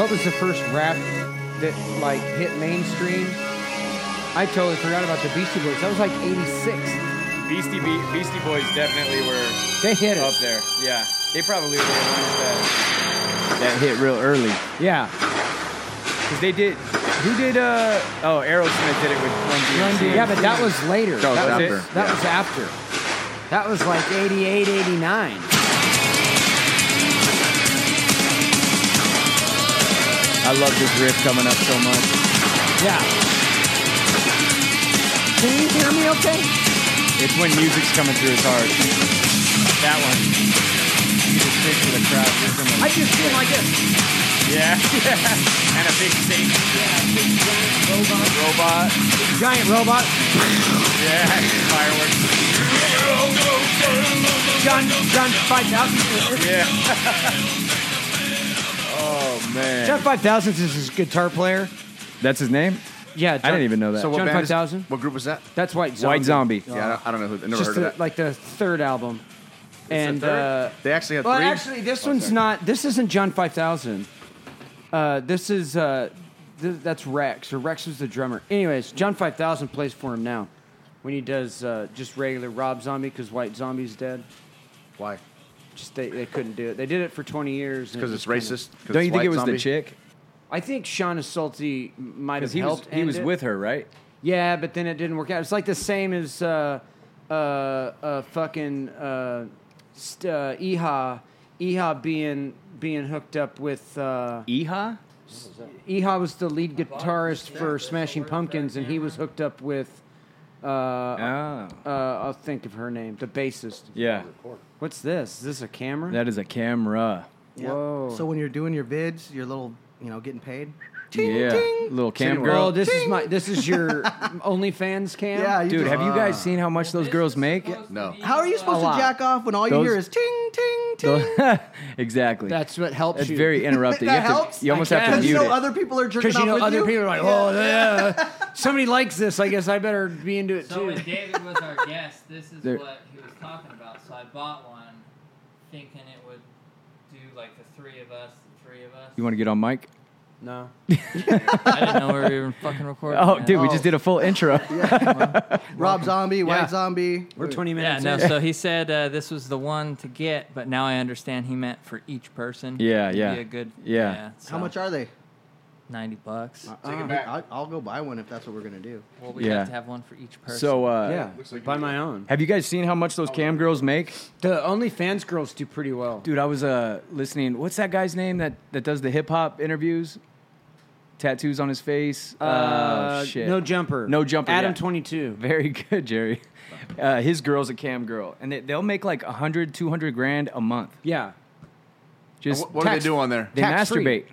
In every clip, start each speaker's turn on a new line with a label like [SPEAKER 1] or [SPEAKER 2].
[SPEAKER 1] Oh,
[SPEAKER 2] was the first rap that like hit mainstream. I totally forgot about the Beastie Boys. That was like '86.
[SPEAKER 1] Beastie Be- Beastie Boys definitely were
[SPEAKER 2] They hit
[SPEAKER 1] up
[SPEAKER 2] it.
[SPEAKER 1] there. Yeah, they probably were the ones that that hit real early.
[SPEAKER 2] Yeah.
[SPEAKER 1] Cause they did. Who did? Uh, oh, Aerosmith did it with Run
[SPEAKER 2] Run
[SPEAKER 1] DMC.
[SPEAKER 2] D- Yeah, but that was later.
[SPEAKER 3] That was
[SPEAKER 2] that
[SPEAKER 3] after,
[SPEAKER 2] that
[SPEAKER 3] yeah.
[SPEAKER 2] was after. That was like 88, 89.
[SPEAKER 3] I love this riff coming up so much.
[SPEAKER 2] Yeah. Can you hear me okay?
[SPEAKER 1] It's when music's coming through as hard. That one. You just picture the crowd. just from a-
[SPEAKER 2] I just feel like this.
[SPEAKER 1] Yeah. and a big stage. Robot.
[SPEAKER 2] Giant robot.
[SPEAKER 1] Yeah. Fireworks.
[SPEAKER 2] John, John 5000.
[SPEAKER 1] Yeah. oh man.
[SPEAKER 2] John 5000 is his guitar player.
[SPEAKER 1] That's his name.
[SPEAKER 2] Yeah.
[SPEAKER 1] I didn't even know that.
[SPEAKER 3] So what
[SPEAKER 2] John
[SPEAKER 3] band is-
[SPEAKER 2] 5000.
[SPEAKER 3] What group was that?
[SPEAKER 2] That's White Zombie.
[SPEAKER 1] White Zombie.
[SPEAKER 3] Yeah, I don't, I don't know who. I never
[SPEAKER 2] just
[SPEAKER 3] heard of
[SPEAKER 2] the-
[SPEAKER 3] that.
[SPEAKER 2] like the third album. and
[SPEAKER 3] third?
[SPEAKER 2] uh,
[SPEAKER 3] They actually had
[SPEAKER 2] well,
[SPEAKER 3] three.
[SPEAKER 2] actually, this
[SPEAKER 3] Oh,
[SPEAKER 2] one's
[SPEAKER 3] sorry.
[SPEAKER 2] not. This isn't John Five Thousand. Uh, this is uh, th- that's Rex. Or Rex was the drummer. Anyways, John Five Thousand plays for him now when he does uh, just regular Rob Zombie because White Zombie's dead.
[SPEAKER 3] Why?
[SPEAKER 2] Just they, they couldn't do it. They did it for twenty years and it
[SPEAKER 3] Because it's
[SPEAKER 2] just kinda-
[SPEAKER 3] racist. 'Cause
[SPEAKER 1] Don't
[SPEAKER 3] it's
[SPEAKER 1] you think
[SPEAKER 3] white
[SPEAKER 1] it was
[SPEAKER 3] zombie?
[SPEAKER 1] the chick?
[SPEAKER 2] I think Sean Assaulty might have
[SPEAKER 1] Because he was
[SPEAKER 2] helped.
[SPEAKER 1] he was
[SPEAKER 2] end it.
[SPEAKER 1] with her, right?
[SPEAKER 2] Yeah, but then it didn't work out. It's like the same as uh, uh, uh, fucking uh, st- uh, Iha, Iha being being hooked up with. Uh,
[SPEAKER 1] Iha.
[SPEAKER 2] Iha was the lead guitarist for Smashing Pumpkins, and he was hooked up with. Uh,
[SPEAKER 1] Oh.
[SPEAKER 2] uh, I'll think of her name, the bassist.
[SPEAKER 1] Yeah.
[SPEAKER 2] What's this? Is this a camera?
[SPEAKER 1] That is a camera.
[SPEAKER 4] Yeah.
[SPEAKER 2] Whoa.
[SPEAKER 4] So when you're doing your vids, your little, you know, getting paid.
[SPEAKER 1] yeah. Little cam girl.
[SPEAKER 2] oh, this is my. This is your OnlyFans cam.
[SPEAKER 4] Yeah, you
[SPEAKER 1] Dude,
[SPEAKER 4] just-
[SPEAKER 1] have you guys seen how much those girls make?
[SPEAKER 3] No.
[SPEAKER 4] How are you supposed
[SPEAKER 2] lot.
[SPEAKER 4] to jack off when all you
[SPEAKER 1] Those-
[SPEAKER 4] hear is ting ting ting?
[SPEAKER 1] Those- exactly.
[SPEAKER 2] that's what helps
[SPEAKER 1] That's
[SPEAKER 2] you.
[SPEAKER 1] very interrupted.
[SPEAKER 4] That
[SPEAKER 1] you, have
[SPEAKER 4] helps?
[SPEAKER 1] To, you
[SPEAKER 4] I
[SPEAKER 1] almost have to
[SPEAKER 2] guess.
[SPEAKER 4] Because you
[SPEAKER 1] mute
[SPEAKER 4] know
[SPEAKER 1] it.
[SPEAKER 4] other people are jerking
[SPEAKER 2] because you
[SPEAKER 4] off
[SPEAKER 2] know
[SPEAKER 4] with
[SPEAKER 2] other
[SPEAKER 4] you.
[SPEAKER 2] people are like, oh yeah, somebody likes this. I guess I better be into it
[SPEAKER 5] So
[SPEAKER 2] too.
[SPEAKER 5] when David was our guest, this is
[SPEAKER 1] There-
[SPEAKER 5] what he was talking about. So I bought one, thinking it would do like the three of us, the three of us.
[SPEAKER 1] You want to get on mic?
[SPEAKER 2] No,
[SPEAKER 5] I didn't know we were even fucking recording.
[SPEAKER 1] Oh,
[SPEAKER 5] man.
[SPEAKER 1] dude, we
[SPEAKER 4] Oh.
[SPEAKER 1] just did a full intro.
[SPEAKER 4] Rob Zombie,
[SPEAKER 2] Yeah.
[SPEAKER 4] White Zombie.
[SPEAKER 2] we're 20
[SPEAKER 5] Yeah,
[SPEAKER 2] minutes.
[SPEAKER 5] no.
[SPEAKER 2] in.
[SPEAKER 5] So he said uh, this was the one to get, but now I understand he meant for each person.
[SPEAKER 1] Yeah,
[SPEAKER 5] It'd
[SPEAKER 1] yeah.
[SPEAKER 5] Be a good.
[SPEAKER 1] Yeah. Uh,
[SPEAKER 5] so
[SPEAKER 4] How much are they?
[SPEAKER 5] Ninety bucks?
[SPEAKER 4] Take it back. I'll, I'll go buy one if that's what we're gonna do.
[SPEAKER 5] Well, we
[SPEAKER 1] Yeah.
[SPEAKER 5] have to have one for each person.
[SPEAKER 1] so, uh,
[SPEAKER 2] yeah, by my own.
[SPEAKER 1] have you guys seen how much those cam girls make?
[SPEAKER 2] The OnlyFans girls do pretty well.
[SPEAKER 1] Dude, I was uh, listening. What's that guy's name that, that does the hip hop interviews? Tattoos on his face. Uh, shit.
[SPEAKER 2] No jumper.
[SPEAKER 1] No jumper,
[SPEAKER 2] Adam
[SPEAKER 1] yeah.
[SPEAKER 2] 22.
[SPEAKER 1] Very good, Jerry. Uh, his girl's a cam girl, and they, they'll make like 100, 200 grand a month.
[SPEAKER 2] Yeah.
[SPEAKER 1] Just
[SPEAKER 3] What, what do they
[SPEAKER 2] Tax-
[SPEAKER 3] do on there?
[SPEAKER 1] they
[SPEAKER 2] Tax free.
[SPEAKER 1] masturbate.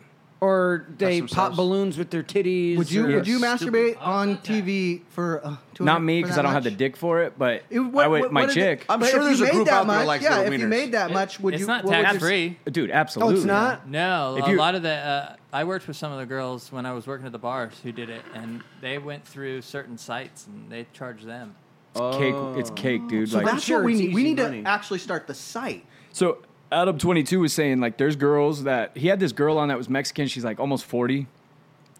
[SPEAKER 2] Or they pop
[SPEAKER 3] themselves.
[SPEAKER 2] balloons with their titties.
[SPEAKER 4] Would you
[SPEAKER 2] or-
[SPEAKER 4] would you masturbate on
[SPEAKER 5] I'll do that.
[SPEAKER 4] TV for uh, 200
[SPEAKER 1] Not me
[SPEAKER 4] for
[SPEAKER 1] because
[SPEAKER 4] that
[SPEAKER 1] I don't have the
[SPEAKER 4] much?
[SPEAKER 1] dick for it, but
[SPEAKER 4] It- what-
[SPEAKER 1] I would,
[SPEAKER 4] what-
[SPEAKER 1] my
[SPEAKER 4] what is it-
[SPEAKER 1] chick.
[SPEAKER 3] I'm
[SPEAKER 4] but
[SPEAKER 3] sure
[SPEAKER 4] if you
[SPEAKER 3] there's a
[SPEAKER 4] made
[SPEAKER 3] group
[SPEAKER 4] that
[SPEAKER 3] out there that
[SPEAKER 4] much-
[SPEAKER 3] likes
[SPEAKER 4] yeah,
[SPEAKER 3] little
[SPEAKER 4] if you
[SPEAKER 3] wieners.
[SPEAKER 4] made that much, would
[SPEAKER 5] it's
[SPEAKER 4] you?
[SPEAKER 5] not
[SPEAKER 4] what would
[SPEAKER 5] tax
[SPEAKER 4] you-
[SPEAKER 5] free.
[SPEAKER 1] Dude,
[SPEAKER 2] Oh,
[SPEAKER 1] absolutely.
[SPEAKER 2] it's not?
[SPEAKER 5] No,
[SPEAKER 1] If
[SPEAKER 5] a
[SPEAKER 1] you-
[SPEAKER 5] lot of the uh, I worked with some of the girls when I was working at the bars who did it, and they went through certain sites and they charged them.
[SPEAKER 1] Cake, it's cake, dude.
[SPEAKER 4] So
[SPEAKER 1] like,
[SPEAKER 4] that's
[SPEAKER 2] sure
[SPEAKER 4] what we
[SPEAKER 2] it's
[SPEAKER 4] need. We
[SPEAKER 2] easy
[SPEAKER 4] need
[SPEAKER 2] money.
[SPEAKER 4] to actually start the site.
[SPEAKER 1] So Adam twenty two was saying like there's girls that he had this girl on that was Mexican. She's like almost forty.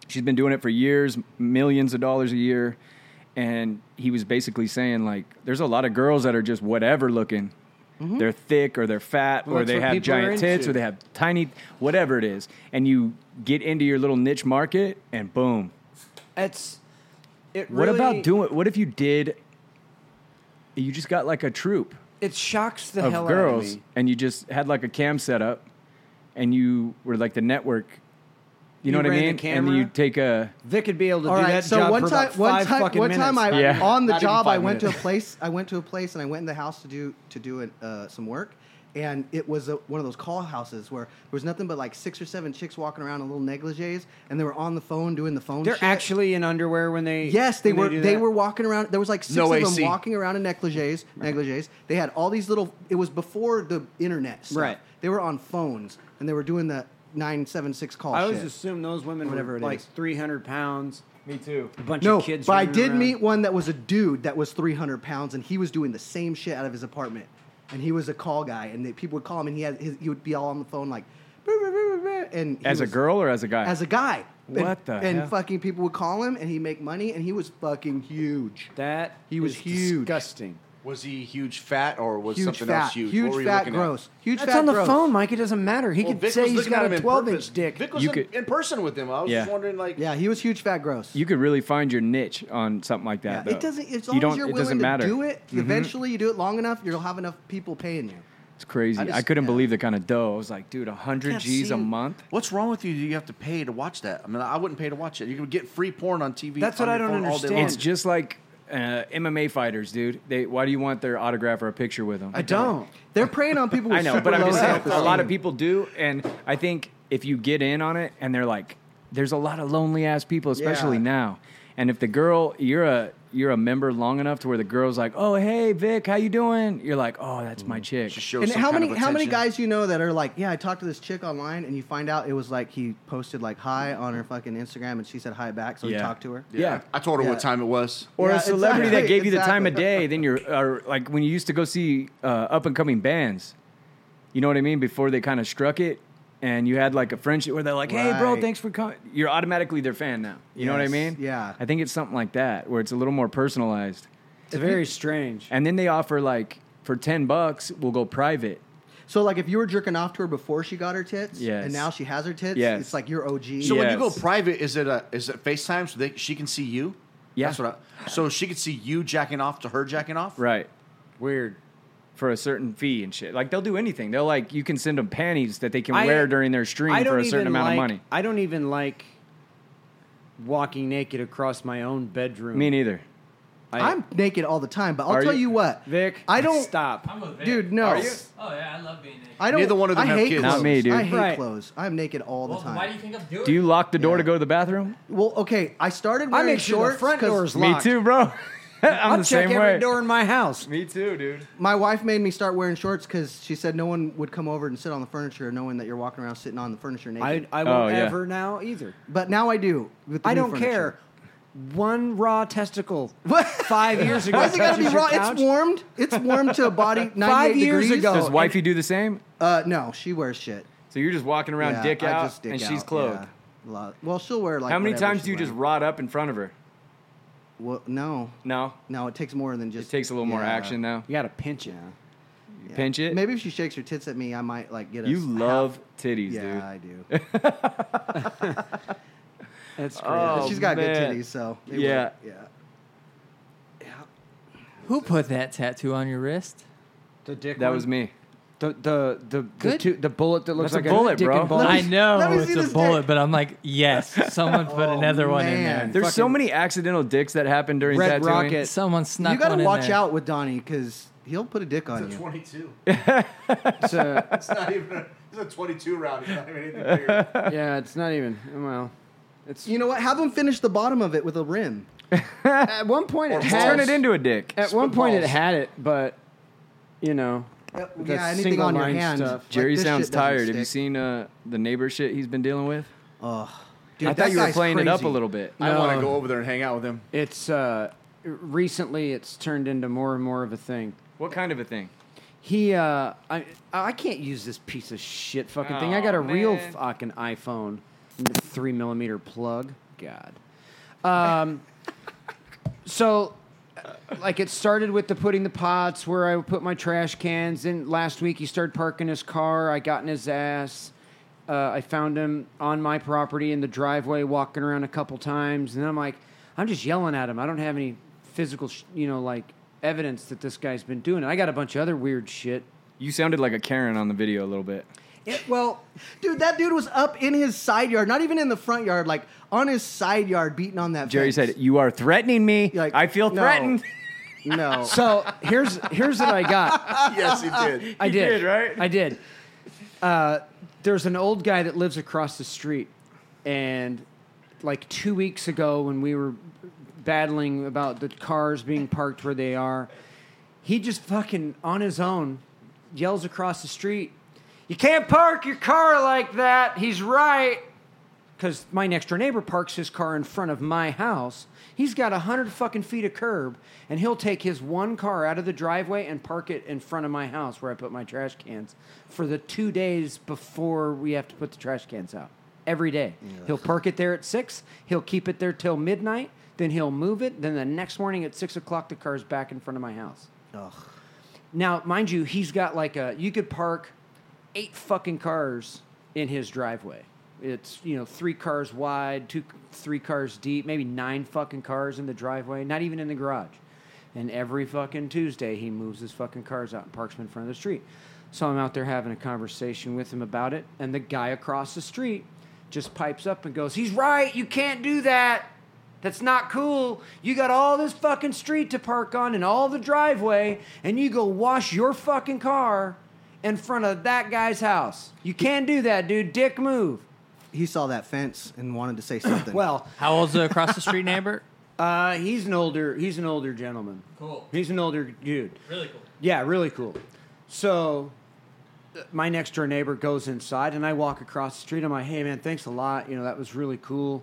[SPEAKER 1] She's been doing it for years, millions of dollars a year, and he was basically saying like there's a lot of girls that are just whatever looking. They're thick or they're fat or
[SPEAKER 2] Well, that's
[SPEAKER 1] they
[SPEAKER 2] Mm-hmm. what
[SPEAKER 1] have
[SPEAKER 2] people are
[SPEAKER 1] giant tits
[SPEAKER 2] into.
[SPEAKER 1] or they have tiny whatever it is, and you get into your little niche market and boom.
[SPEAKER 2] It's. It
[SPEAKER 1] What
[SPEAKER 2] really-
[SPEAKER 1] about doing? What if you did? You just got like a troop
[SPEAKER 2] It shocks the
[SPEAKER 1] of
[SPEAKER 2] hell out
[SPEAKER 1] girls,
[SPEAKER 2] of me.
[SPEAKER 1] and you just had like a cam setup, and you were like the network. You,
[SPEAKER 2] You
[SPEAKER 1] know what I
[SPEAKER 2] ran the
[SPEAKER 1] mean? And
[SPEAKER 2] camera?
[SPEAKER 1] you take a
[SPEAKER 2] Vic could be able to
[SPEAKER 4] All
[SPEAKER 2] do
[SPEAKER 4] right.
[SPEAKER 2] that
[SPEAKER 4] So
[SPEAKER 2] job
[SPEAKER 4] one
[SPEAKER 2] for
[SPEAKER 4] time,
[SPEAKER 2] about
[SPEAKER 4] one
[SPEAKER 2] five
[SPEAKER 4] time,
[SPEAKER 2] fucking
[SPEAKER 4] one
[SPEAKER 2] minutes.
[SPEAKER 4] time, I
[SPEAKER 1] Yeah.
[SPEAKER 4] on the
[SPEAKER 2] Not even
[SPEAKER 4] job.
[SPEAKER 2] five
[SPEAKER 4] I went to a
[SPEAKER 2] minutes.
[SPEAKER 4] place. I went to a place and I went in the house to do to do an, uh, some work, and it was a, one of those call houses where there was nothing but like six or seven chicks walking around in little negligees, and they were on the phone doing the phone.
[SPEAKER 2] They're
[SPEAKER 4] shit.
[SPEAKER 2] actually in underwear when they.
[SPEAKER 4] Yes, they
[SPEAKER 2] when
[SPEAKER 4] were.
[SPEAKER 2] do
[SPEAKER 4] They,
[SPEAKER 2] that.
[SPEAKER 4] were walking around. There was like six
[SPEAKER 3] No
[SPEAKER 4] of them
[SPEAKER 3] AC.
[SPEAKER 4] walking around in negligees. Negligees. They had all these little. It was before the internet. Stuff.
[SPEAKER 2] Right.
[SPEAKER 4] They were on phones and they were doing the nine seven six call.
[SPEAKER 2] I
[SPEAKER 4] shit.
[SPEAKER 2] always assume those women
[SPEAKER 4] Whatever
[SPEAKER 2] were
[SPEAKER 4] it
[SPEAKER 2] like
[SPEAKER 4] is.
[SPEAKER 2] 300 pounds.
[SPEAKER 1] me too.
[SPEAKER 2] A bunch
[SPEAKER 4] no,
[SPEAKER 2] of kids.
[SPEAKER 4] but I
[SPEAKER 2] running
[SPEAKER 4] did
[SPEAKER 2] around.
[SPEAKER 4] meet one that was a dude that was 300 pounds, and he was doing the same shit out of his apartment. And he was a call guy, and they, people would call him, and he had his, he would be all on the phone like, and he
[SPEAKER 1] As a
[SPEAKER 4] was-
[SPEAKER 1] girl or as a guy?
[SPEAKER 4] as a guy. And-
[SPEAKER 1] What the
[SPEAKER 4] And
[SPEAKER 1] hell?
[SPEAKER 4] fucking people would call him, and he'd make money, and he was fucking huge.
[SPEAKER 2] That
[SPEAKER 4] He was
[SPEAKER 2] is
[SPEAKER 4] huge.
[SPEAKER 2] disgusting.
[SPEAKER 6] Was he huge fat or was
[SPEAKER 4] Huge
[SPEAKER 6] something
[SPEAKER 4] fat,
[SPEAKER 6] else huge?
[SPEAKER 4] huge
[SPEAKER 6] what were you
[SPEAKER 4] fat,
[SPEAKER 6] looking
[SPEAKER 4] gross,
[SPEAKER 6] At?
[SPEAKER 4] huge
[SPEAKER 2] That's
[SPEAKER 4] fat.
[SPEAKER 2] on the
[SPEAKER 4] gross.
[SPEAKER 2] phone, Mike. It doesn't matter. He
[SPEAKER 6] Well,
[SPEAKER 2] could
[SPEAKER 6] Vic
[SPEAKER 2] say
[SPEAKER 6] was
[SPEAKER 2] he's
[SPEAKER 6] looking
[SPEAKER 2] got
[SPEAKER 6] at him
[SPEAKER 2] a
[SPEAKER 6] in
[SPEAKER 2] 12
[SPEAKER 6] purpose.
[SPEAKER 2] inch dick.
[SPEAKER 6] Vic was
[SPEAKER 1] You
[SPEAKER 6] in,
[SPEAKER 1] could-
[SPEAKER 6] in person with him. I was
[SPEAKER 1] Yeah.
[SPEAKER 6] just wondering, like,
[SPEAKER 4] Yeah, he was huge fat gross.
[SPEAKER 1] you could really find your niche on something like
[SPEAKER 4] yeah,
[SPEAKER 1] that. though.
[SPEAKER 4] it doesn't. As
[SPEAKER 1] You
[SPEAKER 4] long as
[SPEAKER 1] don't-
[SPEAKER 4] you're
[SPEAKER 1] it
[SPEAKER 4] willing
[SPEAKER 1] doesn't
[SPEAKER 4] to
[SPEAKER 1] matter. Mm-hmm.
[SPEAKER 4] do it, eventually you do it long enough, you'll have enough people paying you.
[SPEAKER 1] It's crazy.
[SPEAKER 6] I
[SPEAKER 1] I,
[SPEAKER 6] just-
[SPEAKER 1] couldn't
[SPEAKER 6] yeah.
[SPEAKER 1] believe the kind of dough. I was like, dude, 100
[SPEAKER 6] can't
[SPEAKER 1] G's a
[SPEAKER 6] see-
[SPEAKER 1] month?
[SPEAKER 6] What's wrong with you? Do you have to pay to watch that? I mean, I wouldn't pay to watch it. You can get free porn on TV.
[SPEAKER 2] That's
[SPEAKER 6] on
[SPEAKER 2] what I
[SPEAKER 6] your
[SPEAKER 2] don't
[SPEAKER 6] phone all day
[SPEAKER 2] understand.
[SPEAKER 6] long.
[SPEAKER 1] It's just like uh, MMA fighters, dude. They Why do you want their autograph or a picture with them?
[SPEAKER 2] I don't.
[SPEAKER 4] They're preying on people. With
[SPEAKER 1] I know,
[SPEAKER 4] super
[SPEAKER 1] but I'm
[SPEAKER 4] low
[SPEAKER 1] just saying, a
[SPEAKER 4] self-esteem.
[SPEAKER 1] lot of people do. And I think if you get in on it and they're like, there's a lot of lonely ass people, especially
[SPEAKER 4] Yeah.
[SPEAKER 1] now. And if the girl, you're a you're a member long enough to where the girl's like, oh hey Vic, how you doing? You're like, oh that's
[SPEAKER 4] Mm.
[SPEAKER 1] my chick.
[SPEAKER 6] Just show
[SPEAKER 4] And
[SPEAKER 6] some
[SPEAKER 4] how
[SPEAKER 6] kind
[SPEAKER 4] many
[SPEAKER 6] of
[SPEAKER 4] how many
[SPEAKER 6] attention.
[SPEAKER 4] guys you know that are like, yeah, I talked to this chick online, and you find out it was like he posted like hi on her fucking Instagram, and she said hi back, so he
[SPEAKER 1] Yeah.
[SPEAKER 4] talked to her.
[SPEAKER 6] Yeah.
[SPEAKER 1] Yeah.
[SPEAKER 6] I told her
[SPEAKER 4] Yeah.
[SPEAKER 6] what time it was.
[SPEAKER 1] or
[SPEAKER 4] Yeah,
[SPEAKER 1] a celebrity that
[SPEAKER 4] exactly,
[SPEAKER 1] gave you the time of
[SPEAKER 4] exactly.
[SPEAKER 1] day. Then you're or like when you used to go see uh, up and coming bands, you know what I mean? Before they kind of struck it, and you had like a friendship where they're like, "Hey, bro,
[SPEAKER 4] Right.
[SPEAKER 1] thanks for coming." You're automatically their fan now. You know what I
[SPEAKER 4] Yes,
[SPEAKER 1] mean?
[SPEAKER 4] yeah.
[SPEAKER 1] I think it's something like that where it's a little more personalized,
[SPEAKER 2] It's very strange.
[SPEAKER 1] and then they offer like for ten bucks, we'll go private.
[SPEAKER 4] So like, if you were jerking off to her before she got her tits,
[SPEAKER 1] Yes.
[SPEAKER 4] and now she has her tits,
[SPEAKER 1] Yes.
[SPEAKER 4] it's like you're OG.
[SPEAKER 6] So when you go
[SPEAKER 1] Yes.
[SPEAKER 6] private, is it a is it FaceTime so they, she can see you?
[SPEAKER 1] Yeah.
[SPEAKER 6] That's what I, so she could see you jacking off to her jacking off.
[SPEAKER 1] Right.
[SPEAKER 2] Weird.
[SPEAKER 1] For a certain fee and shit, like they'll do anything. They'll like you can send them panties that they can
[SPEAKER 2] I-
[SPEAKER 1] wear during their stream
[SPEAKER 2] I
[SPEAKER 1] for
[SPEAKER 2] don't
[SPEAKER 1] a certain
[SPEAKER 2] even
[SPEAKER 1] amount of
[SPEAKER 2] like-
[SPEAKER 1] money.
[SPEAKER 2] I don't even like walking naked across my own bedroom.
[SPEAKER 1] Me neither.
[SPEAKER 2] I-
[SPEAKER 4] I'm naked all the time, but I'll
[SPEAKER 1] Are
[SPEAKER 4] tell you,
[SPEAKER 1] you-
[SPEAKER 4] what,
[SPEAKER 2] Vic,
[SPEAKER 4] I don't
[SPEAKER 2] stop.
[SPEAKER 5] I'm with Vic.
[SPEAKER 4] dude. No,
[SPEAKER 6] Are you?
[SPEAKER 5] Oh yeah, I love being naked.
[SPEAKER 4] I don't.
[SPEAKER 6] Neither one of them
[SPEAKER 4] I
[SPEAKER 6] have
[SPEAKER 4] hate
[SPEAKER 6] kids.
[SPEAKER 4] Clothes.
[SPEAKER 1] Not me, dude.
[SPEAKER 4] I hate
[SPEAKER 2] Right.
[SPEAKER 4] clothes. I'm naked all the
[SPEAKER 5] Well, why do
[SPEAKER 4] time.
[SPEAKER 5] you think I'm doing?
[SPEAKER 1] Do you lock the door
[SPEAKER 4] Yeah.
[SPEAKER 1] to go to the bathroom?
[SPEAKER 4] Well, okay, I started
[SPEAKER 2] I
[SPEAKER 4] wearing
[SPEAKER 2] make sure the
[SPEAKER 4] shorts
[SPEAKER 2] front
[SPEAKER 4] 'cause
[SPEAKER 2] door is
[SPEAKER 1] Me
[SPEAKER 2] locked.
[SPEAKER 1] too, bro. I'm
[SPEAKER 2] I'll
[SPEAKER 1] the
[SPEAKER 2] check
[SPEAKER 1] same
[SPEAKER 2] every
[SPEAKER 1] way.
[SPEAKER 2] door in my house.
[SPEAKER 1] Me too, dude.
[SPEAKER 4] my wife made me start wearing shorts because she said no one would come over and sit on the furniture knowing that you're walking around sitting on the furniture naked.
[SPEAKER 2] I, I
[SPEAKER 1] Oh,
[SPEAKER 2] won't
[SPEAKER 1] yeah.
[SPEAKER 2] ever now either.
[SPEAKER 4] but now I do. With the
[SPEAKER 2] I
[SPEAKER 4] new
[SPEAKER 2] don't
[SPEAKER 4] furniture.
[SPEAKER 2] care. One raw testicle five years ago.
[SPEAKER 4] Why is it gotta be
[SPEAKER 2] touches your
[SPEAKER 4] raw?
[SPEAKER 2] couch.
[SPEAKER 4] It's warmed. It's warmed to a body 98
[SPEAKER 2] years
[SPEAKER 4] degrees.
[SPEAKER 2] ago.
[SPEAKER 1] Does wifey do the same?
[SPEAKER 4] Uh, no, she wears shit.
[SPEAKER 1] So you're just walking around
[SPEAKER 4] Yeah,
[SPEAKER 1] dick
[SPEAKER 4] I
[SPEAKER 1] out
[SPEAKER 4] just dick
[SPEAKER 1] and
[SPEAKER 4] out,
[SPEAKER 1] she's clothed.
[SPEAKER 4] yeah. Lo- Well, she'll wear like.
[SPEAKER 1] How many
[SPEAKER 4] whatever
[SPEAKER 1] times
[SPEAKER 4] she's
[SPEAKER 1] do you just
[SPEAKER 4] wearing.
[SPEAKER 1] rod up in front of her?
[SPEAKER 4] Well, no,
[SPEAKER 1] No.
[SPEAKER 4] no, it takes more than just.
[SPEAKER 1] It takes a little more
[SPEAKER 4] Yeah.
[SPEAKER 1] action now.
[SPEAKER 2] You gotta pinch it.
[SPEAKER 1] You pinch it.
[SPEAKER 4] Maybe if she shakes her tits at me, I might like get a.
[SPEAKER 1] you
[SPEAKER 4] s-
[SPEAKER 1] love titties,
[SPEAKER 4] Yeah,
[SPEAKER 1] dude.
[SPEAKER 4] I
[SPEAKER 2] That's
[SPEAKER 4] do.
[SPEAKER 2] crazy.
[SPEAKER 1] Oh,
[SPEAKER 4] She's got
[SPEAKER 1] man.
[SPEAKER 4] good titties, so it
[SPEAKER 1] Yeah.
[SPEAKER 4] worked, yeah.
[SPEAKER 5] Who put that tattoo on your wrist?
[SPEAKER 2] the dick.
[SPEAKER 1] That
[SPEAKER 2] one?
[SPEAKER 1] was me.
[SPEAKER 2] The the the the,
[SPEAKER 5] Good.
[SPEAKER 2] two, the bullet that looks
[SPEAKER 1] That's a
[SPEAKER 2] like
[SPEAKER 1] bullet,
[SPEAKER 2] dick
[SPEAKER 1] bro.
[SPEAKER 2] and balls.
[SPEAKER 5] I
[SPEAKER 4] let
[SPEAKER 5] know
[SPEAKER 4] me see
[SPEAKER 5] it's
[SPEAKER 4] this
[SPEAKER 5] a bullet,
[SPEAKER 4] dick.
[SPEAKER 5] but I'm like, yes, someone put
[SPEAKER 4] Oh,
[SPEAKER 5] another one
[SPEAKER 4] man.
[SPEAKER 5] in there.
[SPEAKER 1] There's so
[SPEAKER 2] Fucking-
[SPEAKER 1] many accidental dicks that happen during
[SPEAKER 2] Red
[SPEAKER 1] tattooing.
[SPEAKER 2] Rocket.
[SPEAKER 5] Someone snuck
[SPEAKER 4] you gotta
[SPEAKER 5] one in
[SPEAKER 4] watch
[SPEAKER 5] there.
[SPEAKER 4] out with Donnie because he'll put a dick on you.
[SPEAKER 6] Twenty-two.
[SPEAKER 2] It's uh, a,
[SPEAKER 6] It's not even. A, it's a twenty-two round. It's not even anything bigger.
[SPEAKER 2] yeah, it's not even. Well, it's
[SPEAKER 4] You know what? Have him finish the bottom of it with a rim.
[SPEAKER 2] at one point it
[SPEAKER 6] Or
[SPEAKER 2] had,
[SPEAKER 1] Turn it into a dick.
[SPEAKER 2] At one point it
[SPEAKER 6] balls.
[SPEAKER 2] had it, but you know, the
[SPEAKER 4] yeah, anything
[SPEAKER 2] single
[SPEAKER 4] on your
[SPEAKER 2] line
[SPEAKER 4] hand.
[SPEAKER 2] stuff.
[SPEAKER 4] like,
[SPEAKER 1] Jerry
[SPEAKER 4] this
[SPEAKER 1] sounds
[SPEAKER 4] shit doesn't
[SPEAKER 1] tired. Have you
[SPEAKER 4] stick.
[SPEAKER 1] seen uh, the neighbor shit he's been dealing with?
[SPEAKER 4] Ugh. Dude,
[SPEAKER 1] I
[SPEAKER 4] that
[SPEAKER 1] thought you were
[SPEAKER 4] guy's
[SPEAKER 1] playing it up a
[SPEAKER 4] crazy.
[SPEAKER 1] little bit.
[SPEAKER 6] I want
[SPEAKER 2] No.
[SPEAKER 6] to go over there and hang out with him.
[SPEAKER 2] It's uh, recently it's turned into more and more of a thing.
[SPEAKER 1] What kind of a thing?
[SPEAKER 2] He, uh, I, I can't use this piece of shit fucking thing. I
[SPEAKER 1] Aw,
[SPEAKER 2] got a real
[SPEAKER 1] man.
[SPEAKER 2] fucking iPhone, three millimeter plug. God. Um, so, uh, like, it started with the putting the pots where I would put my trash cans. Then last week he started parking his car. I got in his ass. Uh, I found him on my property in the driveway, walking around a couple times, and I'm like, I'm just yelling at him. I don't have any physical, sh- you know, like evidence that this guy's been doing it. I got a bunch of other weird shit.
[SPEAKER 1] You sounded like a Karen on the video a little bit.
[SPEAKER 4] It- well, dude, that dude was up in his side yard, not even in the front yard, like on his side yard, beating on that.
[SPEAKER 1] Jerry
[SPEAKER 4] fence.
[SPEAKER 1] said, "You are threatening me.
[SPEAKER 4] You're like,
[SPEAKER 1] I feel
[SPEAKER 4] "No."
[SPEAKER 1] threatened."
[SPEAKER 4] "No."
[SPEAKER 2] So here's here's what I got.
[SPEAKER 6] yes, he did.
[SPEAKER 2] I did.
[SPEAKER 1] did, right?
[SPEAKER 2] I did. Uh, there's an old guy that lives across the street, and like two weeks ago when we were battling about the cars being parked where they are, he just fucking on his own yells across the street, "You can't park your car like that." He's right. because my next door neighbor parks his car in front of my house. He's got a hundred fucking feet of curb, and he'll take his one car out of the driveway and park it in front of my house where I put my trash cans for the two days before we have to put the trash cans out. Every day, he'll park it there at six. He'll keep it there till midnight. Then he'll move it. Then the next morning at six o'clock, the car's back in front of my house.
[SPEAKER 4] Ugh.
[SPEAKER 2] Now, mind you, he's got like a you could park eight fucking cars in his driveway. It's you know three cars wide, two, three cars deep, maybe nine fucking cars in the driveway, not even in the garage. And every fucking Tuesday, he moves his fucking cars out and parks them in front of the street. So I'm out there having a conversation with him about it, and the guy across the street just pipes up and goes, "He's right. You can't do that." That's not cool. You got all this fucking street to park on and all the driveway, and you go wash your fucking car in front of that guy's house. You can't do that, dude. Dick move.
[SPEAKER 4] He saw that fence and wanted to say something.
[SPEAKER 2] Well,
[SPEAKER 5] How old's the across the street neighbor?
[SPEAKER 2] uh, he's an older he's an older gentleman.
[SPEAKER 5] Cool.
[SPEAKER 2] He's an older dude.
[SPEAKER 5] Really cool.
[SPEAKER 2] Yeah, really cool. So uh, my next door neighbor goes inside, and I walk across the street. I'm like, "Hey, man, thanks a lot. You know, that was really cool.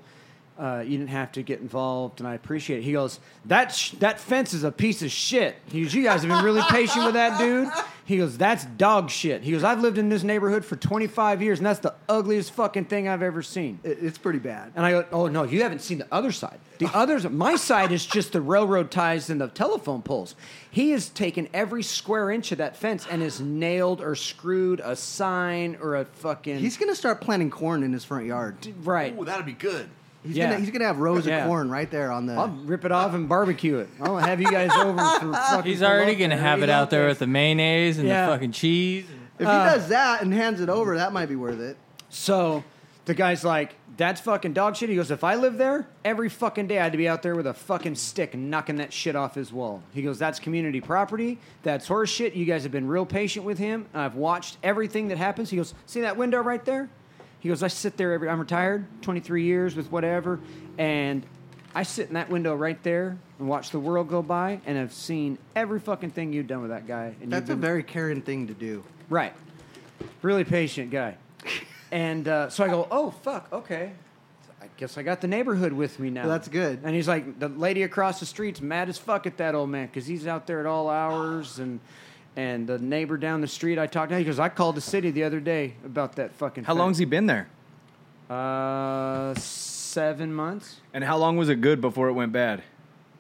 [SPEAKER 2] Uh, you didn't have to get involved, and I appreciate it." He goes, "That sh- that fence is a piece of shit." He goes, "You guys have been really patient with that dude." He goes, "That's dog shit." He goes, "I've lived in this neighborhood for 25 years, and that's the ugliest fucking thing I've ever seen."
[SPEAKER 4] It- it's pretty
[SPEAKER 1] um,
[SPEAKER 4] bad.
[SPEAKER 2] And I go, oh no, you haven't seen the other side. The others, my side is just the railroad ties and the telephone poles. He has taken every square inch of that fence and has nailed or screwed a sign or a fucking
[SPEAKER 4] He's gonna start planting corn in his front yard.
[SPEAKER 2] right.
[SPEAKER 6] Ooh, that'd be good.
[SPEAKER 4] He's
[SPEAKER 2] Yeah.
[SPEAKER 4] gonna he's gonna have rows
[SPEAKER 2] Yeah.
[SPEAKER 4] of corn right there on the.
[SPEAKER 2] I'll
[SPEAKER 1] Um,
[SPEAKER 2] rip it off and barbecue it. I'll have you guys over for fucking.
[SPEAKER 5] He's already gonna
[SPEAKER 2] falafel.
[SPEAKER 5] have it out there with the mayonnaise and
[SPEAKER 2] Yeah.
[SPEAKER 5] the fucking cheese. and-
[SPEAKER 4] if
[SPEAKER 1] uh,
[SPEAKER 4] he does that and hands it over, that might be worth it.
[SPEAKER 2] So the guy's like, that's fucking dog shit. He goes, if I lived there, every fucking day I'd be out there with a fucking stick knocking that shit off his wall. He goes, that's community property. That's horse shit. You guys have been real patient with him. And I've watched everything that happens. He goes, see that window right there? He goes, I sit there every, I'm retired, 23 years with whatever. And I sit in that window right there and watch the world go by. And I've seen every fucking thing you've done with that guy. And
[SPEAKER 4] That's a
[SPEAKER 2] you've been
[SPEAKER 4] very caring thing to do.
[SPEAKER 2] Right. Really patient guy. And uh, so I go, oh, fuck, okay. I guess I got the neighborhood with me now.
[SPEAKER 4] Well, that's good.
[SPEAKER 2] And he's like, the lady across the street's mad as fuck at that old man because he's out there at all hours. And and the neighbor down the street I talked to, he goes, I called the city the other day about that fucking
[SPEAKER 1] How
[SPEAKER 2] thing."
[SPEAKER 1] long's he been there?
[SPEAKER 2] Uh, seven months.
[SPEAKER 1] And how long was it good before it went bad?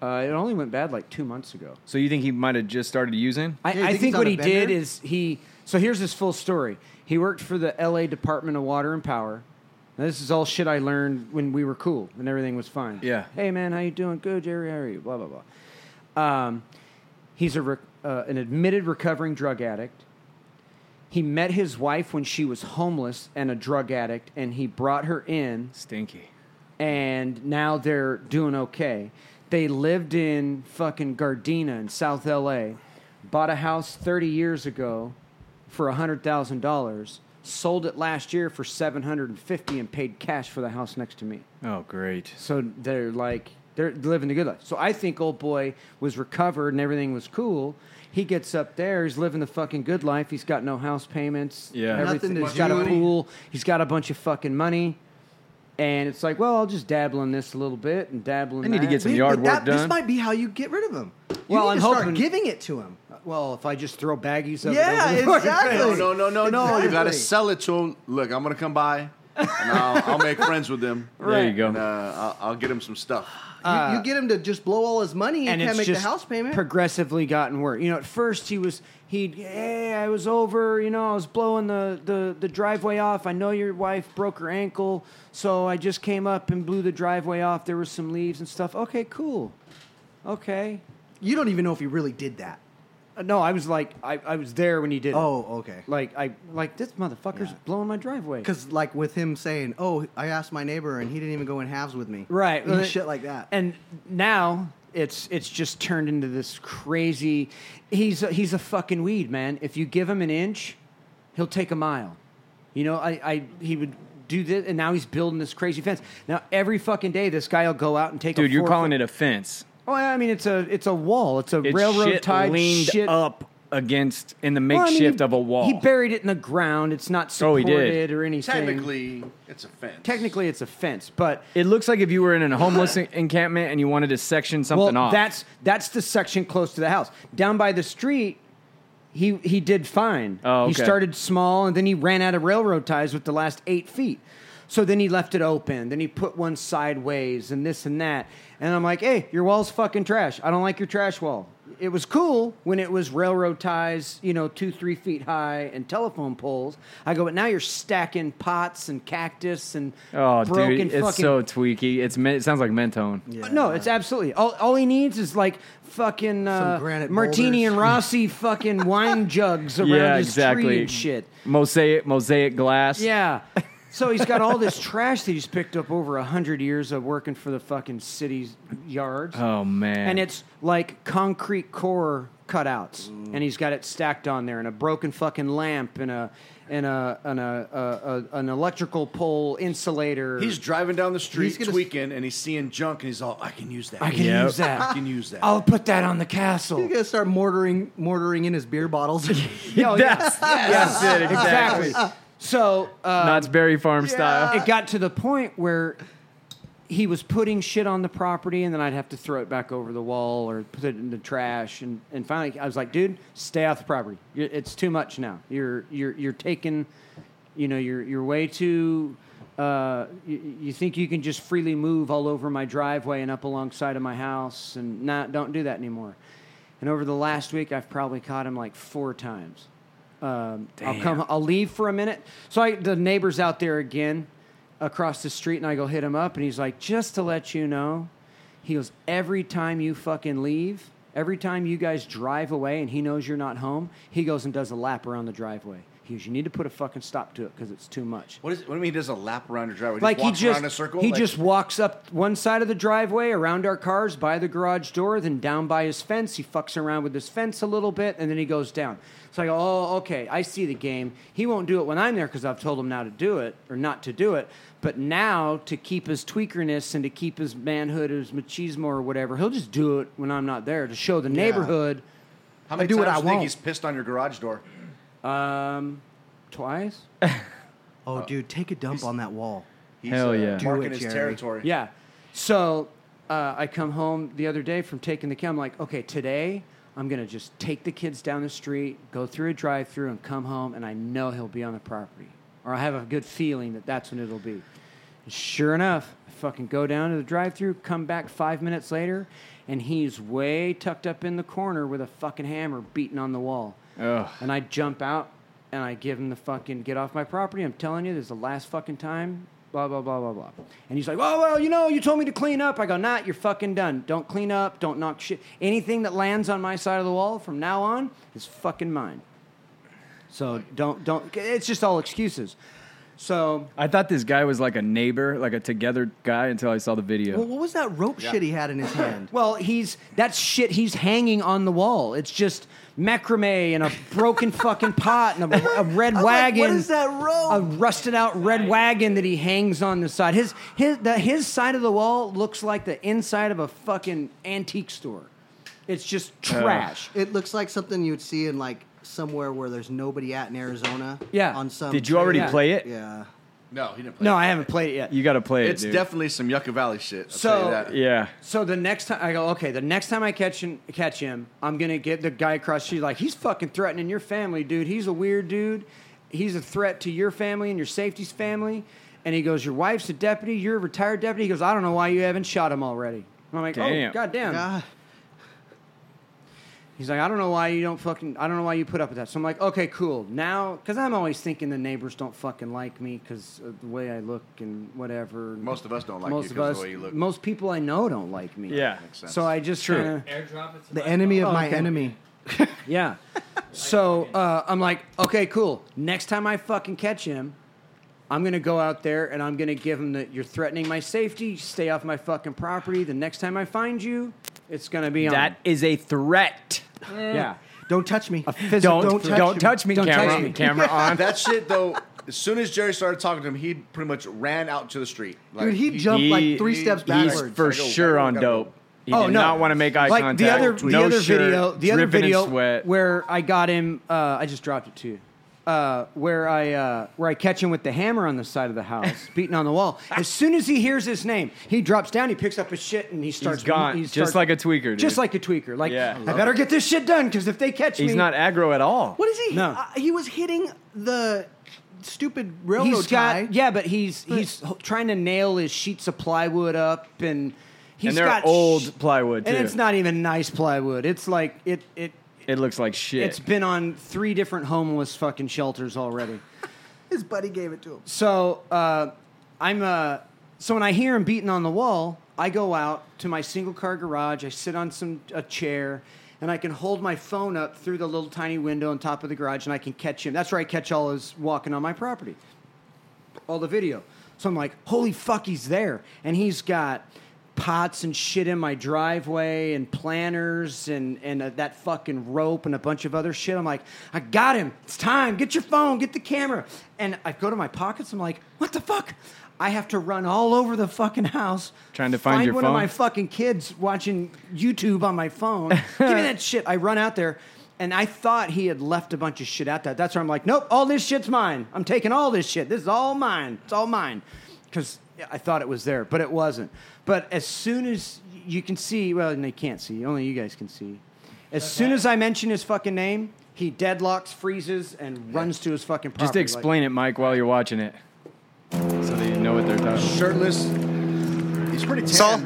[SPEAKER 2] Uh, it only went bad like two months ago.
[SPEAKER 1] So you think he might have just started using?
[SPEAKER 2] I,
[SPEAKER 4] Yeah, you
[SPEAKER 2] I
[SPEAKER 4] think
[SPEAKER 2] think
[SPEAKER 4] he's
[SPEAKER 2] what
[SPEAKER 4] on a
[SPEAKER 2] he did
[SPEAKER 4] bender?
[SPEAKER 2] is he. So here's his full story. He worked for the L.A. Department of Water and Power. Now, this is all shit I learned when we were cool and everything was fine.
[SPEAKER 1] Yeah.
[SPEAKER 2] Hey man, how you doing? Good, Jerry. How are you? Blah blah blah. Um, he's a rec- uh, an admitted recovering drug addict. He met his wife when she was homeless and a drug addict, and he brought her in
[SPEAKER 1] Stinky.
[SPEAKER 2] and now they're doing okay. They lived in fucking Gardena in South LA, bought a house 30 years ago for $100,000, sold it last year for 750 and paid cash for the house next to me.
[SPEAKER 1] Oh, great.
[SPEAKER 2] So they're like they're living the good life. So I think old boy was recovered and everything was cool. He gets up there, he's living the fucking good life. He's got no house payments.
[SPEAKER 1] Yeah.
[SPEAKER 2] everything.
[SPEAKER 4] Nothing to
[SPEAKER 2] He's got a
[SPEAKER 4] do.
[SPEAKER 2] pool. He's got a bunch of fucking money. And it's like, well, I'll just dabble in this a little bit and dabble in
[SPEAKER 1] I need to
[SPEAKER 2] that.
[SPEAKER 1] get some
[SPEAKER 4] Maybe
[SPEAKER 1] yard work
[SPEAKER 4] that- This
[SPEAKER 1] done.
[SPEAKER 4] might be how you get rid of him. You
[SPEAKER 2] Well,
[SPEAKER 4] need
[SPEAKER 2] I'm
[SPEAKER 4] to start
[SPEAKER 2] hoping-
[SPEAKER 4] giving it to him.
[SPEAKER 2] Well, if I just throw baggies up.
[SPEAKER 4] Yeah, exactly.
[SPEAKER 6] No, no, no, no, no. You gotta
[SPEAKER 4] Exactly.
[SPEAKER 6] sell it to him. Look, I'm gonna come by, and I'll, I'll make friends with him.
[SPEAKER 1] There you go.
[SPEAKER 6] And, uh, I'll, I'll get him some stuff.
[SPEAKER 4] you, you get him to just blow all his money and,
[SPEAKER 2] Uh, and
[SPEAKER 4] you
[SPEAKER 2] it's
[SPEAKER 4] can't make
[SPEAKER 2] just
[SPEAKER 4] the house payment.
[SPEAKER 2] progressively gotten worse. You know, at first he was he hey, I was over, you know, I was blowing the, the the driveway off. I know your wife broke her ankle, so I just came up and blew the driveway off. There was some leaves and stuff. Okay, cool. Okay.
[SPEAKER 4] you don't even know if he really did that.
[SPEAKER 2] Uh, No, I was like I, I was there when he did. it.
[SPEAKER 4] Oh, okay.
[SPEAKER 2] Like I like this motherfucker's
[SPEAKER 4] Yeah.
[SPEAKER 2] blowing my driveway.
[SPEAKER 4] Because like with him saying, "Oh, I asked my neighbor and he didn't even go in halves with me."
[SPEAKER 2] right
[SPEAKER 4] You know, shit like that.
[SPEAKER 2] and now it's it's just turned into this crazy he's a, he's a fucking weed man if you give him an inch he'll take a mile you know i, I he would do this and now he's building this crazy fence now every fucking day this guy will go out and take a
[SPEAKER 1] Dude, you're
[SPEAKER 2] four
[SPEAKER 1] calling it
[SPEAKER 2] foot-
[SPEAKER 1] a fence.
[SPEAKER 2] oh i mean it's a it's a wall it's a
[SPEAKER 1] It's
[SPEAKER 2] railroad
[SPEAKER 1] shit
[SPEAKER 2] tied
[SPEAKER 1] leaned
[SPEAKER 2] shit
[SPEAKER 1] up against in the
[SPEAKER 2] Well, I mean,
[SPEAKER 1] makeshift
[SPEAKER 2] he-
[SPEAKER 1] of a wall.
[SPEAKER 2] He buried it in the ground. It's not
[SPEAKER 1] Oh, he
[SPEAKER 2] supported
[SPEAKER 1] did.
[SPEAKER 2] or anything.
[SPEAKER 6] Technically, it's a fence.
[SPEAKER 2] technically, it's a fence, but
[SPEAKER 1] it looks like if you were in a homeless en- encampment and you wanted to section something
[SPEAKER 2] well,
[SPEAKER 1] off.
[SPEAKER 2] that's that's the section close to the house. Down by the street, he he did fine.
[SPEAKER 1] Oh,
[SPEAKER 2] He
[SPEAKER 1] okay.
[SPEAKER 2] started small, and then he ran out of railroad ties with the last eight feet. So then he left it open. Then he put one sideways, and this and that. And I'm like, hey, your wall's fucking trash. I don't like your trash wall. It was cool when it was railroad ties, you know, two, three feet high and telephone poles. I go, but now you're stacking pots and cactus and
[SPEAKER 1] oh,
[SPEAKER 2] broken
[SPEAKER 1] dude, it's
[SPEAKER 2] fucking
[SPEAKER 1] so tweaky. It's men- it sounds like Mentone.
[SPEAKER 4] Yeah.
[SPEAKER 2] no, it's absolutely all. All he needs is like fucking uh,
[SPEAKER 4] granite
[SPEAKER 2] martini
[SPEAKER 4] boulders.
[SPEAKER 2] and Rossi fucking wine jugs around
[SPEAKER 1] Yeah,
[SPEAKER 2] his
[SPEAKER 1] exactly.
[SPEAKER 2] tree and shit.
[SPEAKER 1] Mosaic, mosaic glass.
[SPEAKER 2] Yeah. So he's got all this trash that he's picked up over a hundred years of working for the fucking city's yards,
[SPEAKER 1] Oh man.
[SPEAKER 2] and it's like concrete core cutouts,
[SPEAKER 1] Mm.
[SPEAKER 2] and he's got it stacked on there, and a broken fucking lamp, and a and a and a, a, a an electrical pole insulator.
[SPEAKER 6] He's driving down the street
[SPEAKER 4] He's gonna-
[SPEAKER 6] tweaking, and he's seeing junk, and he's all, "I can use that.
[SPEAKER 2] I can
[SPEAKER 1] Yep.
[SPEAKER 2] use that.
[SPEAKER 6] I can use that."
[SPEAKER 2] I'll put that on the castle.
[SPEAKER 4] He's gonna start mortaring, mortaring in his beer bottles.
[SPEAKER 2] Yo,
[SPEAKER 1] That's-
[SPEAKER 2] yes,
[SPEAKER 1] that's it,
[SPEAKER 2] exactly. So uh,
[SPEAKER 1] Knott's Berry Farm style.
[SPEAKER 2] it got to the point where he was putting shit on the property, and then I'd have to throw it back over the wall or put it in the trash. And, and finally, I was like, "Dude, stay off the property. You're, it's too much now. You're you're you're taking, you know, you're you're way too." Uh, you, you think you can just freely move all over my driveway and up alongside of my house, and not don't do that anymore. And over the last week, I've probably caught him like four times. Um, I'll come. I'll leave for a minute. So I, the neighbor's out there again, across the street, and I go hit him up, and he's like, "Just to let you know," he goes, "Every time you fucking leave, every time you guys drive away, and he knows you're not home, he goes and does a lap around the driveway. He goes, you need to put a fucking stop to it because it's too much."
[SPEAKER 6] What, is, what do you mean? He does a lap around your driveway?
[SPEAKER 2] like he
[SPEAKER 6] walks
[SPEAKER 2] just
[SPEAKER 6] around in a circle.
[SPEAKER 2] he
[SPEAKER 6] Like,
[SPEAKER 2] just walks up one side of the driveway around our cars by the garage door then down by his fence he fucks around with his fence a little bit and then he goes down so i go oh okay i see the game he won't do it when i'm there because i've told him now to do it or not to do it but now to keep his tweakerness and to keep his manhood his machismo or whatever he'll just do it when i'm not there to show the neighborhood
[SPEAKER 6] how many
[SPEAKER 4] I do what
[SPEAKER 6] times do
[SPEAKER 4] I
[SPEAKER 6] you think
[SPEAKER 4] want.
[SPEAKER 6] he's pissed on your garage door?
[SPEAKER 2] um twice
[SPEAKER 4] oh, dude, take a dump on that wall.
[SPEAKER 6] He's, uh,
[SPEAKER 1] Hell yeah. Do
[SPEAKER 6] marking
[SPEAKER 4] it,
[SPEAKER 6] his
[SPEAKER 4] Jerry.
[SPEAKER 6] territory.
[SPEAKER 2] Yeah. So uh, I come home the other day from taking the kid. I'm like, okay, today I'm gonna just take the kids down the street, go through a drive-through, and come home, and I know he'll be on the property, or I have a good feeling that that's when it'll be. And sure enough, I fucking go down to the drive-through, come back five minutes later, and he's way tucked up in the corner with a fucking hammer beating on the wall.
[SPEAKER 1] Ugh.
[SPEAKER 2] And I jump out and I give him the fucking get off my property. I'm telling you, this is the last fucking time. Blah blah blah blah blah. And he's like, "Oh well, you know, you told me to clean up." I go, "Nah, you're fucking done. Don't clean up. Don't knock shit. Anything that lands on my side of the wall from now on is fucking mine." So don't don't. It's just all excuses. So
[SPEAKER 1] I thought this guy was like a neighbor, like a together guy, until I saw the video.
[SPEAKER 4] Well, what was that rope shit he had in his hand?
[SPEAKER 2] Well, he's that's shit. He's hanging on the wall. It's just macrame and a broken fucking pot and a, a red
[SPEAKER 4] I'm like,
[SPEAKER 2] wagon.
[SPEAKER 4] what is that
[SPEAKER 2] A
[SPEAKER 4] rope?
[SPEAKER 2] rusted out red wagon that he hangs on the side. His his the, his side of the wall looks like the inside of a fucking antique store. It's just trash.
[SPEAKER 4] it looks like something you'd see in like somewhere where there's nobody at in Arizona.
[SPEAKER 2] Yeah.
[SPEAKER 4] On some.
[SPEAKER 1] Did you already
[SPEAKER 2] Yeah.
[SPEAKER 1] play it?
[SPEAKER 4] Yeah.
[SPEAKER 6] No, he didn't play.
[SPEAKER 2] No,
[SPEAKER 6] it.
[SPEAKER 2] I haven't played it yet.
[SPEAKER 1] You got to play it.
[SPEAKER 6] it's
[SPEAKER 1] dude.
[SPEAKER 6] definitely some Yucca Valley shit. I'll
[SPEAKER 2] So-
[SPEAKER 6] tell you that.
[SPEAKER 1] Yeah.
[SPEAKER 2] So the next time I go, okay, the next time I catch him, catch him, I'm gonna get the guy across the street like he's fucking threatening your family, dude. He's a weird dude. He's a threat to your family and your safety's family. And he goes, your wife's a deputy. You're a retired deputy. He goes, I don't know why you haven't shot him already. And I'm like,
[SPEAKER 1] Damn.
[SPEAKER 2] oh goddamn.
[SPEAKER 4] God.
[SPEAKER 2] He's like, I don't know why you don't fucking, I don't know why you put up with that. So I'm like, okay, cool. Now, because I'm always thinking the neighbors don't fucking like me because of the way I look and whatever.
[SPEAKER 6] Most of us don't like
[SPEAKER 2] most
[SPEAKER 6] you
[SPEAKER 2] of
[SPEAKER 6] 'cause
[SPEAKER 2] us,
[SPEAKER 6] of the way you look.
[SPEAKER 2] most people I know don't like me.
[SPEAKER 1] Yeah.
[SPEAKER 6] Makes sense.
[SPEAKER 2] So I just
[SPEAKER 1] True.
[SPEAKER 2] kinda-
[SPEAKER 5] Airdrop it to
[SPEAKER 4] The
[SPEAKER 5] my
[SPEAKER 4] enemy
[SPEAKER 5] phone.
[SPEAKER 4] of my
[SPEAKER 2] okay.
[SPEAKER 4] enemy.
[SPEAKER 2] Yeah. So uh, I'm like, okay, cool. Next time I fucking catch him, I'm gonna go out there and I'm gonna give him that you're threatening my safety. Stay off my fucking property. The next time I find you, it's gonna be on.
[SPEAKER 1] That is a threat.
[SPEAKER 2] yeah.
[SPEAKER 4] Don't touch me.
[SPEAKER 1] Don't
[SPEAKER 4] don't touch
[SPEAKER 1] don't
[SPEAKER 4] me.
[SPEAKER 1] touch me.
[SPEAKER 2] Don't
[SPEAKER 1] camera
[SPEAKER 2] touch me.
[SPEAKER 1] camera on.
[SPEAKER 6] that shit though. As soon as Jerry started talking to him, he pretty much ran out to the street. Like,
[SPEAKER 4] Dude, he jumped like three steps
[SPEAKER 1] he's
[SPEAKER 4] backwards.
[SPEAKER 1] for
[SPEAKER 6] Gotta go,
[SPEAKER 1] sure
[SPEAKER 6] gotta go,
[SPEAKER 1] on
[SPEAKER 6] gotta go.
[SPEAKER 1] dope. He
[SPEAKER 2] oh
[SPEAKER 1] did
[SPEAKER 2] no!
[SPEAKER 1] not want to make eye
[SPEAKER 2] like
[SPEAKER 1] contact.
[SPEAKER 2] the other, the
[SPEAKER 1] no
[SPEAKER 2] other
[SPEAKER 1] shirt,
[SPEAKER 2] video, the other
[SPEAKER 1] dripping in
[SPEAKER 2] video
[SPEAKER 1] sweat.
[SPEAKER 2] where I got him. Uh, I just dropped it to you. Uh, where I uh, where I catch him with the hammer on the side of the house, beating on the wall. As soon as he hears his name, he drops down, he picks up his shit, and he starts
[SPEAKER 1] gone,
[SPEAKER 2] he
[SPEAKER 1] just like a tweaker, dude.
[SPEAKER 2] just like a tweaker. Like
[SPEAKER 1] Yeah. I
[SPEAKER 2] I,
[SPEAKER 1] love
[SPEAKER 2] better get this shit done because if they catch me,
[SPEAKER 1] He's not aggro at all.
[SPEAKER 4] What is he?
[SPEAKER 2] No.
[SPEAKER 4] Uh, he was hitting the stupid railroad
[SPEAKER 2] He's
[SPEAKER 4] tie.
[SPEAKER 2] got yeah, but he's he's h- trying to nail his sheets of plywood up, and he's
[SPEAKER 1] And they're
[SPEAKER 2] got
[SPEAKER 1] old
[SPEAKER 2] sh-
[SPEAKER 1] plywood,
[SPEAKER 2] and
[SPEAKER 1] too.
[SPEAKER 2] it's not even nice plywood. It's like it it
[SPEAKER 1] It looks like shit.
[SPEAKER 2] it's been on three different homeless fucking shelters already.
[SPEAKER 4] His buddy gave it to him.
[SPEAKER 2] So uh, I'm uh, so when I hear him beating on the wall, I go out to my single car garage. I sit on some a chair, and I can hold my phone up through the little tiny window on top of the garage, and I can catch him. That's where I catch all his walking on my property, all the video. So I'm like, holy fuck, he's there, and he's got pots and shit in my driveway and planners and and uh, that fucking rope and a bunch of other shit i'm like i got him it's time get your phone get the camera and i go to my pockets i'm like what the fuck i have to run all over the fucking house
[SPEAKER 1] Trying to find your
[SPEAKER 2] one of
[SPEAKER 1] phone?
[SPEAKER 2] my fucking kids watching youtube on my phone give me that shit i run out there and I thought he had left a bunch of shit out that. That's where I'm like, nope, all this shit's mine. I'm taking all this shit. This is all mine. It's all mine. Because I thought it was there, but it wasn't. But as soon as you can see, well, and they can't see, only you guys can see. As soon as I mention his fucking name, he deadlocks, freezes, and runs to his fucking property.
[SPEAKER 1] Just
[SPEAKER 2] like-
[SPEAKER 1] explain it, Mike, while you're watching it, so that you know what they're talking. about.
[SPEAKER 6] Shirtless. He's pretty tan.
[SPEAKER 7] Saul,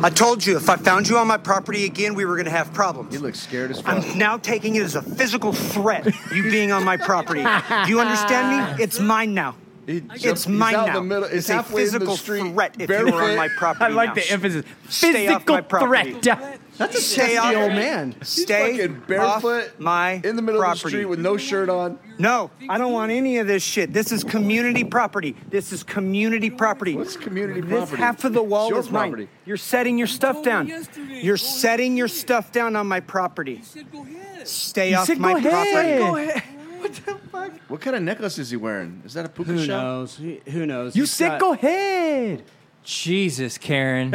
[SPEAKER 7] I told you if I found you on my property again, we were going to have problems.
[SPEAKER 6] He looks scared as fuck.
[SPEAKER 7] I'm now taking it as a physical threat, you being on my property. Do you understand me? It's mine now.
[SPEAKER 6] He
[SPEAKER 7] It's
[SPEAKER 6] jumped- he's
[SPEAKER 7] mine
[SPEAKER 6] out
[SPEAKER 7] now.
[SPEAKER 6] the middle- it's
[SPEAKER 7] a
[SPEAKER 6] halfway in the
[SPEAKER 7] physical
[SPEAKER 6] street,
[SPEAKER 7] threat if you were on
[SPEAKER 6] barefoot.
[SPEAKER 7] my property.
[SPEAKER 1] I like
[SPEAKER 7] now.
[SPEAKER 1] the emphasis.
[SPEAKER 7] Stay off
[SPEAKER 1] Physical
[SPEAKER 7] my property.
[SPEAKER 1] threat.
[SPEAKER 4] That's a
[SPEAKER 7] Stay
[SPEAKER 4] sassy
[SPEAKER 7] off-
[SPEAKER 4] old man.
[SPEAKER 7] Stay
[SPEAKER 6] fucking barefoot
[SPEAKER 7] off my
[SPEAKER 6] in the middle
[SPEAKER 7] property.
[SPEAKER 6] of the street with no shirt on.
[SPEAKER 7] No, I don't want any of this shit. This is community property. This is community property.
[SPEAKER 6] What's community
[SPEAKER 7] this
[SPEAKER 6] property?
[SPEAKER 7] half of the wall
[SPEAKER 6] It's your
[SPEAKER 7] is mine.
[SPEAKER 6] property.
[SPEAKER 7] You're setting your stuff
[SPEAKER 8] told me
[SPEAKER 7] down.
[SPEAKER 8] yesterday,
[SPEAKER 7] You're
[SPEAKER 8] go ahead
[SPEAKER 7] setting
[SPEAKER 8] and
[SPEAKER 7] your
[SPEAKER 8] do it.
[SPEAKER 7] stuff down on my property.
[SPEAKER 8] said go ahead.
[SPEAKER 7] Stay
[SPEAKER 1] You
[SPEAKER 7] off
[SPEAKER 1] said
[SPEAKER 7] my
[SPEAKER 1] go
[SPEAKER 7] property.
[SPEAKER 1] ahead.
[SPEAKER 4] What the fuck?
[SPEAKER 6] What kind of necklace is he wearing? Is that a puka
[SPEAKER 2] Who
[SPEAKER 6] shell?
[SPEAKER 2] knows? Who who knows?
[SPEAKER 1] You
[SPEAKER 2] He's
[SPEAKER 1] said
[SPEAKER 2] got-
[SPEAKER 1] go ahead.
[SPEAKER 5] Jesus, Karen.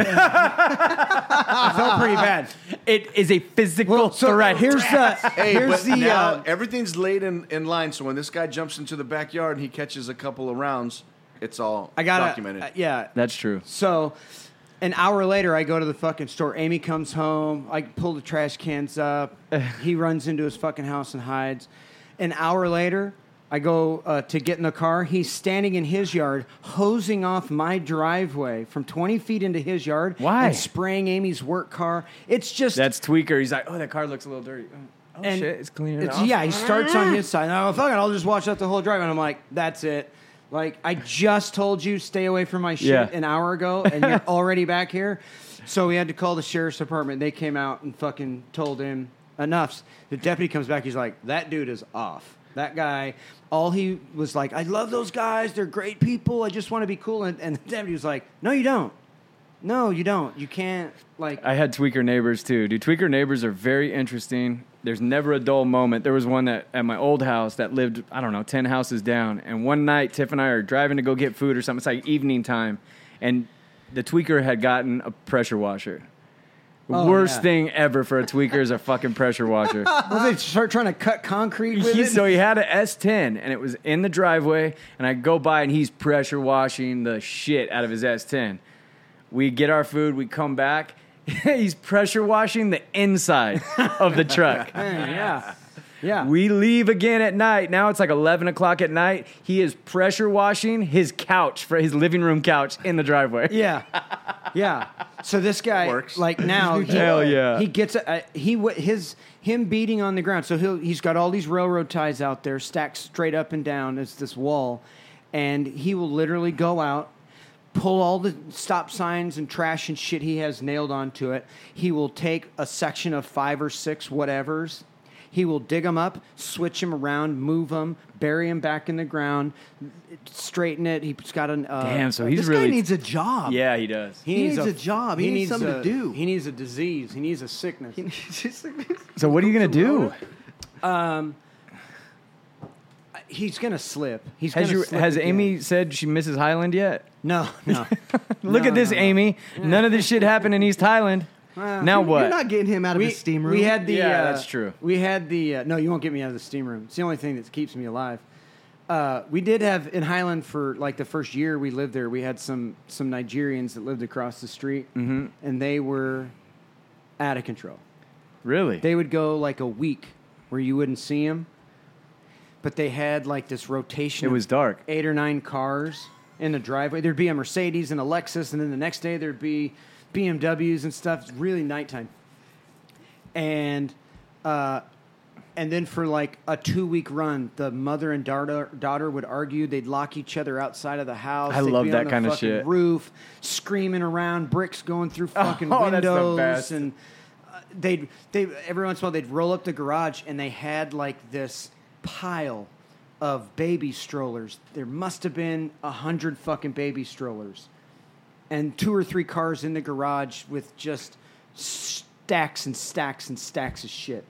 [SPEAKER 2] I felt pretty bad.
[SPEAKER 1] It is a physical
[SPEAKER 2] Well, so
[SPEAKER 1] threat.
[SPEAKER 2] here's the
[SPEAKER 6] Hey,
[SPEAKER 2] here's
[SPEAKER 6] but
[SPEAKER 2] the
[SPEAKER 6] now
[SPEAKER 2] uh,
[SPEAKER 6] everything's laid in, in line. So when this guy jumps into the backyard and he catches a couple of rounds, it's all
[SPEAKER 2] I got
[SPEAKER 6] documented.
[SPEAKER 2] Uh, yeah,
[SPEAKER 1] That's true.
[SPEAKER 2] So an hour later, I go to the fucking store. Amy comes home. I pull the trash cans up. he runs into his fucking house and hides. An hour later, I go uh, to get in the car. He's standing in his yard, hosing off my driveway from 20 feet into his yard.
[SPEAKER 1] Why?
[SPEAKER 2] And spraying Amy's work car. It's just.
[SPEAKER 1] That's tweaker. He's like, oh, that car looks a little dirty. Oh
[SPEAKER 2] And
[SPEAKER 1] shit, it's cleaning it
[SPEAKER 2] it's-
[SPEAKER 1] off.
[SPEAKER 2] Yeah, he starts on his side. And I'm like, fuck it, I'll just watch out the whole drive. And I'm like, that's it. Like, I just told you stay away from my shit
[SPEAKER 1] Yeah.
[SPEAKER 2] an hour ago, and you're already back here. So we had to call the sheriff's department. They came out and fucking told him enough's. The deputy comes back. He's like, that dude is off. That guy, all he was like, I love those guys. They're great people. I just want to be cool. And, and the deputy was like, no, you don't. No, you don't. You can't. Like,
[SPEAKER 1] I had tweaker neighbors too. Dude, tweaker neighbors are very interesting. There's never a dull moment. There was one that at my old house that lived, I don't know, 10 houses down. And one night, Tiff and I are driving to go get food or something. It's like evening time. And the tweaker had gotten a pressure washer. The
[SPEAKER 2] Oh,
[SPEAKER 1] worst
[SPEAKER 2] yeah.
[SPEAKER 1] thing ever for a tweaker is a fucking pressure washer.
[SPEAKER 2] well, they start trying to cut concrete with
[SPEAKER 1] He-
[SPEAKER 2] it.
[SPEAKER 1] so he had an S10 and it was in the driveway. And I go by and he's pressure washing the shit out of his S10. We get our food, we come back. he's pressure washing the inside of the truck.
[SPEAKER 2] Man, yeah. Yeah.
[SPEAKER 1] We leave again at night. Now it's like 11 o'clock at night. He is pressure washing his couch for his living room couch in the driveway.
[SPEAKER 2] Yeah, yeah. So this guy,
[SPEAKER 6] Works.
[SPEAKER 2] like now, he,
[SPEAKER 1] Hell yeah.
[SPEAKER 2] he gets a, a, he wa- his him beating on the ground. So he'll, he's got all these railroad ties out there, stacked straight up and down as this wall, and he will literally go out, pull all the stop signs and trash and shit he has nailed onto it. He will take a section of five or six whatevers. He will dig them up, switch them around, move them, bury them back in the ground, straighten it. He's got an uh,
[SPEAKER 1] Damn, so he's
[SPEAKER 4] this
[SPEAKER 1] really.
[SPEAKER 4] guy needs a job.
[SPEAKER 1] yeah, he does.
[SPEAKER 2] he
[SPEAKER 4] needs a job. He needs something to
[SPEAKER 2] a-
[SPEAKER 4] do.
[SPEAKER 2] He needs a disease. He needs a sickness.
[SPEAKER 1] so, what are you going to do?
[SPEAKER 2] He's gonna slip. He's
[SPEAKER 1] Has,
[SPEAKER 2] gonna
[SPEAKER 1] you,
[SPEAKER 2] slip
[SPEAKER 1] has
[SPEAKER 2] again.
[SPEAKER 1] Amy said she misses Highland yet?
[SPEAKER 2] No, no.
[SPEAKER 1] Look
[SPEAKER 2] No,
[SPEAKER 1] at this,
[SPEAKER 2] no, no.
[SPEAKER 1] Amy. None of this shit happened in East Highland. now what?
[SPEAKER 4] You're not getting him out of
[SPEAKER 2] we,
[SPEAKER 4] his steam room.
[SPEAKER 2] We had the.
[SPEAKER 1] Yeah,
[SPEAKER 2] uh,
[SPEAKER 1] that's true.
[SPEAKER 2] We had the. Uh, no, you won't get me out of the steam room. It's the only thing that keeps me alive. Uh, we did have in Highland for like the first year we lived there. We had some some Nigerians that lived across the street, and they were out of control.
[SPEAKER 1] really?
[SPEAKER 2] They would go like a week where you wouldn't see them, but they had like this
[SPEAKER 1] it
[SPEAKER 2] rotation. of
[SPEAKER 1] was dark.
[SPEAKER 2] eight or nine cars in the driveway. There'd be a Mercedes and a Lexus, and then the next day there'd be BMWs and stuff. It's really nighttime, and uh, and then for like a two week run, the mother and daughter daughter would argue. They'd lock each other outside of the house.
[SPEAKER 1] I
[SPEAKER 2] They'd
[SPEAKER 1] love
[SPEAKER 2] be
[SPEAKER 1] that
[SPEAKER 2] on the
[SPEAKER 1] kinda
[SPEAKER 2] fucking
[SPEAKER 1] shit.
[SPEAKER 2] Roof screaming around, bricks going through fucking
[SPEAKER 1] Oh, that's the
[SPEAKER 2] windows,
[SPEAKER 1] best.
[SPEAKER 2] and uh, they'd they every once in a while they'd roll up the garage and they had like this pile of baby strollers. There must have been a hundred fucking baby strollers, and two or three cars in the garage with just stacks and stacks and stacks of shit.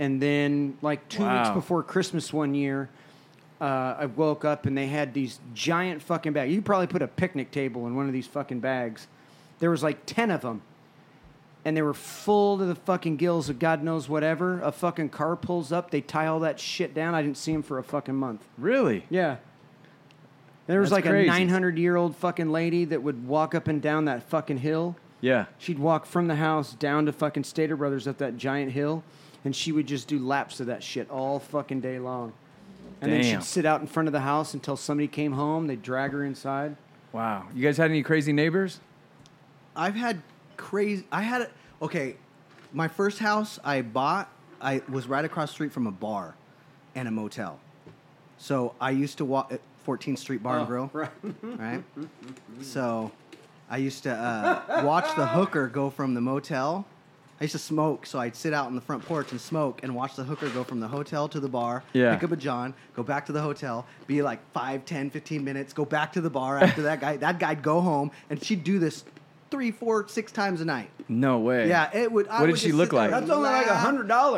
[SPEAKER 2] And then like two weeks
[SPEAKER 1] Wow.
[SPEAKER 2] before Christmas one year. Uh, I woke up and they had these giant fucking bags. You could probably put a picnic table in one of these fucking bags. There was like ten of them, and they were full to the fucking gills of God knows whatever. A fucking car pulls up, they tie all that shit down. I didn't see him for a fucking month.
[SPEAKER 1] Really?
[SPEAKER 2] Yeah. There was
[SPEAKER 1] That's
[SPEAKER 2] like
[SPEAKER 1] crazy.
[SPEAKER 2] a 900 year old fucking lady that would walk up and down that fucking hill.
[SPEAKER 1] Yeah.
[SPEAKER 2] She'd walk from the house down to fucking Stater Brothers up that giant hill, and she would just do laps of that shit all fucking day long. And then
[SPEAKER 1] Damn.
[SPEAKER 2] she'd sit out in front of the house until somebody came home. They'd drag her inside.
[SPEAKER 1] Wow. You guys had any crazy neighbors?
[SPEAKER 4] I've had crazy. I had okay. My first house I bought, I was right across the street from a bar and a motel. So I used to walk at 14th Street Bar and Grill, right? So I used to uh, watch the hooker go from the motel. I used to smoke, so I'd sit out on the front porch and smoke and watch the hooker go from the hotel to the bar,
[SPEAKER 1] Yeah.
[SPEAKER 4] pick up a John, go back to the hotel, be like 5, 10, 15 minutes, go back to the bar after that guy. That guy'd go home, and she'd do this three, four, six times a night.
[SPEAKER 1] No way.
[SPEAKER 4] Yeah, it would. I
[SPEAKER 1] What did
[SPEAKER 4] would
[SPEAKER 1] she
[SPEAKER 4] just
[SPEAKER 1] look
[SPEAKER 4] sit there
[SPEAKER 1] like?
[SPEAKER 4] and
[SPEAKER 2] That's only like
[SPEAKER 4] laugh.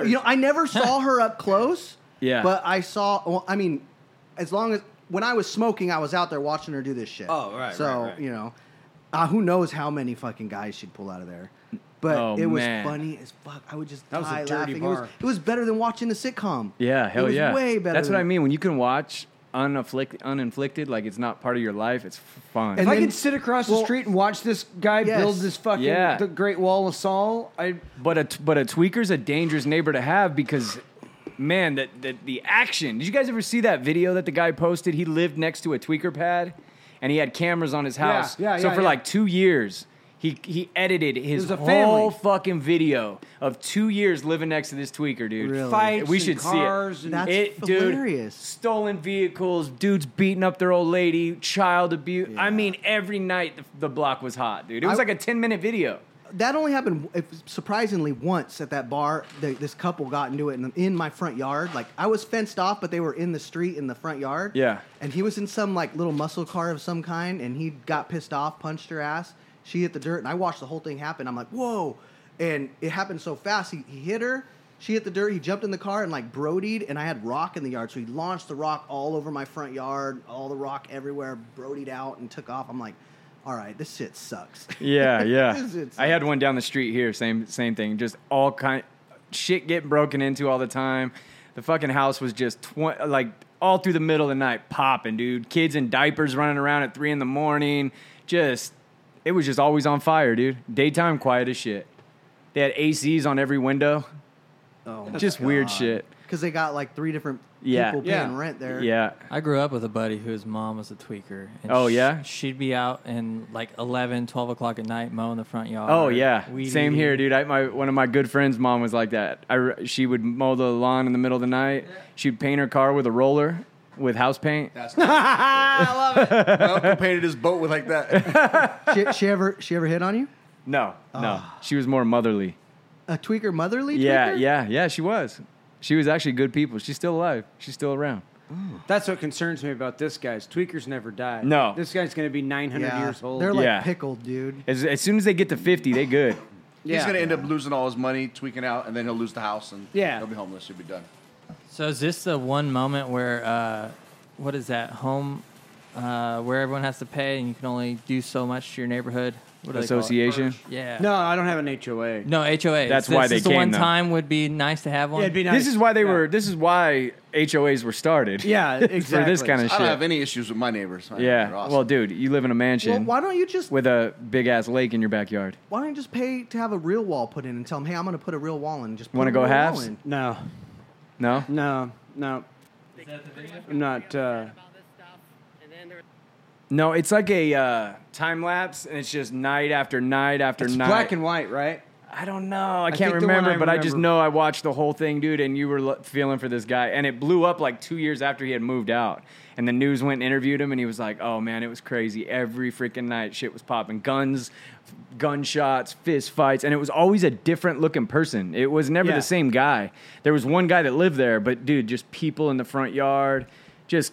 [SPEAKER 2] $100.
[SPEAKER 4] You know, I never saw her up close.
[SPEAKER 1] Yeah.
[SPEAKER 4] But I saw. Well, I mean, as long as when I was smoking, I was out there watching her do this shit.
[SPEAKER 3] Oh, right,
[SPEAKER 4] So
[SPEAKER 3] right, right.
[SPEAKER 4] you know, uh, who knows how many fucking guys she'd pull out of there. But
[SPEAKER 1] Oh,
[SPEAKER 4] it was
[SPEAKER 1] man.
[SPEAKER 4] funny as fuck. I would just
[SPEAKER 2] That was a
[SPEAKER 4] die
[SPEAKER 2] dirty
[SPEAKER 4] laughing. It,
[SPEAKER 2] bar.
[SPEAKER 4] was, it was better than watching a sitcom.
[SPEAKER 1] Yeah,
[SPEAKER 4] it
[SPEAKER 1] hell
[SPEAKER 4] was
[SPEAKER 1] yeah.
[SPEAKER 4] Way better.
[SPEAKER 1] That's what
[SPEAKER 4] than-
[SPEAKER 1] I mean. When you can watch unafflict- uninflicted, like it's not part of your life, it's f- fun.
[SPEAKER 2] If
[SPEAKER 4] And
[SPEAKER 2] I
[SPEAKER 4] then-
[SPEAKER 2] could sit across
[SPEAKER 4] well,
[SPEAKER 2] the street and watch this guy
[SPEAKER 4] yes.
[SPEAKER 2] build this fucking
[SPEAKER 1] Yeah.
[SPEAKER 2] the Great Wall of Saul, I
[SPEAKER 1] but a t- but a tweaker's a dangerous neighbor to have because man, that the, the action. Did you guys ever see that video that the guy posted? He lived next to a tweaker pad and he had cameras on his house.
[SPEAKER 2] yeah,
[SPEAKER 1] so
[SPEAKER 2] yeah,
[SPEAKER 1] for
[SPEAKER 2] yeah.
[SPEAKER 1] like 2 years, he he edited his
[SPEAKER 2] was a
[SPEAKER 1] whole
[SPEAKER 2] family.
[SPEAKER 1] fucking video of 2 years living next to this tweaker, dude.
[SPEAKER 4] Really?
[SPEAKER 2] fights.
[SPEAKER 1] We
[SPEAKER 2] and
[SPEAKER 1] should see it.
[SPEAKER 2] cars And
[SPEAKER 4] That's
[SPEAKER 1] it, Dude,
[SPEAKER 4] hilarious.
[SPEAKER 1] stolen vehicles, dudes beating up their old lady, child abuse. I mean, every night the, the block was hot, dude. It was
[SPEAKER 4] I-
[SPEAKER 1] like a 10 minute video.
[SPEAKER 4] that only happened if- surprisingly once at that bar. The, this couple got into it in, in my front yard. Like I was fenced off, but they were in the street in the front yard.
[SPEAKER 1] Yeah.
[SPEAKER 4] And he was in some like little muscle car of some kind, and he got pissed off, punched her ass. She hit the dirt, and I watched the whole thing happen. I'm like, whoa! And it happened so fast. He, he hit her. She hit the dirt. He jumped in the car and like brodied, and I had rock in the yard, so he launched the rock all over my front yard, all the rock everywhere, brodied out and took off. I'm like, all right, this shit sucks.
[SPEAKER 1] Yeah,
[SPEAKER 4] It's-
[SPEAKER 1] yeah.
[SPEAKER 4] it's-
[SPEAKER 1] I had one down the street here. Same, same thing. Just all kind shit getting broken into all the time. The fucking house was just tw- like all through the middle of the night popping, dude. Kids in diapers running around at three in the morning. Just it was just always on fire, dude. Daytime quiet as shit. They had ACs on every window.
[SPEAKER 4] Oh,
[SPEAKER 1] Just weird shit.
[SPEAKER 4] because they got like three different
[SPEAKER 1] Yeah.
[SPEAKER 4] people
[SPEAKER 2] Yeah.
[SPEAKER 4] paying rent there.
[SPEAKER 1] Yeah.
[SPEAKER 5] I grew up with a buddy whose mom was a tweaker. And
[SPEAKER 1] Oh,
[SPEAKER 5] sh-
[SPEAKER 1] yeah?
[SPEAKER 5] she'd be out in like 11, 12 o'clock at night mowing the front yard.
[SPEAKER 1] Oh yeah,
[SPEAKER 5] Weed
[SPEAKER 1] same here,
[SPEAKER 5] eating.
[SPEAKER 1] dude. I, my one of my good friends' mom was like that. I re- she would mow the lawn in the middle of the night. She'd paint her car with a roller with house paint.
[SPEAKER 6] My
[SPEAKER 7] uh,
[SPEAKER 6] uncle painted his boat with like that.
[SPEAKER 4] she, she ever she ever hit on you?
[SPEAKER 1] No, no, she was more motherly.
[SPEAKER 4] A tweaker, motherly.
[SPEAKER 1] Yeah,
[SPEAKER 4] tweaker?
[SPEAKER 1] yeah, yeah. She was. She was actually good people. She's still alive. She's still around.
[SPEAKER 2] That's what concerns me about this guy's. Tweakers never die.
[SPEAKER 1] No.
[SPEAKER 2] This guy's going to be 900
[SPEAKER 4] Yeah.
[SPEAKER 2] years old.
[SPEAKER 4] They're like
[SPEAKER 1] Yeah.
[SPEAKER 4] pickled, dude.
[SPEAKER 1] As, as soon as they get to fifty, they good.
[SPEAKER 6] He's
[SPEAKER 2] Yeah.
[SPEAKER 6] gonna end up losing all his money, tweaking out, and then he'll lose the house and
[SPEAKER 2] Yeah.
[SPEAKER 6] he'll be homeless. He'll be done.
[SPEAKER 5] So is this the one moment where, uh, what is that, home, uh, where everyone has to pay and you can only do so much to your neighborhood? what do they call it?
[SPEAKER 1] Association.
[SPEAKER 5] Yeah.
[SPEAKER 2] No, I don't have an HOA.
[SPEAKER 5] No HOA.
[SPEAKER 1] That's
[SPEAKER 5] this
[SPEAKER 1] why
[SPEAKER 5] is
[SPEAKER 1] they
[SPEAKER 5] the
[SPEAKER 1] came,
[SPEAKER 5] one
[SPEAKER 1] though.
[SPEAKER 5] time would be nice to have one.
[SPEAKER 2] Yeah, it'd be nice.
[SPEAKER 1] This is why they
[SPEAKER 2] Yeah.
[SPEAKER 1] were. This is why HOAs were started.
[SPEAKER 2] Yeah,
[SPEAKER 1] For this
[SPEAKER 2] exactly.
[SPEAKER 1] kind of
[SPEAKER 6] I
[SPEAKER 1] shit.
[SPEAKER 6] don't have any issues with my neighbors. My neighbors
[SPEAKER 1] yeah.
[SPEAKER 6] are awesome.
[SPEAKER 1] Well, dude, you live in a
[SPEAKER 4] Well,
[SPEAKER 1] mansion
[SPEAKER 4] why don't you just
[SPEAKER 1] with a big ass lake in your backyard.
[SPEAKER 4] why don't you just pay to have a real wall put in and tell them, hey, I'm going to put a real wall in. Just put
[SPEAKER 1] Wanna
[SPEAKER 4] a
[SPEAKER 1] go
[SPEAKER 4] real wall
[SPEAKER 1] halves?
[SPEAKER 4] in.
[SPEAKER 2] No,
[SPEAKER 1] No.
[SPEAKER 2] no, no. I'm not. Uh,
[SPEAKER 1] No, it's like a uh, time lapse, and it's just night after night after
[SPEAKER 2] it's
[SPEAKER 1] night.
[SPEAKER 2] black and white, right?
[SPEAKER 1] I don't know. I
[SPEAKER 2] think
[SPEAKER 1] can't
[SPEAKER 2] the one
[SPEAKER 1] remember,
[SPEAKER 2] I
[SPEAKER 1] but I just
[SPEAKER 2] remember-
[SPEAKER 1] know I watched the whole thing, dude. And you were lo- feeling for this guy, and it blew up like two years after he had moved out. And the news went and interviewed him, and he was like, "Oh man, it was crazy. Every freaking night, shit was popping. Guns, gunshots, fist fights, and it was always a different looking person. It was never
[SPEAKER 2] Yeah.
[SPEAKER 1] the same guy. There was one guy that lived there, but dude, just people in the front yard, just."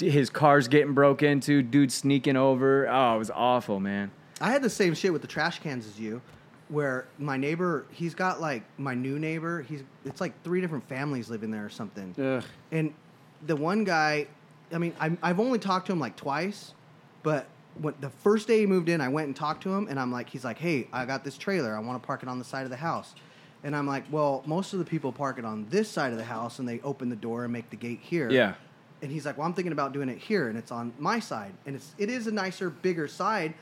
[SPEAKER 1] His car's getting broke into, dude sneaking over. Oh, it was awful, man.
[SPEAKER 4] I had the same shit with the trash cans as you, where my neighbor, he's got like my new neighbor. He's it's like three different families living there or something.
[SPEAKER 2] Ugh.
[SPEAKER 4] And the one guy, I mean, I'm, I've only talked to him like twice, but when, the first day he moved in, I went and talked to him, and I'm like, he's like, hey, I got this trailer. I want to park it on the side of the house. And I'm like, well, most of the people park it on this side of the house, and they open the door and make the gate here.
[SPEAKER 1] Yeah.
[SPEAKER 4] And he's like, "Well, I'm thinking about doing it here, and it's on my side, and it's it is a nicer, bigger side,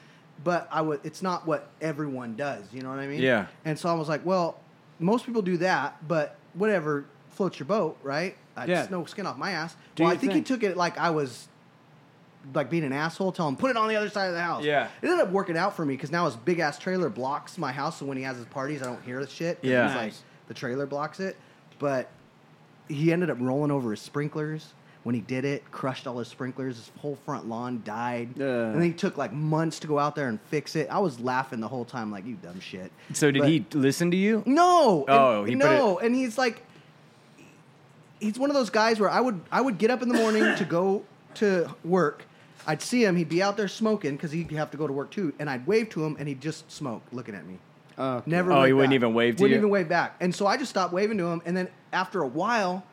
[SPEAKER 4] but I would it's not what everyone does. You know what I mean?
[SPEAKER 1] Yeah.
[SPEAKER 4] And so I was like, well, most people do that, but whatever floats your boat, right? I
[SPEAKER 2] Yeah.
[SPEAKER 4] just no skin off my ass.
[SPEAKER 2] Do
[SPEAKER 4] well, I
[SPEAKER 2] your
[SPEAKER 4] think
[SPEAKER 2] thing.
[SPEAKER 4] he took it like I was like being an asshole, telling him put it on the other side of the house.
[SPEAKER 1] Yeah.
[SPEAKER 4] It ended up working out for me because now his big ass trailer blocks my house, so when he has his parties, I don't hear the shit. 'cause
[SPEAKER 1] Yeah.
[SPEAKER 4] it's like,
[SPEAKER 1] Nice.
[SPEAKER 4] the trailer blocks it, but he ended up rolling over his sprinklers when he did it crushed all his sprinklers his whole front lawn died
[SPEAKER 2] Ugh.
[SPEAKER 4] and then he took like months to go out there and fix it i was laughing the whole time like you dumb shit
[SPEAKER 1] So did
[SPEAKER 4] But-
[SPEAKER 1] he listen to you?
[SPEAKER 2] Mm.
[SPEAKER 4] no and-
[SPEAKER 1] Oh, he put
[SPEAKER 4] no and he's like he's one of those guys where i would i would get up in the morning to go to work i'd see him he'd be out there smoking because he'd have to go to work too and i'd wave to him and he'd just smoke looking at me
[SPEAKER 2] Oh,
[SPEAKER 4] Never.
[SPEAKER 1] Oh,
[SPEAKER 4] waved
[SPEAKER 1] he wouldn't
[SPEAKER 4] back.
[SPEAKER 1] even wave to
[SPEAKER 4] Wouldn't
[SPEAKER 1] you?
[SPEAKER 4] even wave back. And so I just stopped waving to him. And then after a while,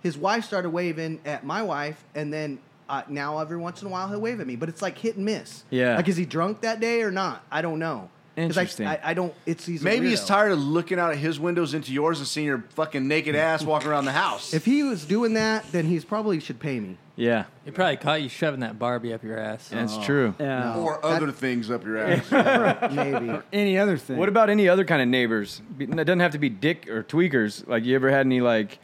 [SPEAKER 4] his wife started waving at my wife, and then uh, now every once in a while he'll wave at me. But it's like hit and miss.
[SPEAKER 1] Yeah.
[SPEAKER 4] Like is he drunk that day or not? I don't know. 'Cause I-
[SPEAKER 1] Interesting.
[SPEAKER 4] I, I, don't. It's he's a
[SPEAKER 6] Maybe he's
[SPEAKER 4] weirdo.
[SPEAKER 6] tired of looking out of his windows into yours and seeing your fucking naked ass walking around the house.
[SPEAKER 4] If he was doing that, then he's probably should pay me.
[SPEAKER 1] Yeah,
[SPEAKER 5] He probably caught you shoving that Barbie up your ass.
[SPEAKER 1] that's
[SPEAKER 2] Oh.
[SPEAKER 1] true.
[SPEAKER 2] yeah.
[SPEAKER 6] or other things up your ass.
[SPEAKER 4] Maybe.
[SPEAKER 2] Any other thing?
[SPEAKER 1] What about any other kind of neighbors? Be- It doesn't have to be dick or tweakers. Like, you ever had any like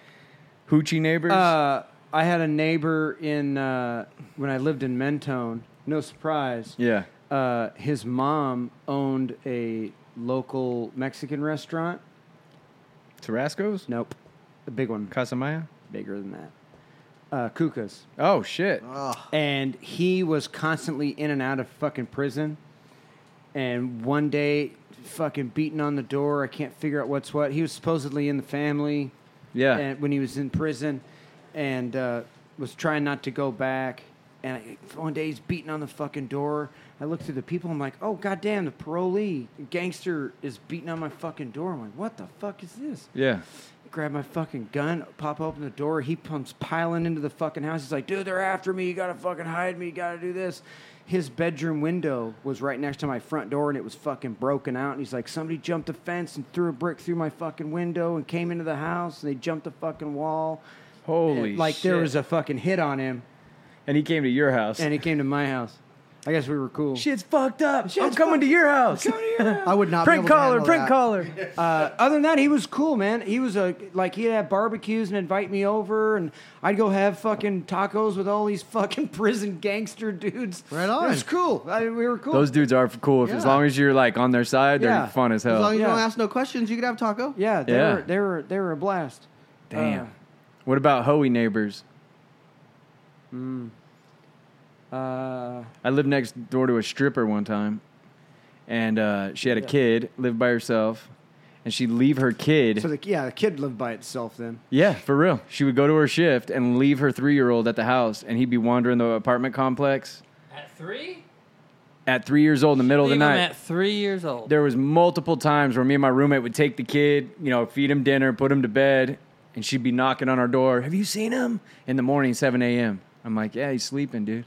[SPEAKER 1] hoochie neighbors?
[SPEAKER 2] Uh, I had a neighbor in uh, when I lived in Mentone. No surprise.
[SPEAKER 1] yeah.
[SPEAKER 2] Uh, his mom owned a local Mexican restaurant.
[SPEAKER 1] Tarascos?
[SPEAKER 2] Nope, a big one,
[SPEAKER 1] Casamaya?
[SPEAKER 2] bigger than that. Uh, Kukas.
[SPEAKER 1] Oh, shit.
[SPEAKER 2] and he was constantly in and out of fucking prison. And one day, fucking beating on the door. I can't figure out what's what. He was supposedly in the family.
[SPEAKER 1] Yeah.
[SPEAKER 2] And when he was in prison, and uh, was trying not to go back. And I, one day he's beating on the fucking door. I look through the people. I'm like, oh goddamn, the parolee gangster is beating on my fucking door. I'm like, what the fuck is this?
[SPEAKER 1] yeah.
[SPEAKER 2] grab my fucking gun, pop open the door. He comes piling into the fucking house. He's like, dude, they're after me. You gotta fucking hide me. You gotta do this. His bedroom window was right next to my front door and it was fucking broken out. And he's like, somebody jumped the fence and threw a brick through my fucking window and came into the house and they jumped the fucking wall.
[SPEAKER 1] Holy
[SPEAKER 2] And, like there
[SPEAKER 1] shit.
[SPEAKER 2] was a fucking hit on him
[SPEAKER 1] And he came to your house.
[SPEAKER 2] and he came to my house. I guess we were cool.
[SPEAKER 1] Shit's fucked up. I'm coming to your house.
[SPEAKER 4] I would not.
[SPEAKER 1] Prank
[SPEAKER 4] be able to
[SPEAKER 1] caller,
[SPEAKER 4] handle
[SPEAKER 1] prank
[SPEAKER 4] that.
[SPEAKER 1] caller.
[SPEAKER 2] Uh, other than that, he was cool, man. He was a like he'd have barbecues and invite me over, and I'd go have fucking tacos with all these fucking prison gangster dudes.
[SPEAKER 4] Right on.
[SPEAKER 2] It was cool. I, we were cool.
[SPEAKER 1] Those dudes are cool. If, As
[SPEAKER 4] Yeah.
[SPEAKER 1] long as you're like on their side, they're
[SPEAKER 2] Yeah.
[SPEAKER 1] fun as
[SPEAKER 4] As
[SPEAKER 1] hell.
[SPEAKER 4] long as uh, you don't
[SPEAKER 2] Yeah.
[SPEAKER 4] ask no questions, you can have taco.
[SPEAKER 2] yeah, they
[SPEAKER 1] Yeah.
[SPEAKER 2] were they were they were a blast.
[SPEAKER 1] Damn. what about hoey neighbors?
[SPEAKER 2] Uh, uh,
[SPEAKER 1] I lived next door to a stripper one time, and uh, she had a kid, lived by herself, and she'd leave her kid.
[SPEAKER 2] so the, yeah, the kid lived by itself then.
[SPEAKER 1] yeah, for real. She would go to her shift and leave her three year old at the house, and he'd be wandering the apartment complex
[SPEAKER 5] At three?
[SPEAKER 1] at three years old in the middle of the night.
[SPEAKER 5] at three years old.
[SPEAKER 1] there was multiple times where me and my roommate would take the kid, you know, feed him dinner, put him to bed, and she'd be knocking on our door. Have you seen him? In the morning, 7 a.m. I'm like, yeah, he's sleeping, dude.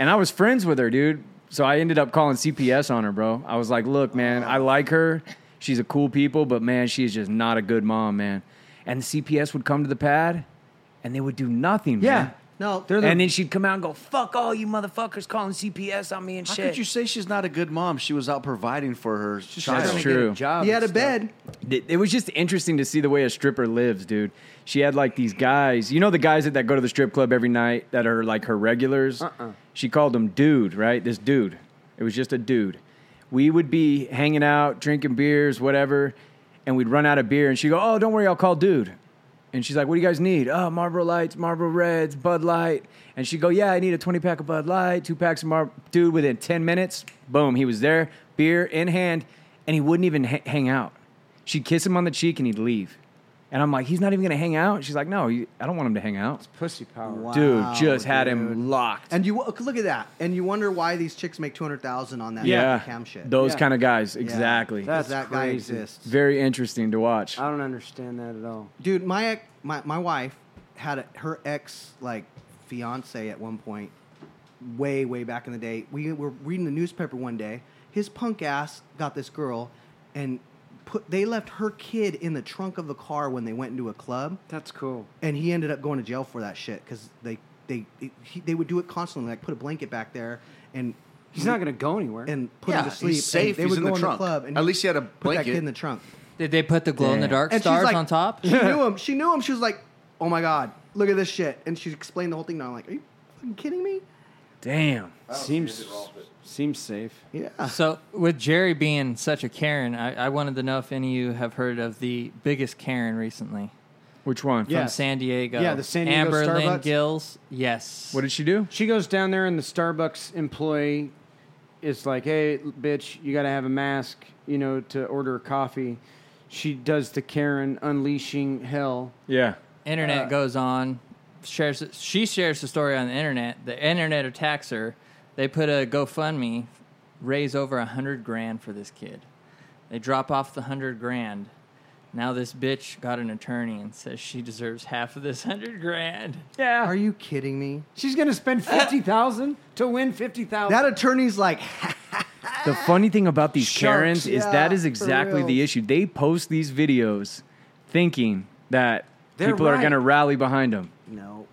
[SPEAKER 1] And I was friends with her, dude. So I ended up calling CPS on her, bro. I was like, look, man, I like her. She's a cool people, but man, she is just not a good mom, man. And CPS would come to the pad and they would do nothing,
[SPEAKER 2] Yeah.
[SPEAKER 1] man.
[SPEAKER 4] No,
[SPEAKER 2] They're the-
[SPEAKER 1] and then she'd come out and go, fuck all you motherfuckers calling CPS on me and
[SPEAKER 6] How
[SPEAKER 1] shit.
[SPEAKER 6] could you say she's not a good mom? She was out providing for her child.
[SPEAKER 1] That's
[SPEAKER 2] trying to
[SPEAKER 1] true.
[SPEAKER 2] Get a job
[SPEAKER 4] he
[SPEAKER 2] and
[SPEAKER 4] had a
[SPEAKER 2] stuff.
[SPEAKER 4] bed.
[SPEAKER 1] Th- It was just interesting to see the way a stripper lives, dude. She had like these guys, you know, the guys that, that go to the strip club every night that are like her regulars. She called them dude, right? This dude. It was just a dude. We would be hanging out, drinking beers, whatever, and we'd run out of beer, and she'd go, "Oh, don't worry, I'll call dude." And she's like, "What do you guys need? Oh, Marlboro Lights, Marlboro Reds, Bud Light." And she'd go, "Yeah, I need a twenty pack of Bud Light, two packs of Mar." Dude, within ten minutes, boom, he was there, beer in hand, and he wouldn't even ha- hang out. She'd kiss him on the cheek and he'd leave. And I'm like, he's not even gonna hang out. She's like, no, you, I don't want him to hang out.
[SPEAKER 2] Pussy power.
[SPEAKER 4] Wow,
[SPEAKER 1] dude, just had
[SPEAKER 4] dude.
[SPEAKER 1] him locked.
[SPEAKER 4] And you look at that, and you wonder why these chicks make two hundred thousand on that
[SPEAKER 1] yeah,
[SPEAKER 4] cam shit.
[SPEAKER 1] those
[SPEAKER 2] Yeah.
[SPEAKER 1] kind of guys,
[SPEAKER 4] Yeah.
[SPEAKER 1] exactly.
[SPEAKER 2] That-
[SPEAKER 4] Does
[SPEAKER 2] That's
[SPEAKER 4] that guy
[SPEAKER 2] crazy.
[SPEAKER 4] exists?
[SPEAKER 1] Very interesting to watch.
[SPEAKER 4] Oh.
[SPEAKER 2] I don't understand that at all.
[SPEAKER 4] dude my ex, my, my wife had a, her ex like fiance at one point way way back in the day we were reading the newspaper one day his punk ass got this girl and put they left her kid in the trunk of the car when they went into a club
[SPEAKER 2] That's cool.
[SPEAKER 4] and he ended up going to jail for that shit because they they he, they would do it constantly like put a blanket back there and
[SPEAKER 2] He's not gonna go anywhere.
[SPEAKER 4] and put
[SPEAKER 6] Yeah,
[SPEAKER 4] him to sleep
[SPEAKER 6] he's safe.
[SPEAKER 4] and they
[SPEAKER 6] He's
[SPEAKER 4] would
[SPEAKER 6] in
[SPEAKER 4] go
[SPEAKER 6] the
[SPEAKER 4] in
[SPEAKER 6] trunk.
[SPEAKER 4] the club and
[SPEAKER 6] At least he had a
[SPEAKER 4] put that
[SPEAKER 6] blanket.
[SPEAKER 4] kid in the trunk
[SPEAKER 5] Did they put the glow in the dark stars on top?
[SPEAKER 4] she knew him. She knew him. She was like, "Oh my god, look at this shit!" And she explained the whole thing. And I'm like, "Are you fucking kidding me?"
[SPEAKER 1] Damn.
[SPEAKER 4] Oh.
[SPEAKER 2] seems seems safe.
[SPEAKER 4] Yeah.
[SPEAKER 5] So, with Jerry being such a Karen, I, I wanted to know if any of you have heard of the biggest Karen recently
[SPEAKER 1] Which one?
[SPEAKER 2] Yeah.
[SPEAKER 5] from
[SPEAKER 2] Yes.
[SPEAKER 5] San Diego.
[SPEAKER 2] Yeah, the San Diego
[SPEAKER 5] Amber Lynn
[SPEAKER 2] Starbucks?
[SPEAKER 5] Gills. Yes.
[SPEAKER 1] What did she do?
[SPEAKER 2] She goes down there, and the Starbucks employee is like, "Hey, bitch, you got to have a mask, you know, to order a coffee." She does the Karen unleashing hell.
[SPEAKER 1] Yeah.
[SPEAKER 2] uh,
[SPEAKER 5] internet goes on shares she shares the story on the internet the internet attacks her they put a gofundme raise over a hundred grand for this kid they drop off the hundred grand now this bitch got an attorney and says she deserves half of this hundred grand
[SPEAKER 4] Are you kidding me?
[SPEAKER 2] She's gonna spend fifty thousand to win fifty thousand.
[SPEAKER 4] That attorney's like,
[SPEAKER 1] The funny thing about these Karens is
[SPEAKER 4] Ah. yeah,
[SPEAKER 1] that is
[SPEAKER 4] for
[SPEAKER 1] exactly
[SPEAKER 4] real.
[SPEAKER 1] the issue. They post these videos thinking that
[SPEAKER 2] They're
[SPEAKER 1] people are
[SPEAKER 2] right.
[SPEAKER 1] going to rally behind them.
[SPEAKER 4] "No,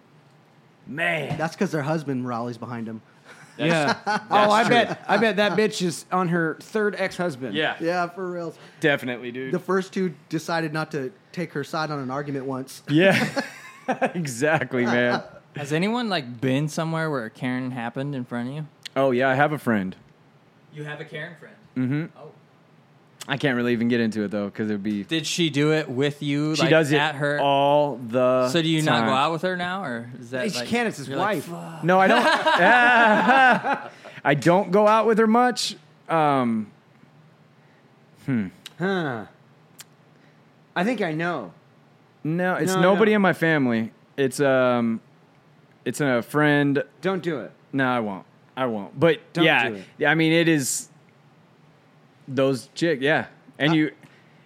[SPEAKER 1] Man.
[SPEAKER 4] that's because their husband rallies behind him."
[SPEAKER 2] yeah. oh, I bet. I bet that bitch is on her third ex-husband.
[SPEAKER 4] Yeah, for real.
[SPEAKER 1] Definitely, dude.
[SPEAKER 4] The first two decided not to take her side on an argument once.
[SPEAKER 1] yeah. exactly, man.
[SPEAKER 5] has anyone like been somewhere where a karen happened in front of you
[SPEAKER 1] Oh, yeah, I have a friend.
[SPEAKER 5] you have a karen friend mm-hmm oh
[SPEAKER 1] I can't really even get into it though, because it'd be.
[SPEAKER 5] did she do it with you
[SPEAKER 1] She
[SPEAKER 5] like,
[SPEAKER 1] does it
[SPEAKER 5] at her
[SPEAKER 1] all the.
[SPEAKER 5] so do you not
[SPEAKER 1] time.
[SPEAKER 5] go out with her now or is that
[SPEAKER 2] She
[SPEAKER 5] like,
[SPEAKER 2] can't. It's his
[SPEAKER 5] you're like,
[SPEAKER 2] wife.
[SPEAKER 1] No, I don't. I don't go out with her much. Um,
[SPEAKER 2] huh. I think I know.
[SPEAKER 1] no, it's
[SPEAKER 2] No,
[SPEAKER 1] nobody
[SPEAKER 2] no.
[SPEAKER 1] in my family. It's um, it's a friend.
[SPEAKER 2] Don't do it.
[SPEAKER 1] No, I won't. I won't. But
[SPEAKER 2] Don't do
[SPEAKER 1] yeah, I mean, it is those chick. Yeah,
[SPEAKER 5] Uh,
[SPEAKER 1] and you,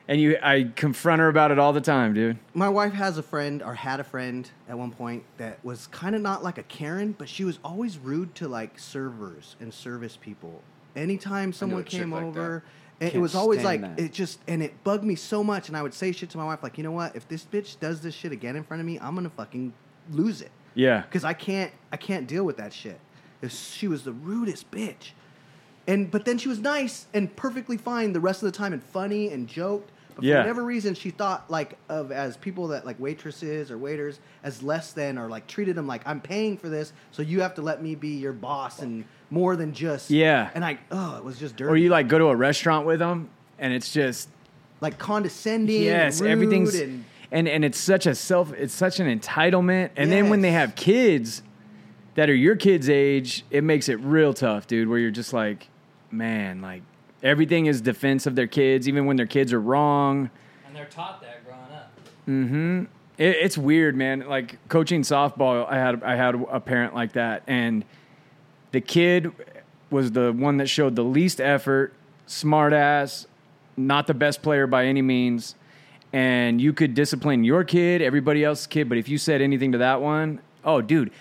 [SPEAKER 1] and you. I confront her about it all the time, dude.
[SPEAKER 4] my wife has a friend or had a friend at one point that was kind of not like a Karen, but she was always rude to like servers and service people. Anytime someone
[SPEAKER 6] a chick
[SPEAKER 4] came
[SPEAKER 6] like
[SPEAKER 4] over, it, it
[SPEAKER 2] Can't
[SPEAKER 4] was always like
[SPEAKER 2] stand that.
[SPEAKER 4] it just and it bugged me so much. And I would say shit to my wife like, you know what? If this bitch does this shit again in front of me, I'm gonna fucking lose it
[SPEAKER 1] Yeah,
[SPEAKER 4] because I can't I can't deal with that shit. If she was the rudest bitch, and but then she was nice and perfectly fine the rest of the time and funny and joked. But
[SPEAKER 1] Yeah.
[SPEAKER 4] for whatever reason, she thought like of as people that like waitresses or waiters as less than or like treated them like I'm paying for this, so you have to let me be your boss and more than just
[SPEAKER 1] Yeah.
[SPEAKER 4] And I oh it was just dirty
[SPEAKER 1] or you like go to a restaurant with them, and it's just
[SPEAKER 4] like condescending.
[SPEAKER 1] yes,
[SPEAKER 4] and rude
[SPEAKER 1] everything's
[SPEAKER 4] and,
[SPEAKER 1] and and it's such a self, it's such an entitlement. And then when they
[SPEAKER 4] Yes.
[SPEAKER 1] have kids that are your kids' age, it makes it real tough, dude. Where you're just like, man, like everything is defense of their kids, even when their kids are wrong.
[SPEAKER 5] and they're taught that growing up
[SPEAKER 1] It, it's weird, man. Like coaching softball, I had I had a parent like that, and the kid was the one that showed the least effort, smart ass, not the best player by any means. And you could discipline your kid, everybody else's kid, but if you said anything to that one, oh, dude,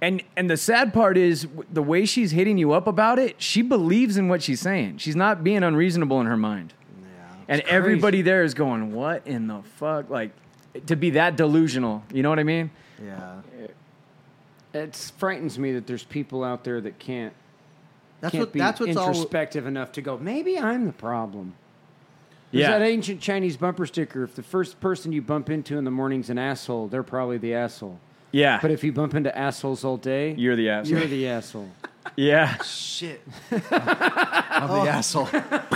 [SPEAKER 1] And and the sad part is w- the way she's hitting you up about it. She believes in what she's saying. She's not being unreasonable in her mind. And everybody there is going, "What in the fuck?" Like to be that delusional. You know what I mean?
[SPEAKER 4] Yeah.
[SPEAKER 2] It frightens me that there's people out there that can't
[SPEAKER 4] That's
[SPEAKER 2] can't
[SPEAKER 4] what
[SPEAKER 2] be
[SPEAKER 4] that's what's all
[SPEAKER 2] introspective enough to go. Maybe I'm the problem. There's that ancient Chinese bumper sticker. If the first person you bump into in the morning's an asshole, they're probably the asshole.
[SPEAKER 1] yeah.
[SPEAKER 2] But if you bump into assholes all day,
[SPEAKER 1] you're the asshole.
[SPEAKER 2] you're the asshole.
[SPEAKER 1] yeah.
[SPEAKER 6] Shit. I'm the asshole.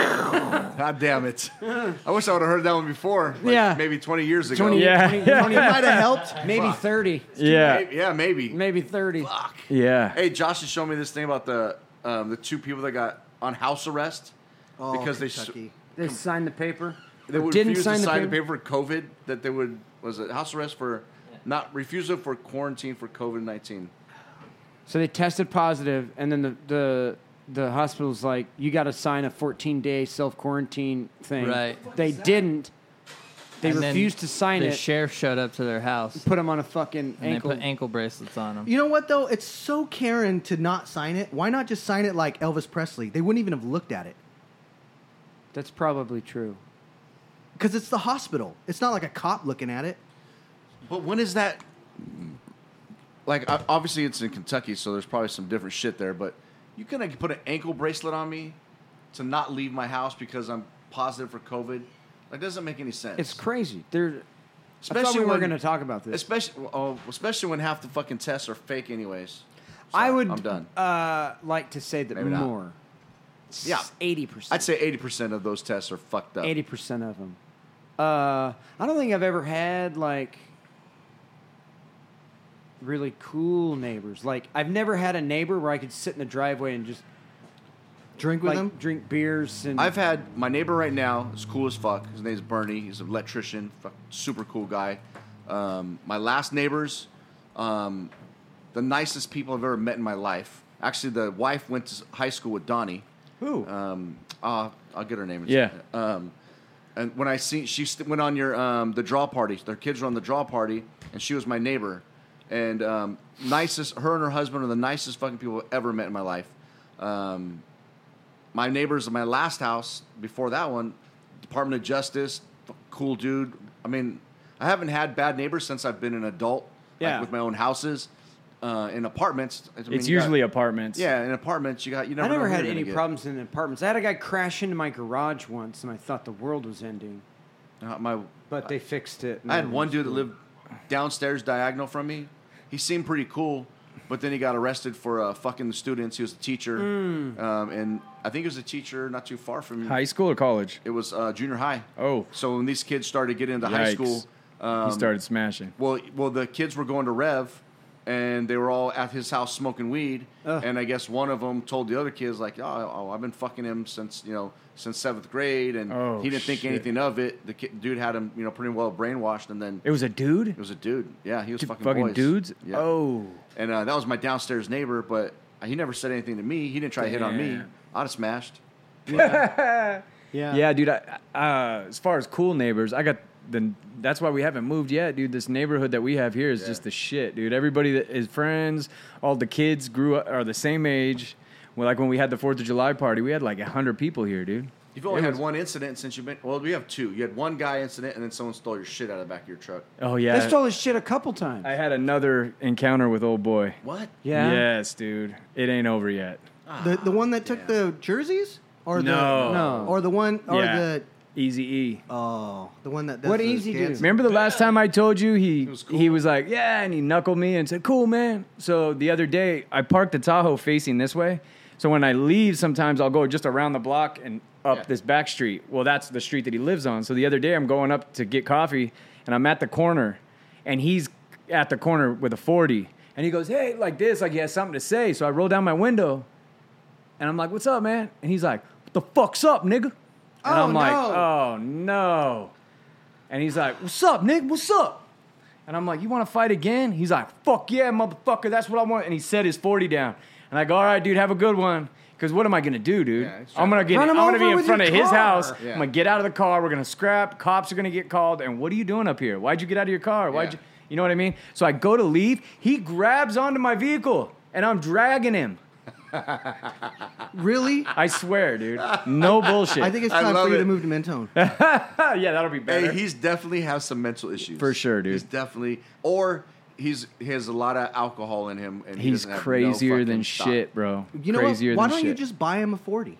[SPEAKER 6] God damn it. I wish I would have heard that one before. like,
[SPEAKER 2] Yeah.
[SPEAKER 6] Maybe 20 years ago.
[SPEAKER 2] 20,
[SPEAKER 1] Yeah.
[SPEAKER 2] 20, 20
[SPEAKER 4] might have helped.
[SPEAKER 2] maybe
[SPEAKER 6] Fuck.
[SPEAKER 2] 30,
[SPEAKER 1] Yeah.
[SPEAKER 6] Maybe- yeah, maybe.
[SPEAKER 2] maybe 30.
[SPEAKER 6] Fuck.
[SPEAKER 1] Yeah.
[SPEAKER 6] Hey, Josh is showing me this thing about the um, the two people that got on house arrest
[SPEAKER 4] Oh,
[SPEAKER 6] because they s-
[SPEAKER 4] Kentucky.
[SPEAKER 2] They signed the paper.
[SPEAKER 6] they
[SPEAKER 2] Or
[SPEAKER 6] would
[SPEAKER 2] didn't
[SPEAKER 6] refuse
[SPEAKER 2] sign
[SPEAKER 6] to
[SPEAKER 2] the
[SPEAKER 6] sign
[SPEAKER 2] paper.
[SPEAKER 6] the paper for COVID that they would was it house arrest for not refusal for quarantine for COVID nineteen.
[SPEAKER 2] So they tested positive, and then the the the hospital's like, you got to sign a 14 day self quarantine thing.
[SPEAKER 5] Right.
[SPEAKER 2] They didn't. They
[SPEAKER 5] And then
[SPEAKER 2] refused to sign
[SPEAKER 5] the
[SPEAKER 2] it.
[SPEAKER 5] sheriff showed up to their house
[SPEAKER 2] put them on a fucking
[SPEAKER 5] and
[SPEAKER 2] ankle.
[SPEAKER 5] they put ankle bracelets on them.
[SPEAKER 4] You know what though? It's so Karen to not sign it. Why not just sign it like Elvis Presley? They wouldn't even have looked at it
[SPEAKER 2] That's probably true.
[SPEAKER 4] because it's the hospital. It's not like a cop looking at it.
[SPEAKER 6] But when is that? Like, o- obviously, it's in Kentucky, so there's probably some different shit there. But you gonna put an ankle bracelet on me to not leave my house because I'm positive for COVID? That doesn't make any sense.
[SPEAKER 2] It's crazy. They're, I thought
[SPEAKER 6] especially
[SPEAKER 2] we were
[SPEAKER 6] when
[SPEAKER 2] going to talk about this.
[SPEAKER 6] especially oh, especially when half the fucking tests are fake, anyways. So,
[SPEAKER 2] I would
[SPEAKER 6] I'm done.
[SPEAKER 2] Uh, like to say that
[SPEAKER 6] Maybe not.
[SPEAKER 2] more.
[SPEAKER 6] Yeah.
[SPEAKER 2] eighty percent.
[SPEAKER 6] I'd say eighty percent of those tests are fucked up.
[SPEAKER 2] eighty percent of them. Uh, I don't think I've ever had like really cool neighbors. Like I've never had a neighbor where I could sit in the driveway and just
[SPEAKER 4] Drink with
[SPEAKER 2] like
[SPEAKER 4] them.
[SPEAKER 2] drink beers and
[SPEAKER 6] I've had my neighbor right now is cool as fuck. His name's Bernie. He's an electrician, fuck, super cool guy. Um, my last neighbors, um, the nicest people I've ever met in my life. Actually, the wife went to high school with Donnie.
[SPEAKER 2] Who?
[SPEAKER 6] Um, I'll, I'll get her name. in a
[SPEAKER 1] Yeah.
[SPEAKER 6] second. Um, and when I see she st- went on your um, the draw party, their kids were on the draw party, and she was my neighbor, and um, nicest. Her and her husband are the nicest fucking people I've ever met in my life. Um, my neighbors in my last house before that one, Department of Justice, f- cool dude. I mean, I haven't had bad neighbors since I've been an adult.
[SPEAKER 2] Yeah.
[SPEAKER 6] Like with my own houses, uh, in apartments. I mean,
[SPEAKER 1] It's
[SPEAKER 6] you got-
[SPEAKER 1] usually apartments.
[SPEAKER 6] yeah, in apartments you got you never.
[SPEAKER 2] I never
[SPEAKER 6] know who
[SPEAKER 2] had
[SPEAKER 6] you're
[SPEAKER 2] any
[SPEAKER 6] gonna get.
[SPEAKER 2] problems in apartments. I had a guy crash into my garage once, and I thought the world was ending,
[SPEAKER 6] Uh, my
[SPEAKER 2] but they fixed it.
[SPEAKER 6] I had one dude that lived downstairs diagonal from me. He seemed pretty cool, but then he got arrested for uh, fucking the students. He was a teacher,
[SPEAKER 2] Hmm.
[SPEAKER 6] um, and I think he was a teacher not too far from me.
[SPEAKER 1] High school or college?
[SPEAKER 6] It was uh, junior high.
[SPEAKER 1] Oh.
[SPEAKER 6] so when these kids started getting into high
[SPEAKER 1] Yikes.
[SPEAKER 6] school, um,
[SPEAKER 1] he started smashing.
[SPEAKER 6] well, well, the kids were going to Rev, and they were all at his house smoking weed. And I guess one of them told the other kids like, "Oh, oh I've been fucking him since you know since seventh grade," and
[SPEAKER 1] Oh,
[SPEAKER 6] he didn't think
[SPEAKER 1] shit.
[SPEAKER 6] anything of it. The kid, dude had him, you know, pretty well brainwashed, and then
[SPEAKER 1] It was a dude.
[SPEAKER 6] it was a dude. Yeah, he was
[SPEAKER 1] Dude,
[SPEAKER 6] fucking
[SPEAKER 1] fucking
[SPEAKER 6] boys.
[SPEAKER 1] dudes.
[SPEAKER 6] Yeah.
[SPEAKER 1] Oh,
[SPEAKER 6] and uh, that was my downstairs neighbor, but he never said anything to me. He didn't try to hit on me.
[SPEAKER 1] Damn.
[SPEAKER 6] I'd have smashed.
[SPEAKER 2] Yeah.
[SPEAKER 1] yeah, dude. I, uh, as far as cool neighbors, I got the. That's why we haven't moved yet, dude. This neighborhood that we have here is just the shit, dude. Everybody that is friends, all the kids grew up are the same age. Well, like when we had the Fourth of July party, we had like hundred people here, dude.
[SPEAKER 6] You've only
[SPEAKER 1] It
[SPEAKER 6] had
[SPEAKER 1] was-
[SPEAKER 6] one incident since you've been. Well, we have two. You had one guy incident, and then someone stole your shit out of the back of your truck.
[SPEAKER 1] Oh
[SPEAKER 2] They
[SPEAKER 1] yeah,
[SPEAKER 2] stole his shit a couple times.
[SPEAKER 1] I had another encounter with old boy.
[SPEAKER 6] What?
[SPEAKER 2] yeah.
[SPEAKER 1] Yes, dude. It ain't over yet.
[SPEAKER 4] The the one that took
[SPEAKER 6] Ah,
[SPEAKER 4] the jerseys or
[SPEAKER 1] No.
[SPEAKER 4] the
[SPEAKER 2] No.
[SPEAKER 4] or the one or
[SPEAKER 1] Yeah.
[SPEAKER 4] the
[SPEAKER 1] Easy E.
[SPEAKER 4] oh the one that does
[SPEAKER 2] What
[SPEAKER 4] the
[SPEAKER 2] easy
[SPEAKER 4] dance.
[SPEAKER 2] do?
[SPEAKER 1] Remember the last time I told you he
[SPEAKER 6] was
[SPEAKER 1] he
[SPEAKER 6] cool.
[SPEAKER 1] was like, yeah, and he knuckled me and said, cool, man. So the other day, I parked the Tahoe facing this way. So when I leave, sometimes I'll go just around the block and up
[SPEAKER 6] Yeah.
[SPEAKER 1] this back street. Well, that's the street that he lives on. So the other day, I'm going up to get coffee, and I'm at the corner, and he's at the corner with a 40, and he goes, hey, like this, like he has something to say. So I roll down my window, and I'm like, what's up, man? And he's like, what the fuck's up, nigga? And
[SPEAKER 2] Oh,
[SPEAKER 1] I'm like,
[SPEAKER 2] no.
[SPEAKER 1] oh, no. And he's like, What's up, Nick? What's up? And I'm like, You want to fight again? He's like, Fuck yeah, motherfucker. That's what I want. And he set his 40 down. And I go, All right, dude, have a good one. Because what am I going to do, dude?
[SPEAKER 6] Yeah, it's
[SPEAKER 1] I'm going to get,
[SPEAKER 2] Run
[SPEAKER 1] I'm
[SPEAKER 2] him
[SPEAKER 1] going to
[SPEAKER 2] over
[SPEAKER 1] be in
[SPEAKER 2] with
[SPEAKER 1] front
[SPEAKER 2] your
[SPEAKER 1] of his
[SPEAKER 2] car.
[SPEAKER 1] house.
[SPEAKER 6] Yeah.
[SPEAKER 1] I'm going to get out of the car. We're going to scrap. Cops are going to get called. And what are you doing up here? Why'd you get out of your car? Why'd
[SPEAKER 6] Yeah.
[SPEAKER 1] you? You know what I mean? So I go to leave. He grabs onto my vehicle and I'm dragging him.
[SPEAKER 4] Really?
[SPEAKER 1] I swear, dude. No bullshit.
[SPEAKER 4] I think it's
[SPEAKER 6] I
[SPEAKER 4] time for
[SPEAKER 6] love
[SPEAKER 4] you
[SPEAKER 6] it.
[SPEAKER 4] to move to Mentone.
[SPEAKER 1] Ah, yeah, that'll be better.
[SPEAKER 6] Hey, he's definitely has some mental issues
[SPEAKER 1] For sure, dude.
[SPEAKER 6] He's definitely or he's he has a lot of alcohol in him, and he
[SPEAKER 1] He's
[SPEAKER 6] doesn't have no
[SPEAKER 1] crazier than
[SPEAKER 6] fucking stop.
[SPEAKER 1] shit, bro.
[SPEAKER 4] You know
[SPEAKER 1] crazier
[SPEAKER 4] what? Why
[SPEAKER 1] than
[SPEAKER 4] don't you
[SPEAKER 1] shit.
[SPEAKER 4] just buy him a forty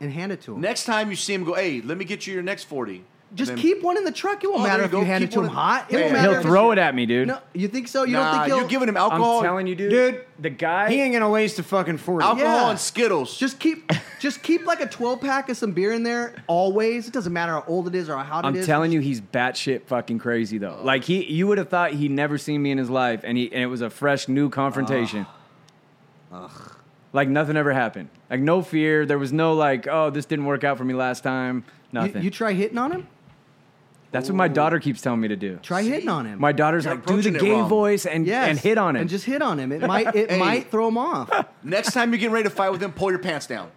[SPEAKER 4] and hand it to him?
[SPEAKER 6] Next time you see him, go, hey, let me get you your next forty.
[SPEAKER 4] just
[SPEAKER 6] Then-
[SPEAKER 4] keep one in the truck. It won't
[SPEAKER 6] Oh, there
[SPEAKER 4] matter
[SPEAKER 6] you
[SPEAKER 4] if
[SPEAKER 6] go.
[SPEAKER 4] you hand
[SPEAKER 6] Keep
[SPEAKER 4] it to
[SPEAKER 6] one
[SPEAKER 4] him
[SPEAKER 6] in-
[SPEAKER 4] hot. It
[SPEAKER 6] Yeah,
[SPEAKER 4] won't
[SPEAKER 6] yeah.
[SPEAKER 4] matter.
[SPEAKER 1] He'll
[SPEAKER 4] if-
[SPEAKER 1] throw it at me, dude.
[SPEAKER 4] No, you think so? You
[SPEAKER 6] Nah,
[SPEAKER 4] don't think
[SPEAKER 6] you're
[SPEAKER 4] he'll
[SPEAKER 6] giving him
[SPEAKER 1] I'm
[SPEAKER 6] alcohol,
[SPEAKER 1] telling you, dude.
[SPEAKER 2] Dude.
[SPEAKER 1] the guy.
[SPEAKER 2] He ain't gonna waste a fucking forty.
[SPEAKER 6] alcohol
[SPEAKER 4] Yeah.
[SPEAKER 6] and Skittles.
[SPEAKER 4] Just keep, just keep like a twelve pack of some beer in there always. It doesn't matter how old it is or how hot
[SPEAKER 1] I'm
[SPEAKER 4] it is.
[SPEAKER 1] telling you, he's batshit fucking crazy though.
[SPEAKER 6] Oh.
[SPEAKER 1] Like he, you would have thought he'd never seen me in his life, and he, and it was a fresh new confrontation. Like nothing ever happened. Like no fear. There was no like, oh, this didn't work out for me last time.
[SPEAKER 4] you,
[SPEAKER 1] Nothing.
[SPEAKER 4] you try hitting on him.
[SPEAKER 1] That's what my daughter keeps telling me to do.
[SPEAKER 4] Try hitting on him.
[SPEAKER 1] My daughter's
[SPEAKER 6] You're
[SPEAKER 1] like, do the
[SPEAKER 6] approaching it
[SPEAKER 1] gay
[SPEAKER 6] wrong.
[SPEAKER 1] voice and
[SPEAKER 4] Yes.
[SPEAKER 1] and hit on him.
[SPEAKER 4] and just hit on him. It might, it
[SPEAKER 6] Hey.
[SPEAKER 4] might throw him off.
[SPEAKER 6] Next time you're getting ready to fight with him, pull your pants down.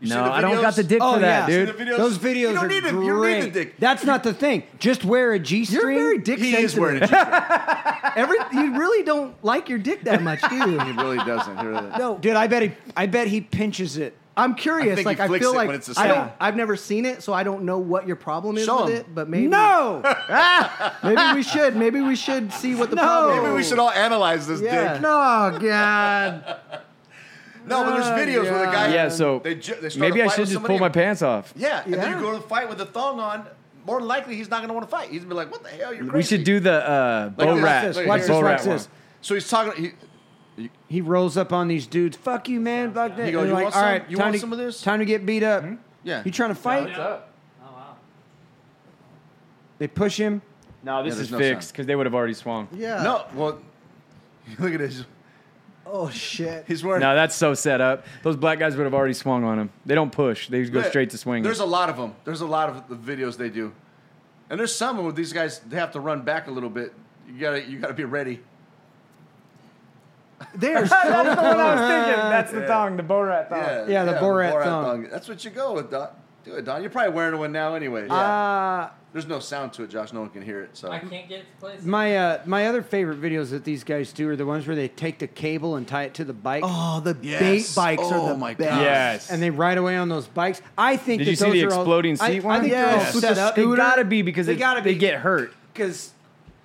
[SPEAKER 6] You seen
[SPEAKER 1] no,
[SPEAKER 6] the
[SPEAKER 1] I don't got
[SPEAKER 6] videos?
[SPEAKER 1] the dick
[SPEAKER 2] Oh,
[SPEAKER 1] for that,
[SPEAKER 2] yeah.
[SPEAKER 1] dude.
[SPEAKER 6] the videos?
[SPEAKER 2] Those videos
[SPEAKER 6] You don't
[SPEAKER 2] are
[SPEAKER 6] need
[SPEAKER 2] great.
[SPEAKER 6] him. You don't need the dick.
[SPEAKER 2] That's not the thing. Just wear a g string.
[SPEAKER 4] You're very dick
[SPEAKER 6] He
[SPEAKER 4] sensitive.
[SPEAKER 6] is wearing a G-string.
[SPEAKER 4] Every you really don't like your dick that much, do you?
[SPEAKER 6] he really doesn't. He really-
[SPEAKER 4] No,
[SPEAKER 2] dude. I bet he. I bet he pinches it.
[SPEAKER 4] I'm curious.
[SPEAKER 6] I think
[SPEAKER 4] like
[SPEAKER 6] he
[SPEAKER 4] I
[SPEAKER 6] flicks
[SPEAKER 4] feel
[SPEAKER 6] it
[SPEAKER 4] like
[SPEAKER 6] when it's a
[SPEAKER 4] I
[SPEAKER 6] sound.
[SPEAKER 4] don't. I've never seen it, so I don't know what your problem is
[SPEAKER 6] Show
[SPEAKER 4] with
[SPEAKER 6] him.
[SPEAKER 4] it. But maybe
[SPEAKER 2] No,
[SPEAKER 4] maybe we should. Maybe we should see what the
[SPEAKER 2] No.
[SPEAKER 4] problem. is.
[SPEAKER 6] Maybe we should all analyze this
[SPEAKER 4] Yeah.
[SPEAKER 6] dick.
[SPEAKER 2] no, God.
[SPEAKER 6] No, but there's videos where the guy.
[SPEAKER 1] Yeah, so
[SPEAKER 6] they ju- they start
[SPEAKER 1] maybe
[SPEAKER 6] a
[SPEAKER 1] I
[SPEAKER 6] fight
[SPEAKER 1] should
[SPEAKER 6] with
[SPEAKER 1] just
[SPEAKER 6] somebody
[SPEAKER 1] pull my
[SPEAKER 6] and-
[SPEAKER 1] pants off.
[SPEAKER 6] Yeah, and then
[SPEAKER 4] Yeah.
[SPEAKER 6] you go to the fight with a thong on. More than likely, he's not going to want to fight. He's going to be like, "What the hell? You're crazy."
[SPEAKER 1] We should do the uh,
[SPEAKER 6] Like
[SPEAKER 1] bow
[SPEAKER 6] this.
[SPEAKER 1] rat.
[SPEAKER 6] Watch this,
[SPEAKER 1] the
[SPEAKER 6] watch this,
[SPEAKER 1] bow
[SPEAKER 2] watch
[SPEAKER 1] rat one.
[SPEAKER 2] this.
[SPEAKER 6] So he's talking. He,
[SPEAKER 2] He rolls up on these dudes. Fuck you, man. Fuck that.
[SPEAKER 6] He go,
[SPEAKER 2] And
[SPEAKER 6] "You
[SPEAKER 2] like,
[SPEAKER 6] want
[SPEAKER 2] all
[SPEAKER 6] some?
[SPEAKER 2] right,
[SPEAKER 6] You
[SPEAKER 2] time
[SPEAKER 6] want
[SPEAKER 2] to-
[SPEAKER 6] some of this?" Hmm?
[SPEAKER 2] Time to get beat up.
[SPEAKER 6] yeah,
[SPEAKER 2] You trying to fight? They push him.
[SPEAKER 1] No, this
[SPEAKER 6] Yeah,
[SPEAKER 1] is
[SPEAKER 6] there's no
[SPEAKER 1] fixed
[SPEAKER 6] sound.
[SPEAKER 1] because they would have already swung.
[SPEAKER 4] Yeah.
[SPEAKER 6] No, well, look at this.
[SPEAKER 4] Oh shit.
[SPEAKER 6] He's wearing.
[SPEAKER 1] No, that's so set up. Those black guys would have already swung on him. They don't push. They just go straight to swing.
[SPEAKER 6] There's a lot of them. There's a lot of the videos they do, and there's some of them. These guys they have to run back a little bit. You gotta, you gotta be ready.
[SPEAKER 4] There's so
[SPEAKER 1] That's the one I was thinking. That's the thong, Uh, the bow rat thong.
[SPEAKER 2] Yeah, the Borat thong.
[SPEAKER 6] That's what you go with, Don. Do it, Don. You're probably wearing one now anyway.
[SPEAKER 2] Uh,
[SPEAKER 6] There's no sound to it, Josh. No one can hear it. So
[SPEAKER 5] I can't get to place.
[SPEAKER 2] my uh, my other favorite videos that these guys do are the ones where they take the cable and tie it to the bike.
[SPEAKER 4] oh the
[SPEAKER 6] Yes.
[SPEAKER 4] bait bikes
[SPEAKER 6] Oh,
[SPEAKER 4] are the
[SPEAKER 6] my
[SPEAKER 4] best.
[SPEAKER 6] God.
[SPEAKER 1] Yes.
[SPEAKER 2] And they ride away on those bikes. I think
[SPEAKER 1] Did
[SPEAKER 2] that
[SPEAKER 1] you see
[SPEAKER 2] those
[SPEAKER 1] the
[SPEAKER 2] are all-
[SPEAKER 1] exploding
[SPEAKER 2] I-
[SPEAKER 1] seat
[SPEAKER 2] I
[SPEAKER 1] one?
[SPEAKER 2] think they're
[SPEAKER 4] Yes.
[SPEAKER 2] all
[SPEAKER 1] With
[SPEAKER 2] set
[SPEAKER 1] the
[SPEAKER 2] up.
[SPEAKER 1] scooter? They gotta be because
[SPEAKER 2] they
[SPEAKER 1] it-
[SPEAKER 2] gotta
[SPEAKER 1] they
[SPEAKER 2] be.
[SPEAKER 1] get hurt.
[SPEAKER 2] because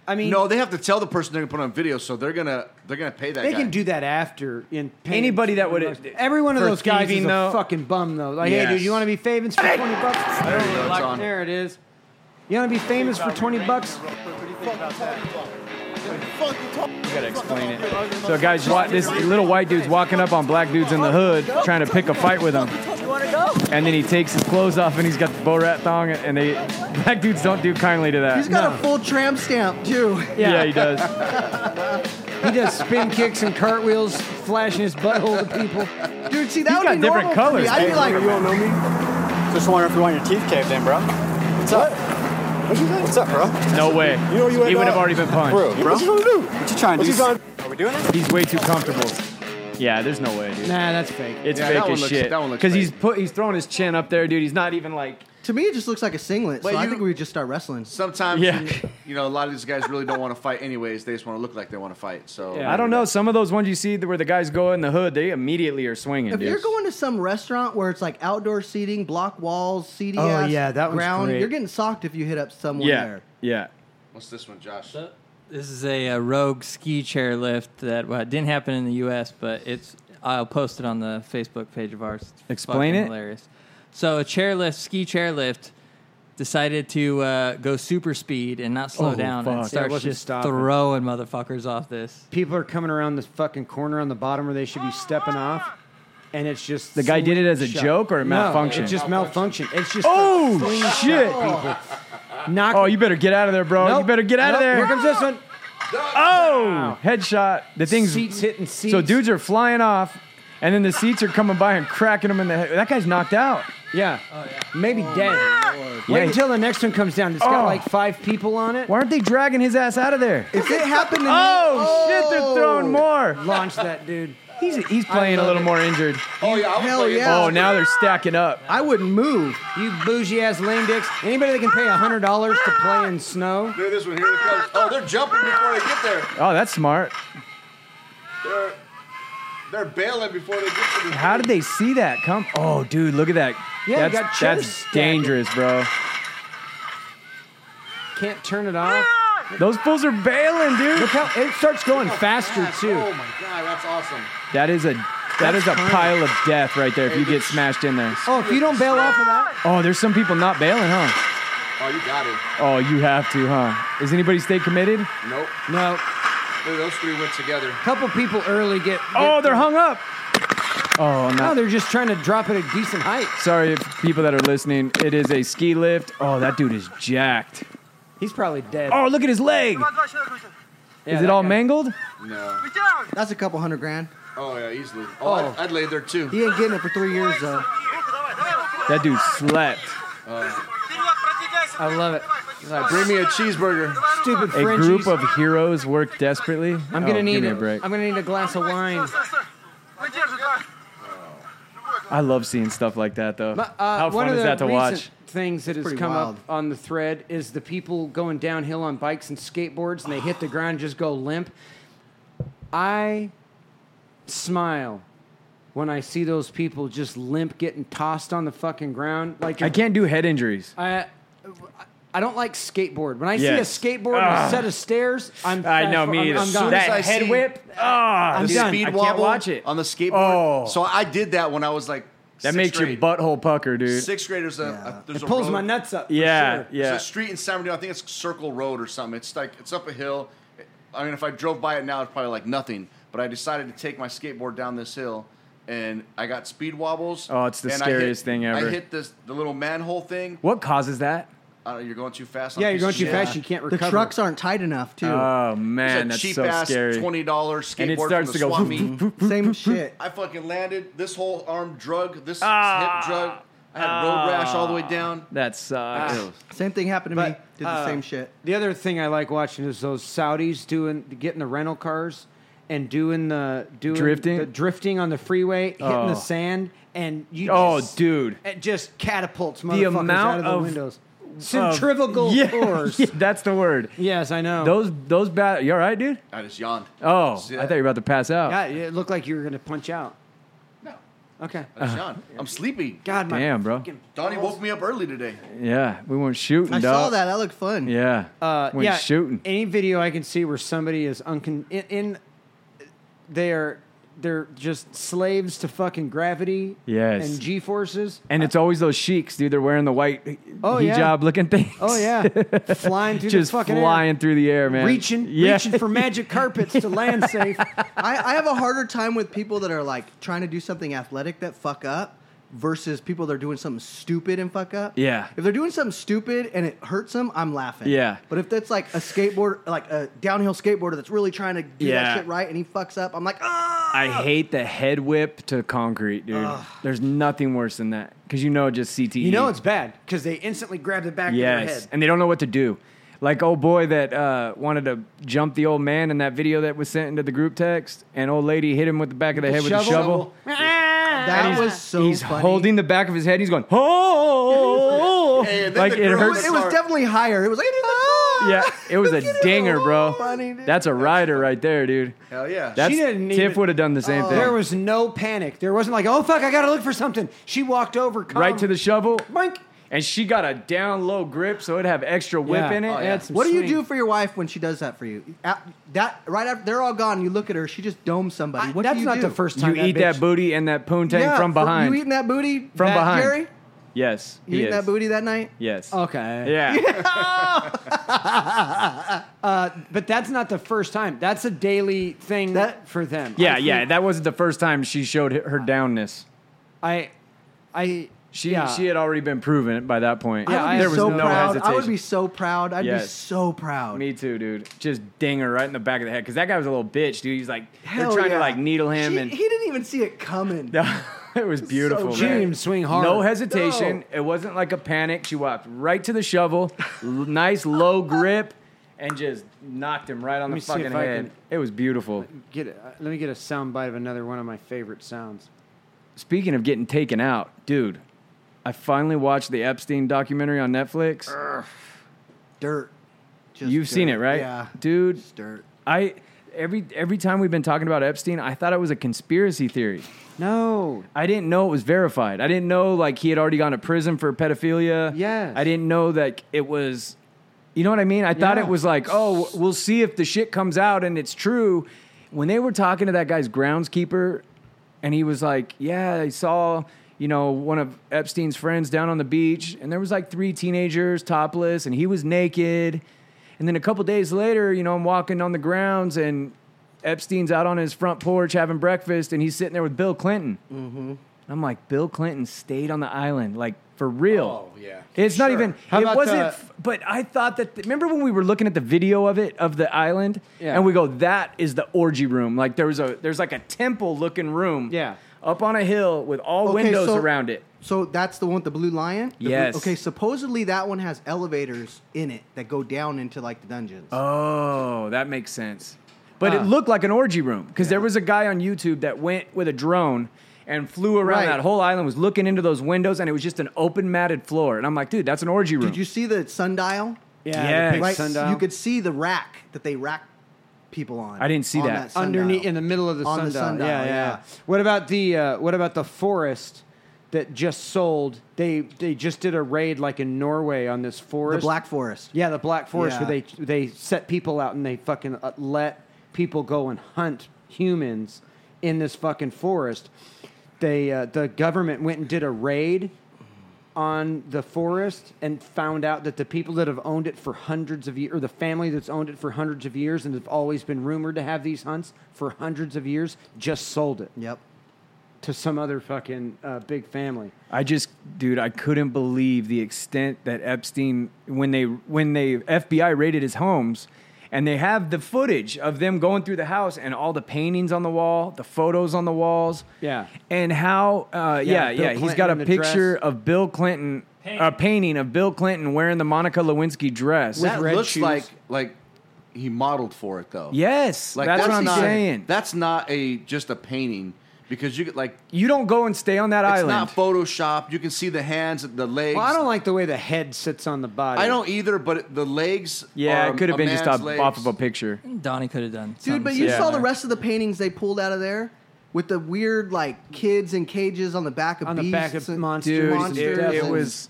[SPEAKER 2] I mean
[SPEAKER 6] no, they have to tell the person they're gonna put on video, so they're gonna, they're gonna pay that.
[SPEAKER 2] They
[SPEAKER 6] guy.
[SPEAKER 2] can do that after. In pain.
[SPEAKER 1] Anybody that would've-
[SPEAKER 2] every one of
[SPEAKER 1] for
[SPEAKER 2] those guys is
[SPEAKER 1] thieving,
[SPEAKER 2] a
[SPEAKER 1] though.
[SPEAKER 2] fucking bum though. Like,
[SPEAKER 1] Yes.
[SPEAKER 2] hey, dude, you want to be famous for twenty bucks? There,
[SPEAKER 6] you go, it's on.
[SPEAKER 2] it is. You want to be famous for twenty bucks?
[SPEAKER 1] I gotta explain it. So, guys, wa- this little white dude's walking up on black dudes in the hood, trying to pick a fight with them. And then he takes his clothes off and he's got the bow rat thong, and they black dudes don't do kindly to
[SPEAKER 4] He's
[SPEAKER 1] that.
[SPEAKER 4] got a full tramp stamp too.
[SPEAKER 1] Yeah, he does.
[SPEAKER 2] He does spin kicks and cartwheels, flashing his butthole to people.
[SPEAKER 4] Dude, see that
[SPEAKER 1] He's
[SPEAKER 4] would
[SPEAKER 1] got different
[SPEAKER 4] be normal For
[SPEAKER 1] colors,
[SPEAKER 4] me. I'd be
[SPEAKER 1] man.
[SPEAKER 4] like,
[SPEAKER 8] Just wondering if you want your teeth caved in, bro. What's up? What you What's up, bro?
[SPEAKER 1] No way.
[SPEAKER 8] You know you
[SPEAKER 1] he
[SPEAKER 8] ain't
[SPEAKER 1] would have
[SPEAKER 6] uh,
[SPEAKER 8] got-
[SPEAKER 1] already been punched.
[SPEAKER 8] bro. What you trying to do? What you trying to do? Are we doing it?
[SPEAKER 1] He's way too comfortable. Yeah, there's no way, dude.
[SPEAKER 2] Nah, that's fake.
[SPEAKER 1] It's
[SPEAKER 6] Yeah, that
[SPEAKER 1] fake
[SPEAKER 6] one
[SPEAKER 1] as
[SPEAKER 6] looks-
[SPEAKER 1] shit.
[SPEAKER 6] that one looks
[SPEAKER 1] Because he's
[SPEAKER 6] fake.
[SPEAKER 1] put he's throwing his chin up there, dude. He's not even like
[SPEAKER 4] to me, it just looks like a singlet. So
[SPEAKER 6] But
[SPEAKER 4] I
[SPEAKER 6] you-
[SPEAKER 4] think we would just start wrestling.
[SPEAKER 6] Sometimes,
[SPEAKER 1] Yeah.
[SPEAKER 6] you, you know, a lot of these guys really don't want to fight anyways. They just want to look like they want to fight. So
[SPEAKER 1] I don't know. Some of those ones you see where the guys go in the hood, they immediately are swinging.
[SPEAKER 4] If
[SPEAKER 1] dude.
[SPEAKER 4] you're going to some restaurant where it's like outdoor seating, block walls, seedy
[SPEAKER 2] Oh,
[SPEAKER 4] ass
[SPEAKER 2] yeah, that one's
[SPEAKER 4] ground,
[SPEAKER 2] great.
[SPEAKER 4] you're getting socked if you hit up someone
[SPEAKER 1] yeah,
[SPEAKER 4] there.
[SPEAKER 1] yeah.
[SPEAKER 6] What's this one, Josh?
[SPEAKER 5] This is a, uh rogue ski chair lift that well, it didn't happen in the U.S., but it's I'll post it on the Facebook page of ours. It's
[SPEAKER 1] Explain
[SPEAKER 5] fucking
[SPEAKER 1] it.
[SPEAKER 5] Hilarious. So a chairlift ski chairlift decided to uh, go super speed and not slow
[SPEAKER 1] Oh,
[SPEAKER 5] down
[SPEAKER 1] fuck. Yeah,
[SPEAKER 5] and
[SPEAKER 1] it
[SPEAKER 5] starts
[SPEAKER 2] wasn't
[SPEAKER 5] just
[SPEAKER 2] stopping.
[SPEAKER 5] throwing motherfuckers off this.
[SPEAKER 2] People are coming around this fucking corner on the bottom where they should be stepping off, and it's just
[SPEAKER 1] The guy did it as a
[SPEAKER 2] slingshot.
[SPEAKER 1] joke or it
[SPEAKER 2] No,
[SPEAKER 1] malfunctioned?
[SPEAKER 2] It's just malfunction. It's just
[SPEAKER 1] Oh, shit.
[SPEAKER 2] knock.
[SPEAKER 1] Oh, you better get out of there, bro. You
[SPEAKER 2] Nope.
[SPEAKER 1] better get out
[SPEAKER 2] Nope.
[SPEAKER 1] of there.
[SPEAKER 2] Here comes this one.
[SPEAKER 1] Oh, headshot. The thing's
[SPEAKER 2] Seats hitting seats.
[SPEAKER 1] So dudes are flying off, and then the seats are coming by and cracking them in the head. That guy's knocked out.
[SPEAKER 2] Yeah. Maybe dead.
[SPEAKER 1] Yeah,
[SPEAKER 2] Wait
[SPEAKER 1] he-
[SPEAKER 2] until the next one comes down. It's
[SPEAKER 1] Oh.
[SPEAKER 2] got like five people on it.
[SPEAKER 1] Why aren't they dragging his ass out of there?
[SPEAKER 4] If it happened to me,
[SPEAKER 2] Oh.
[SPEAKER 1] Oh, shit! They're throwing more.
[SPEAKER 2] Launch that dude.
[SPEAKER 1] He's he's playing a little more injured.
[SPEAKER 6] Oh yeah, I was
[SPEAKER 4] Hell
[SPEAKER 6] playing-
[SPEAKER 4] yeah.
[SPEAKER 1] Oh, now they're stacking up.
[SPEAKER 4] I wouldn't move.
[SPEAKER 2] You bougie ass lame dicks. Anybody that can pay hundred dollars to play in snow?
[SPEAKER 6] Look at this one. Here it comes. Oh, they're jumping before they get there.
[SPEAKER 1] Oh, that's smart.
[SPEAKER 6] They're they're bailing before they get to the.
[SPEAKER 1] How did they see that come? Oh, dude, look at that.
[SPEAKER 2] Yeah, you
[SPEAKER 1] that's,
[SPEAKER 2] got chairs
[SPEAKER 1] that's
[SPEAKER 2] stacking.
[SPEAKER 1] dangerous, bro.
[SPEAKER 2] Can't turn it off.
[SPEAKER 1] Those fools are bailing,
[SPEAKER 2] Look
[SPEAKER 1] dude.
[SPEAKER 2] how it starts going faster
[SPEAKER 6] Yes.
[SPEAKER 2] too.
[SPEAKER 6] Oh my god, that's awesome.
[SPEAKER 1] That is a that is a
[SPEAKER 2] That's
[SPEAKER 1] pile of death right there if
[SPEAKER 6] Hey,
[SPEAKER 1] you
[SPEAKER 6] the
[SPEAKER 1] get
[SPEAKER 6] sh-
[SPEAKER 1] smashed in there.
[SPEAKER 2] Oh, if you don't bail off of that,
[SPEAKER 1] Oh, there's some people not bailing, huh?
[SPEAKER 6] Oh, you got it.
[SPEAKER 1] Oh, you have to, huh? Is anybody stay committed?
[SPEAKER 6] Nope.
[SPEAKER 2] no.
[SPEAKER 6] Look, those three went together.
[SPEAKER 2] couple people early get.
[SPEAKER 1] Oh, they're hung up. Oh,
[SPEAKER 2] No,
[SPEAKER 1] no.
[SPEAKER 2] they're just trying to drop it at decent height.
[SPEAKER 1] Sorry if people that are listening. It is a ski lift. Oh, that dude is jacked.
[SPEAKER 2] He's probably dead.
[SPEAKER 1] Oh, look at his leg.
[SPEAKER 2] Yeah,
[SPEAKER 1] is it
[SPEAKER 2] that
[SPEAKER 1] all
[SPEAKER 2] guy-
[SPEAKER 1] mangled?
[SPEAKER 6] No.
[SPEAKER 4] That's a couple hundred grand.
[SPEAKER 6] Oh yeah, easily. Oh, I'd, I'd lay there too.
[SPEAKER 4] He ain't getting it for three years though.
[SPEAKER 1] That dude slept.
[SPEAKER 2] I love it. He's like,
[SPEAKER 6] Bring me a cheeseburger.
[SPEAKER 2] stupid
[SPEAKER 1] A
[SPEAKER 2] Frenchies.
[SPEAKER 1] group of heroes work desperately.
[SPEAKER 2] I'm gonna
[SPEAKER 1] Oh,
[SPEAKER 2] need
[SPEAKER 1] give me
[SPEAKER 2] it.
[SPEAKER 1] a break.
[SPEAKER 2] I'm gonna need a glass of wine.
[SPEAKER 1] I love seeing stuff like that though.
[SPEAKER 2] But, uh,
[SPEAKER 1] How fun
[SPEAKER 2] one of
[SPEAKER 1] is
[SPEAKER 2] the
[SPEAKER 1] that to
[SPEAKER 2] recent
[SPEAKER 1] watch?
[SPEAKER 2] Things that has
[SPEAKER 4] pretty
[SPEAKER 2] come
[SPEAKER 4] wild.
[SPEAKER 2] up on the thread is the people going downhill on bikes and skateboards and they hit the ground and just go limp. I smile when I see those people just limp getting tossed on the fucking ground. Like
[SPEAKER 1] I can't do head injuries.
[SPEAKER 2] I, I don't like skateboard. When I
[SPEAKER 1] Yes.
[SPEAKER 2] see a skateboard and a
[SPEAKER 1] Ugh.
[SPEAKER 2] set of stairs, I'm
[SPEAKER 1] I know
[SPEAKER 2] fast-
[SPEAKER 1] me
[SPEAKER 2] I'm-
[SPEAKER 1] either.
[SPEAKER 2] I'm gone.
[SPEAKER 1] that
[SPEAKER 6] I
[SPEAKER 1] head
[SPEAKER 6] see-
[SPEAKER 1] whip. Ah,
[SPEAKER 2] I'm
[SPEAKER 1] the
[SPEAKER 2] done.
[SPEAKER 1] speed
[SPEAKER 2] I can't
[SPEAKER 1] wobble. watch it.
[SPEAKER 6] on the skateboard.
[SPEAKER 1] Oh.
[SPEAKER 6] So I did that when I was like.
[SPEAKER 1] that
[SPEAKER 6] sixth
[SPEAKER 1] makes your
[SPEAKER 6] grade.
[SPEAKER 1] butthole pucker, dude.
[SPEAKER 6] Sixth graders, a, a, there's
[SPEAKER 2] It
[SPEAKER 6] a
[SPEAKER 2] pulls
[SPEAKER 6] road-
[SPEAKER 2] my nuts up. for
[SPEAKER 1] yeah,
[SPEAKER 2] sure.
[SPEAKER 1] yeah.
[SPEAKER 6] It's a street in San Bernardino. I think it's Circle Road or something. It's like it's up a hill. I mean, if I drove by it now, it's probably like nothing. But I decided to take my skateboard down this hill, and I got speed wobbles.
[SPEAKER 1] Oh, it's the
[SPEAKER 6] and I hit-
[SPEAKER 1] scariest thing ever.
[SPEAKER 6] I hit this the little manhole thing.
[SPEAKER 1] what causes that?
[SPEAKER 6] Uh, you're going too fast. on
[SPEAKER 2] Yeah,
[SPEAKER 6] a
[SPEAKER 2] you're
[SPEAKER 6] piece
[SPEAKER 2] going
[SPEAKER 6] of
[SPEAKER 2] too
[SPEAKER 6] shit.
[SPEAKER 2] fast. You can't
[SPEAKER 4] The
[SPEAKER 2] recover.
[SPEAKER 4] trucks aren't tight enough too.
[SPEAKER 1] Oh
[SPEAKER 6] It's
[SPEAKER 1] man,
[SPEAKER 6] a
[SPEAKER 1] that's
[SPEAKER 6] cheap
[SPEAKER 1] so
[SPEAKER 6] ass
[SPEAKER 1] scary.
[SPEAKER 6] twenty dollars skateboard
[SPEAKER 1] And it starts to
[SPEAKER 6] from the
[SPEAKER 1] go.
[SPEAKER 6] swap
[SPEAKER 1] vroom,
[SPEAKER 6] meet.
[SPEAKER 1] vroom, vroom, vroom.
[SPEAKER 4] Same shit.
[SPEAKER 6] I fucking landed. This whole arm drug. This
[SPEAKER 1] Ah.
[SPEAKER 6] hip drug. I had road rash all the way down.
[SPEAKER 1] That sucks.
[SPEAKER 6] It was-
[SPEAKER 4] Same thing happened to me.
[SPEAKER 2] But,
[SPEAKER 4] Did the
[SPEAKER 2] uh,
[SPEAKER 4] same shit.
[SPEAKER 2] The other thing I like watching is those Saudis doing getting the rental cars and doing the doing
[SPEAKER 1] Drifting?
[SPEAKER 2] the drifting on the freeway, hitting
[SPEAKER 1] Oh.
[SPEAKER 2] the sand, and you.
[SPEAKER 1] Oh,
[SPEAKER 2] just,
[SPEAKER 1] dude.
[SPEAKER 2] It just catapults motherfuckers out
[SPEAKER 1] amount
[SPEAKER 2] of the
[SPEAKER 1] of-
[SPEAKER 2] windows.
[SPEAKER 1] Oh,
[SPEAKER 2] Centrifugal
[SPEAKER 1] yeah,
[SPEAKER 2] force.
[SPEAKER 1] yeah, that's the word.
[SPEAKER 2] Yes, I know.
[SPEAKER 1] Those those bad. You all right, dude?
[SPEAKER 6] I just yawned.
[SPEAKER 1] Oh,
[SPEAKER 6] See
[SPEAKER 1] I
[SPEAKER 6] that?
[SPEAKER 1] thought you were about to pass out.
[SPEAKER 2] yeah, it looked like you were gonna punch out.
[SPEAKER 6] No,
[SPEAKER 2] Okay.
[SPEAKER 6] I
[SPEAKER 1] Uh-huh.
[SPEAKER 6] just yawned. I'm sleepy.
[SPEAKER 2] God, my
[SPEAKER 1] Damn, bro.
[SPEAKER 2] fucking
[SPEAKER 6] Donnie
[SPEAKER 2] balls.
[SPEAKER 6] woke me up early today.
[SPEAKER 1] Yeah, we weren't shooting.
[SPEAKER 4] I
[SPEAKER 1] dog.
[SPEAKER 4] saw that. That looked fun.
[SPEAKER 1] Yeah,
[SPEAKER 2] Uh,
[SPEAKER 1] went
[SPEAKER 2] yeah,
[SPEAKER 1] shooting.
[SPEAKER 2] Any video I can see where somebody is uncon in, in they are they're just slaves to fucking gravity.
[SPEAKER 1] Yes.
[SPEAKER 2] and G forces.
[SPEAKER 1] And it's always those sheiks, dude. They're wearing the white
[SPEAKER 2] Oh,
[SPEAKER 1] hijab
[SPEAKER 2] yeah.
[SPEAKER 1] looking things.
[SPEAKER 2] Oh yeah, flying through
[SPEAKER 1] Just
[SPEAKER 2] the fucking air.
[SPEAKER 1] flying through the air, man.
[SPEAKER 2] reaching,
[SPEAKER 1] Yeah.
[SPEAKER 2] reaching for magic carpets to land safe.
[SPEAKER 4] I, I have a harder time with people that are like trying to do something athletic that fuck up versus people that are doing something stupid and fuck up.
[SPEAKER 1] Yeah.
[SPEAKER 4] If they're doing something stupid and it hurts them, I'm laughing.
[SPEAKER 1] Yeah.
[SPEAKER 4] But if that's like a skateboard, like a downhill skateboarder that's really trying to do
[SPEAKER 1] Yeah.
[SPEAKER 4] that shit right and he fucks up, I'm like, ah.
[SPEAKER 1] I hate the head whip to concrete, dude. There's nothing worse than that because you know just CTE.
[SPEAKER 2] You know it's bad because they instantly grab the back of their
[SPEAKER 1] yes,
[SPEAKER 2] head.
[SPEAKER 1] and they don't know what to do. Like old boy that uh, wanted to jump the old man in that video that was sent into the group text, and old lady hit him with the back of the head with a shovel.
[SPEAKER 4] That was so
[SPEAKER 1] he's
[SPEAKER 4] funny.
[SPEAKER 1] holding the back of his head. He's going, oh,
[SPEAKER 6] Hey, and then
[SPEAKER 1] like
[SPEAKER 6] the
[SPEAKER 1] it
[SPEAKER 6] girl-
[SPEAKER 4] It
[SPEAKER 1] hurts.
[SPEAKER 4] was, it was definitely higher. It was like, ah.
[SPEAKER 1] Yeah, it was a dinger, bro.
[SPEAKER 4] Funny, oh, dude.
[SPEAKER 1] That's a rider right there, dude.
[SPEAKER 6] Hell Oh, yeah.
[SPEAKER 1] That's,
[SPEAKER 2] didn't
[SPEAKER 1] Tiff
[SPEAKER 2] even- Oh.
[SPEAKER 1] would have done the same thing.
[SPEAKER 2] There was no panic. There wasn't like, oh fuck, I gotta look for something. She walked over, calm,
[SPEAKER 1] right to the shovel,
[SPEAKER 2] Boink.
[SPEAKER 1] and she got a down low grip, so it'd have extra whip
[SPEAKER 2] Yeah.
[SPEAKER 1] in it.
[SPEAKER 2] Oh, yeah. Add some
[SPEAKER 4] What do you
[SPEAKER 2] swing.
[SPEAKER 4] do for your wife when she does that for you? At- that right after they're all gone, you look at her. She just domes somebody.
[SPEAKER 2] I-
[SPEAKER 4] What do
[SPEAKER 2] that's
[SPEAKER 4] you
[SPEAKER 2] not
[SPEAKER 4] do?
[SPEAKER 2] the first
[SPEAKER 1] You
[SPEAKER 2] time
[SPEAKER 1] eat that
[SPEAKER 2] bitch-
[SPEAKER 1] booty and that poontang
[SPEAKER 4] Yeah,
[SPEAKER 1] from
[SPEAKER 4] for-
[SPEAKER 1] behind.
[SPEAKER 4] You eating that booty
[SPEAKER 1] From
[SPEAKER 4] that,
[SPEAKER 1] behind.
[SPEAKER 4] Gary?
[SPEAKER 1] yes,
[SPEAKER 4] You
[SPEAKER 1] he
[SPEAKER 4] eating
[SPEAKER 1] is.
[SPEAKER 4] that booty that night?
[SPEAKER 1] Yes.
[SPEAKER 2] Okay.
[SPEAKER 1] Yeah.
[SPEAKER 2] But that's not the first time. That's a daily thing
[SPEAKER 4] That-
[SPEAKER 2] for them.
[SPEAKER 1] yeah,
[SPEAKER 2] I
[SPEAKER 1] yeah.
[SPEAKER 2] think-
[SPEAKER 1] That wasn't the first time she showed h- her downness.
[SPEAKER 2] I, I.
[SPEAKER 1] She
[SPEAKER 2] yeah.
[SPEAKER 1] she had already been proven it by that point.
[SPEAKER 2] Yeah,
[SPEAKER 4] I would
[SPEAKER 2] I
[SPEAKER 4] be
[SPEAKER 1] there was
[SPEAKER 4] so
[SPEAKER 1] no
[SPEAKER 4] proud.
[SPEAKER 1] hesitation.
[SPEAKER 4] I would be so proud. I'd be
[SPEAKER 1] Yes.
[SPEAKER 4] so proud.
[SPEAKER 1] Me too, dude. Just dinger right in the back of the head because that guy was a little bitch, dude. He's like
[SPEAKER 4] Hell
[SPEAKER 1] they're trying
[SPEAKER 4] yeah.
[SPEAKER 1] to like needle him
[SPEAKER 4] She-
[SPEAKER 1] and
[SPEAKER 4] he didn't even see it coming.
[SPEAKER 1] it was beautiful.
[SPEAKER 4] good.
[SPEAKER 2] She didn't
[SPEAKER 1] man.
[SPEAKER 2] even swing hard.
[SPEAKER 1] No hesitation. It wasn't like a panic. She walked right to the shovel. l- nice low grip. and just knocked him right on
[SPEAKER 2] Let me
[SPEAKER 1] the
[SPEAKER 2] see
[SPEAKER 1] fucking
[SPEAKER 2] if I
[SPEAKER 1] head.
[SPEAKER 2] can-
[SPEAKER 1] It was beautiful.
[SPEAKER 2] Get it. uh, Let me get a sound bite of another one of my favorite sounds.
[SPEAKER 1] Speaking of getting taken out, dude, I finally watched the Epstein documentary on Netflix.
[SPEAKER 4] Dirt. Just
[SPEAKER 1] You've seen
[SPEAKER 4] dirt.
[SPEAKER 1] it, right?
[SPEAKER 4] Yeah,
[SPEAKER 1] Dude,
[SPEAKER 4] Just dirt.
[SPEAKER 1] I every every time we've been talking about Epstein, I thought it was a conspiracy theory.
[SPEAKER 2] No,
[SPEAKER 1] I didn't know it was verified. I didn't know like he had already gone to prison for pedophilia.
[SPEAKER 2] Yes.
[SPEAKER 1] I didn't know that it was you know what I mean? I thought
[SPEAKER 2] Yeah.
[SPEAKER 1] it was like, "Oh, we'll see if the shit comes out and it's true." When they were talking to that guy's groundskeeper and he was like, "Yeah, I saw you know, one of Epstein's friends down on the beach, and there was like three teenagers topless, and he was naked. And then a couple days later, you know, I'm walking on the grounds, and Epstein's out on his front porch having breakfast, and he's sitting there with Bill Clinton. Mm-hmm. And I'm like, Bill Clinton stayed on the island, like for real. Oh yeah, it's not even.
[SPEAKER 2] How
[SPEAKER 1] it
[SPEAKER 2] about
[SPEAKER 1] wasn't.
[SPEAKER 2] the-
[SPEAKER 1] f- But I thought that. remember when we were looking at the video of it of the island,
[SPEAKER 2] Yeah.
[SPEAKER 1] and we go, "That is the orgy room." Like there was a there's like a temple looking room.
[SPEAKER 2] Yeah.
[SPEAKER 1] Up on a hill with all
[SPEAKER 4] Okay,
[SPEAKER 1] windows
[SPEAKER 4] so-
[SPEAKER 1] around it.
[SPEAKER 4] So that's the one with the blue lion. The blue-
[SPEAKER 1] Yes.
[SPEAKER 4] okay. Supposedly that one has elevators in it that go down into like the dungeons.
[SPEAKER 1] Oh, that makes sense. But
[SPEAKER 4] Ah.
[SPEAKER 1] it looked like an orgy room because there was a guy on YouTube that went with a drone and flew around
[SPEAKER 4] Right.
[SPEAKER 1] that whole island, was looking into those windows, and it was just an open matted floor. And I'm like, dude, that's an orgy room.
[SPEAKER 4] Did you see the sundial?
[SPEAKER 1] Yes.
[SPEAKER 2] yeah, the big
[SPEAKER 4] Right.
[SPEAKER 2] sundial.
[SPEAKER 4] You could see the rack that they rack people on.
[SPEAKER 1] I didn't see
[SPEAKER 4] on
[SPEAKER 1] that.
[SPEAKER 4] sundial.
[SPEAKER 2] underneath in the middle of the
[SPEAKER 4] On
[SPEAKER 2] sundial.
[SPEAKER 4] the sundial,
[SPEAKER 2] yeah, yeah,
[SPEAKER 4] yeah.
[SPEAKER 2] What about the uh, what about the forest that just sold? They they just did a raid like in Norway on this
[SPEAKER 4] the
[SPEAKER 2] forest.
[SPEAKER 4] Black Forest.
[SPEAKER 2] Yeah, the Black Forest
[SPEAKER 4] Yeah.
[SPEAKER 2] where they they set people out and they fucking uh, let people go and hunt humans in this fucking forest. They uh, the government went and did a raid on the forest and found out that the people that have owned it for hundreds of years, or the family that's owned it for hundreds of years and have always been rumored to have these hunts for hundreds of years, just sold it
[SPEAKER 4] Yep.
[SPEAKER 2] to some other fucking uh, big family.
[SPEAKER 1] I just, dude, I couldn't believe the extent that Epstein when they when they FBI raided his homes, and they have the footage of them going through the house and all the paintings on the wall, the photos on the walls,
[SPEAKER 2] Yeah.
[SPEAKER 1] and how, uh, yeah,
[SPEAKER 2] Yeah,
[SPEAKER 1] yeah,
[SPEAKER 2] Bill
[SPEAKER 1] he's
[SPEAKER 2] Clinton
[SPEAKER 1] got a
[SPEAKER 2] in the dress.
[SPEAKER 1] picture of Bill Clinton, a painting of Bill Clinton wearing the Monica Lewinsky dress.
[SPEAKER 6] That
[SPEAKER 2] red
[SPEAKER 6] looks
[SPEAKER 2] shoes.
[SPEAKER 6] like like he modeled for it though.
[SPEAKER 1] yes,
[SPEAKER 6] Like
[SPEAKER 1] that's, what I'm
[SPEAKER 6] not,
[SPEAKER 1] saying.
[SPEAKER 6] That's not a just a painting because you could like
[SPEAKER 1] you don't go and stay on that
[SPEAKER 6] it's
[SPEAKER 1] island.
[SPEAKER 6] not Photoshop. You can see the hands, the legs.
[SPEAKER 2] Well, I don't like the way the head sits on the body.
[SPEAKER 6] I don't either, but the legs.
[SPEAKER 1] yeah,
[SPEAKER 6] are
[SPEAKER 1] it could
[SPEAKER 6] um, a
[SPEAKER 1] have been just
[SPEAKER 6] man's
[SPEAKER 1] off,
[SPEAKER 6] legs.
[SPEAKER 1] off of a picture.
[SPEAKER 5] Donnie could have done.
[SPEAKER 4] Dude, but
[SPEAKER 5] something
[SPEAKER 4] you saw the
[SPEAKER 5] similar.
[SPEAKER 4] rest of the paintings they pulled out of there with the weird like kids in cages on the back of
[SPEAKER 2] On the
[SPEAKER 4] beasts
[SPEAKER 2] back of
[SPEAKER 4] and-
[SPEAKER 2] monsters
[SPEAKER 1] dude,
[SPEAKER 2] and
[SPEAKER 1] it,
[SPEAKER 2] stuff.
[SPEAKER 1] it
[SPEAKER 2] and-
[SPEAKER 1] was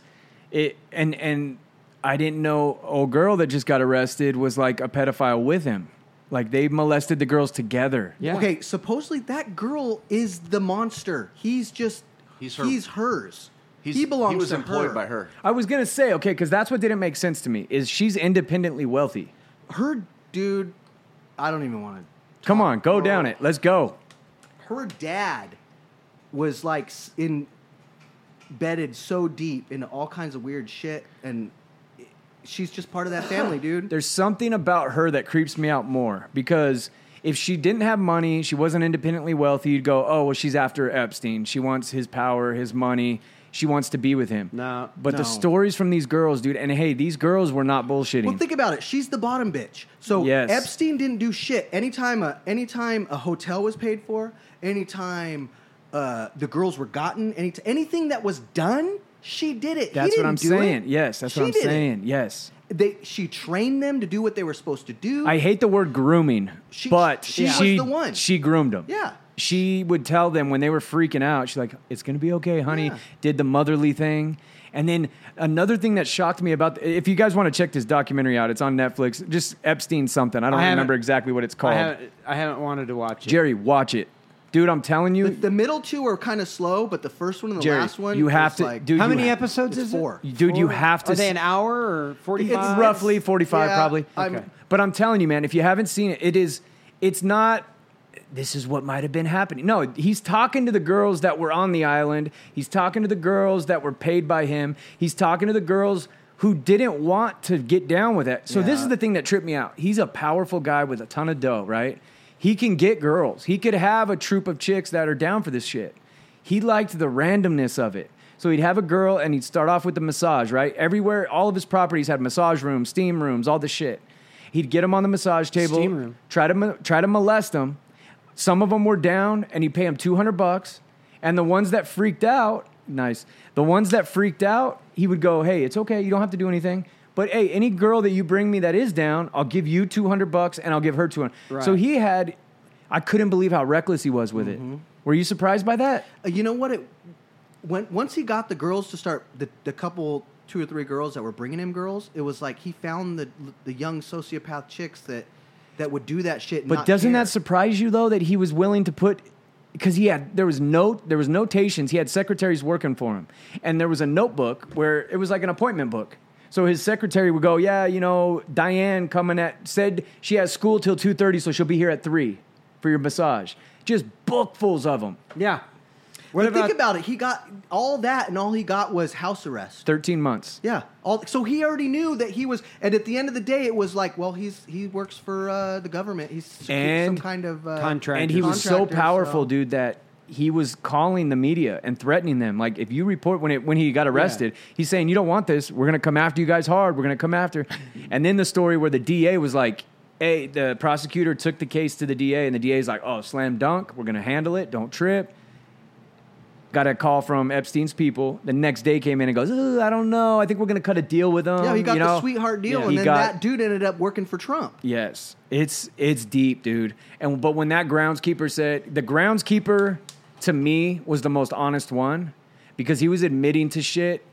[SPEAKER 1] it and and I didn't know old girl that just got arrested was like a pedophile with him. Like they molested the girls together.
[SPEAKER 2] Yeah.
[SPEAKER 4] Okay, supposedly that girl is the monster. He's just
[SPEAKER 6] He's
[SPEAKER 4] he's,
[SPEAKER 6] her-
[SPEAKER 4] hers.
[SPEAKER 6] He's-
[SPEAKER 4] he belongs
[SPEAKER 6] He was
[SPEAKER 4] to
[SPEAKER 6] employed
[SPEAKER 4] her.
[SPEAKER 6] by her.
[SPEAKER 1] I was gonna say okay, because that's what didn't make sense to me is she's independently wealthy.
[SPEAKER 4] Her dude, I don't even want to.
[SPEAKER 1] Come on, go
[SPEAKER 4] Oh.
[SPEAKER 1] down it. Let's go.
[SPEAKER 4] Her dad was like s- in bedded so deep into all kinds of weird shit, and she's just part of that family, dude.
[SPEAKER 1] There's something about her that creeps me out more because if she didn't have money, she wasn't independently wealthy, you'd go, oh, well, she's after Epstein. She wants his power, his money. She wants to be with him.
[SPEAKER 2] No,
[SPEAKER 1] But
[SPEAKER 4] no.
[SPEAKER 1] the stories from these girls, dude, and hey, these girls were not bullshitting.
[SPEAKER 4] Well, think about it. She's the bottom bitch. So
[SPEAKER 1] Yes.
[SPEAKER 4] Epstein didn't do shit. Anytime a anytime a hotel was paid for, anytime uh, the girls were gotten, any anything that was done, she did it. He
[SPEAKER 1] that's what
[SPEAKER 4] didn't
[SPEAKER 1] I'm
[SPEAKER 4] do
[SPEAKER 1] saying.
[SPEAKER 4] it.
[SPEAKER 1] Yes, that's
[SPEAKER 4] She
[SPEAKER 1] what I'm
[SPEAKER 4] did it.
[SPEAKER 1] saying. Yes.
[SPEAKER 4] They she trained them to do what they were supposed to do.
[SPEAKER 1] I hate the word grooming,
[SPEAKER 4] She-
[SPEAKER 1] but
[SPEAKER 4] she
[SPEAKER 1] she,
[SPEAKER 4] was the one.
[SPEAKER 1] She groomed them.
[SPEAKER 4] Yeah.
[SPEAKER 1] She would tell them when they were freaking out, she's like, it's going to be okay, honey.
[SPEAKER 4] Yeah.
[SPEAKER 1] Did the motherly thing. And then another thing that shocked me about, if you guys want to check this documentary out, it's on Netflix, just Epstein something. I don't
[SPEAKER 2] I haven't-
[SPEAKER 1] remember exactly what it's
[SPEAKER 2] I
[SPEAKER 1] called.
[SPEAKER 2] haven't, I haven't wanted to watch it.
[SPEAKER 1] Jerry, watch it. Dude, I'm telling you,
[SPEAKER 4] the, the middle two are kind of slow, but the first one and the
[SPEAKER 1] Jerry,
[SPEAKER 4] last one,
[SPEAKER 1] you have
[SPEAKER 4] was
[SPEAKER 1] to-
[SPEAKER 4] like,
[SPEAKER 1] dude,
[SPEAKER 2] How
[SPEAKER 1] you
[SPEAKER 2] many
[SPEAKER 1] ha-
[SPEAKER 2] episodes
[SPEAKER 4] it's
[SPEAKER 2] is
[SPEAKER 4] four.
[SPEAKER 2] it?
[SPEAKER 1] dude, you have to
[SPEAKER 2] Are they
[SPEAKER 1] s-
[SPEAKER 2] an hour or
[SPEAKER 1] It's
[SPEAKER 2] forty-five?
[SPEAKER 1] roughly 45
[SPEAKER 4] yeah,
[SPEAKER 1] probably.
[SPEAKER 4] I'm-
[SPEAKER 1] Okay. But I'm telling you, man, if you haven't seen it, it is it's not this is what might have been happening. No, he's talking to the girls that were on the island. He's talking to the girls that were paid by him. He's talking to the girls who didn't want to get down with it. So this
[SPEAKER 4] Yeah.
[SPEAKER 1] is the thing that tripped me out. He's a powerful guy with a ton of dough, right? He can get girls. He could have a troop of chicks that are down for this shit. He liked the randomness of it. So he'd have a girl and he'd start off with the massage, right? Everywhere, all of his properties had massage rooms, steam rooms, all the shit. He'd get them on the massage table,
[SPEAKER 2] Steam room.
[SPEAKER 1] try to mo- try to molest them. Some of them were down, and he'd pay them two hundred bucks. And the ones that freaked out, nice. The ones that freaked out, he would go, "Hey, it's okay. You don't have to do anything." But hey, any girl that you bring me that is down, I'll give you two hundred bucks, and I'll give her two hundred. So
[SPEAKER 2] Right.
[SPEAKER 1] he had, I couldn't believe how reckless he was with it. Were you surprised by that?
[SPEAKER 4] Uh, You know what? It when once he got the girls to start the, the couple two or three girls that were bringing him girls, it was like he found the the young sociopath chicks that that would do that shit. and
[SPEAKER 1] But
[SPEAKER 4] not
[SPEAKER 1] doesn't
[SPEAKER 4] care.
[SPEAKER 1] that surprise you though that he was willing to put because he had there was no there was notations he had secretaries working for him and there was a notebook where it was like an appointment book so his secretary would go yeah you know Diane coming at said she has school till two thirty so she'll be here at three for your massage just bookfuls of them
[SPEAKER 2] Yeah.
[SPEAKER 4] But think about it. He got all that, and all he got was house arrest.
[SPEAKER 1] thirteen months
[SPEAKER 4] Yeah. All so he already knew that he was, and at the end of the day, it was like, well, he's he works for uh, the government. He's
[SPEAKER 1] And
[SPEAKER 4] some kind of uh,
[SPEAKER 2] contract-
[SPEAKER 1] and he was so
[SPEAKER 4] Contractor,
[SPEAKER 1] powerful
[SPEAKER 4] so-
[SPEAKER 1] dude that he was calling the media and threatening them like if you report when it when he got arrested he's saying you don't want this we're going to come after you guys hard we're going to come after and then the story where the DA was like hey the prosecutor took the case to the DA and the DA's like oh slam dunk we're going to handle it don't trip got a call from Epstein's people the next day came in and goes "Ugh, I don't know I think we're going to cut a deal with them
[SPEAKER 4] Yeah, he got
[SPEAKER 1] you know?
[SPEAKER 4] the sweetheart deal,
[SPEAKER 1] Yeah.
[SPEAKER 4] and
[SPEAKER 1] He
[SPEAKER 4] then
[SPEAKER 1] got-
[SPEAKER 4] that dude ended up working for Trump.
[SPEAKER 1] Yes, it's it's deep, dude. And but when that groundskeeper said the groundskeeper to me was the most honest one because he was admitting to shit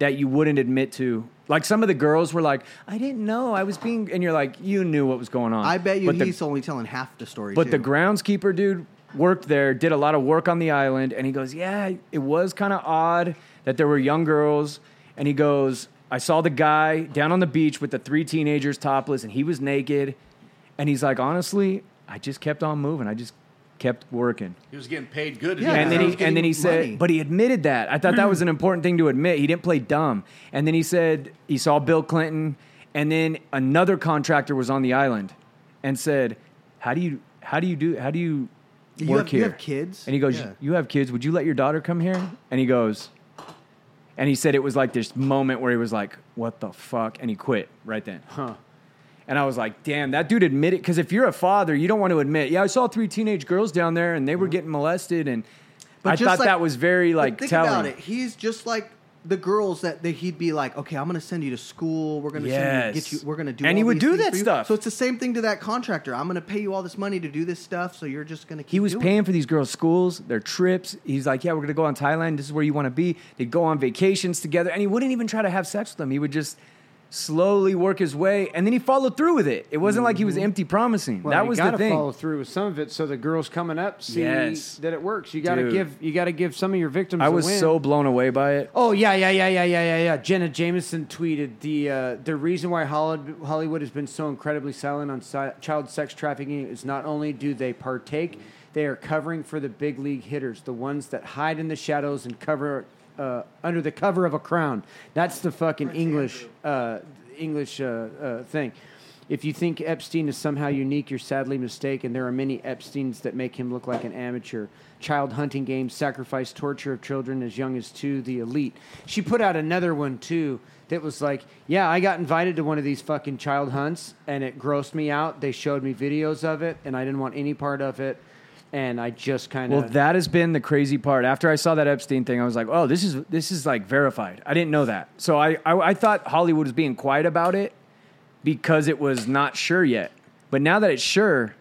[SPEAKER 1] that you wouldn't admit to. Like some of the girls were like, "I didn't know I was being," and you're like, "You knew what was going on."
[SPEAKER 4] I bet you
[SPEAKER 1] But the-
[SPEAKER 4] he's only telling half the story.
[SPEAKER 1] but
[SPEAKER 4] too.
[SPEAKER 1] the groundskeeper dude worked there, did a lot of work on the island, and he goes, Yeah, it was kind of odd that there were young girls. And he goes, I saw the guy down on the beach with the three teenagers topless, and he was naked. And he's like, Honestly, I just kept on moving. I just kept working.
[SPEAKER 6] He was getting paid good.
[SPEAKER 4] Yeah,
[SPEAKER 1] and then
[SPEAKER 4] he
[SPEAKER 1] he
[SPEAKER 4] was
[SPEAKER 1] and then he
[SPEAKER 4] getting money. Mm.
[SPEAKER 1] said, but he admitted that. I thought that was an important thing to admit. He didn't play dumb. And then he said he saw Bill Clinton, and then another contractor was on the island, and said, "How do you how do you do how do you
[SPEAKER 4] You
[SPEAKER 1] work
[SPEAKER 4] have-
[SPEAKER 1] here?
[SPEAKER 4] you have kids?
[SPEAKER 1] And he goes,
[SPEAKER 4] Yeah.
[SPEAKER 1] "You have kids? Would you let your daughter come here?" And he goes, and he said it was like this moment where he was like, "What the fuck?" And he quit right then. Huh. And I was like, damn, that dude admitted. Because if you're a father, you don't want to admit, yeah, I saw three teenage girls down there and they were getting molested. And I
[SPEAKER 4] Mm-hmm. just
[SPEAKER 1] thought
[SPEAKER 4] like-
[SPEAKER 1] that was very
[SPEAKER 4] but
[SPEAKER 1] like
[SPEAKER 4] think
[SPEAKER 1] telling.
[SPEAKER 4] about it. He's just like the girls that, that he'd be like, okay, I'm gonna send you to school. We're gonna send
[SPEAKER 1] Yes.
[SPEAKER 4] you, get you. We're gonna do.
[SPEAKER 1] And he
[SPEAKER 4] all
[SPEAKER 1] would
[SPEAKER 4] these
[SPEAKER 1] do
[SPEAKER 4] things
[SPEAKER 1] that
[SPEAKER 4] for you."
[SPEAKER 1] stuff.
[SPEAKER 4] So it's the same thing to that contractor. I'm gonna pay you all this money to do this stuff. So you're just gonna. Keep
[SPEAKER 1] He was
[SPEAKER 4] doing
[SPEAKER 1] paying
[SPEAKER 4] It.
[SPEAKER 1] for these girls' schools, their trips. He's like, yeah, we're going to go on Thailand. This is where you want to be. They'd go on vacations together. And he wouldn't even try to have sex with them. He would just slowly work his way. And then he followed through with it. It wasn't like
[SPEAKER 4] Mm-hmm.
[SPEAKER 1] he was empty promising.
[SPEAKER 2] Well,
[SPEAKER 1] that
[SPEAKER 2] you
[SPEAKER 1] was
[SPEAKER 2] gotta
[SPEAKER 1] the thing.
[SPEAKER 2] follow through with some of it, so the girls coming up see
[SPEAKER 1] Yes.
[SPEAKER 2] that it works. You gotta
[SPEAKER 1] Dude.
[SPEAKER 2] give you gotta give some of your victims.
[SPEAKER 1] I
[SPEAKER 2] a
[SPEAKER 1] was
[SPEAKER 2] win.
[SPEAKER 1] so blown away by it.
[SPEAKER 2] Oh yeah, yeah, yeah, yeah, yeah, yeah, yeah. Jenna Jameson tweeted the uh, the reason why Hollywood Hollywood has been so incredibly silent on si- child sex trafficking is not only do they partake, they are covering for the big league hitters, the ones that hide in the shadows and cover uh, under the cover of a crown. That's the fucking English uh, English uh, uh, thing. If you think Epstein is somehow unique, you're sadly mistaken. There are many Epsteins that make him look like an amateur. Child hunting games, sacrifice, torture of children as young as two, the elite. She put out another one too that was like, yeah, I got invited to one of these fucking child hunts and it grossed me out. They showed me videos of it and I didn't want any part of it. And I just kind of.
[SPEAKER 1] Well, that has been the crazy part. After I saw that Epstein thing, I was like, "Oh, this is this is like verified." I didn't know that, so I I, I thought Hollywood was being quiet about it because it was not sure yet. But now that it's sure,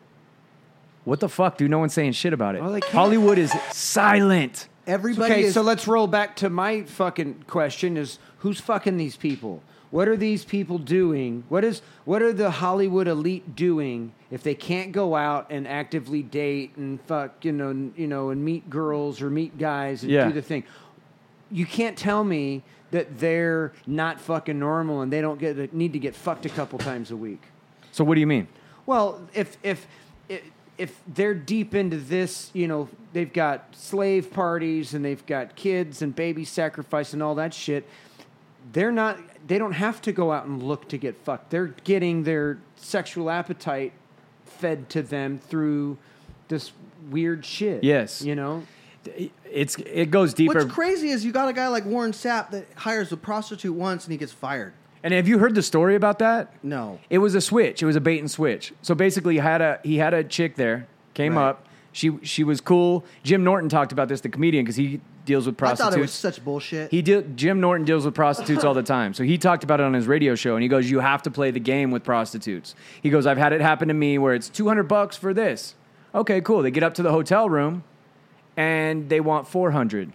[SPEAKER 1] what the fuck, dude? No one's saying shit about it.
[SPEAKER 2] Well, they can't-
[SPEAKER 1] Hollywood is silent.
[SPEAKER 4] Everybody.
[SPEAKER 2] Okay,
[SPEAKER 4] is,
[SPEAKER 2] so let's roll back to my fucking question: Is who's fucking these people? What are these people doing? What is what are the Hollywood elite doing if they can't go out and actively date and fuck you know n- you know and meet girls or meet guys and
[SPEAKER 1] Yeah.
[SPEAKER 2] do the thing? You can't tell me that they're not fucking normal and they don't get need to get fucked a couple times a week.
[SPEAKER 1] So what do you mean?
[SPEAKER 2] Well, if if if- if they're deep into this, you know, they've got slave parties and they've got kids and baby sacrifice and all that shit. They're not. They don't have to go out and look to get fucked. They're getting their sexual appetite fed to them through this weird shit.
[SPEAKER 1] Yes.
[SPEAKER 2] you know.
[SPEAKER 1] It's it goes deeper.
[SPEAKER 4] what's crazy is you got a guy like Warren Sapp that hires a prostitute once and he gets fired.
[SPEAKER 1] And have you heard the story about that?
[SPEAKER 4] No.
[SPEAKER 1] It was a switch. It was a bait and switch. So basically, he had a he had a chick there. Came
[SPEAKER 4] Right.
[SPEAKER 1] up. She she was cool. Jim Norton talked about this, the comedian, because he deals with
[SPEAKER 4] I
[SPEAKER 1] prostitutes.
[SPEAKER 4] thought it was such bullshit.
[SPEAKER 1] He deal, Jim Norton deals with prostitutes all the time. So he talked about it on his radio show, and he goes, "You have to play the game with prostitutes." He goes, "I've had it happen to me where it's two hundred bucks for this." Okay, cool. They get up to the hotel room, and they want four hundred,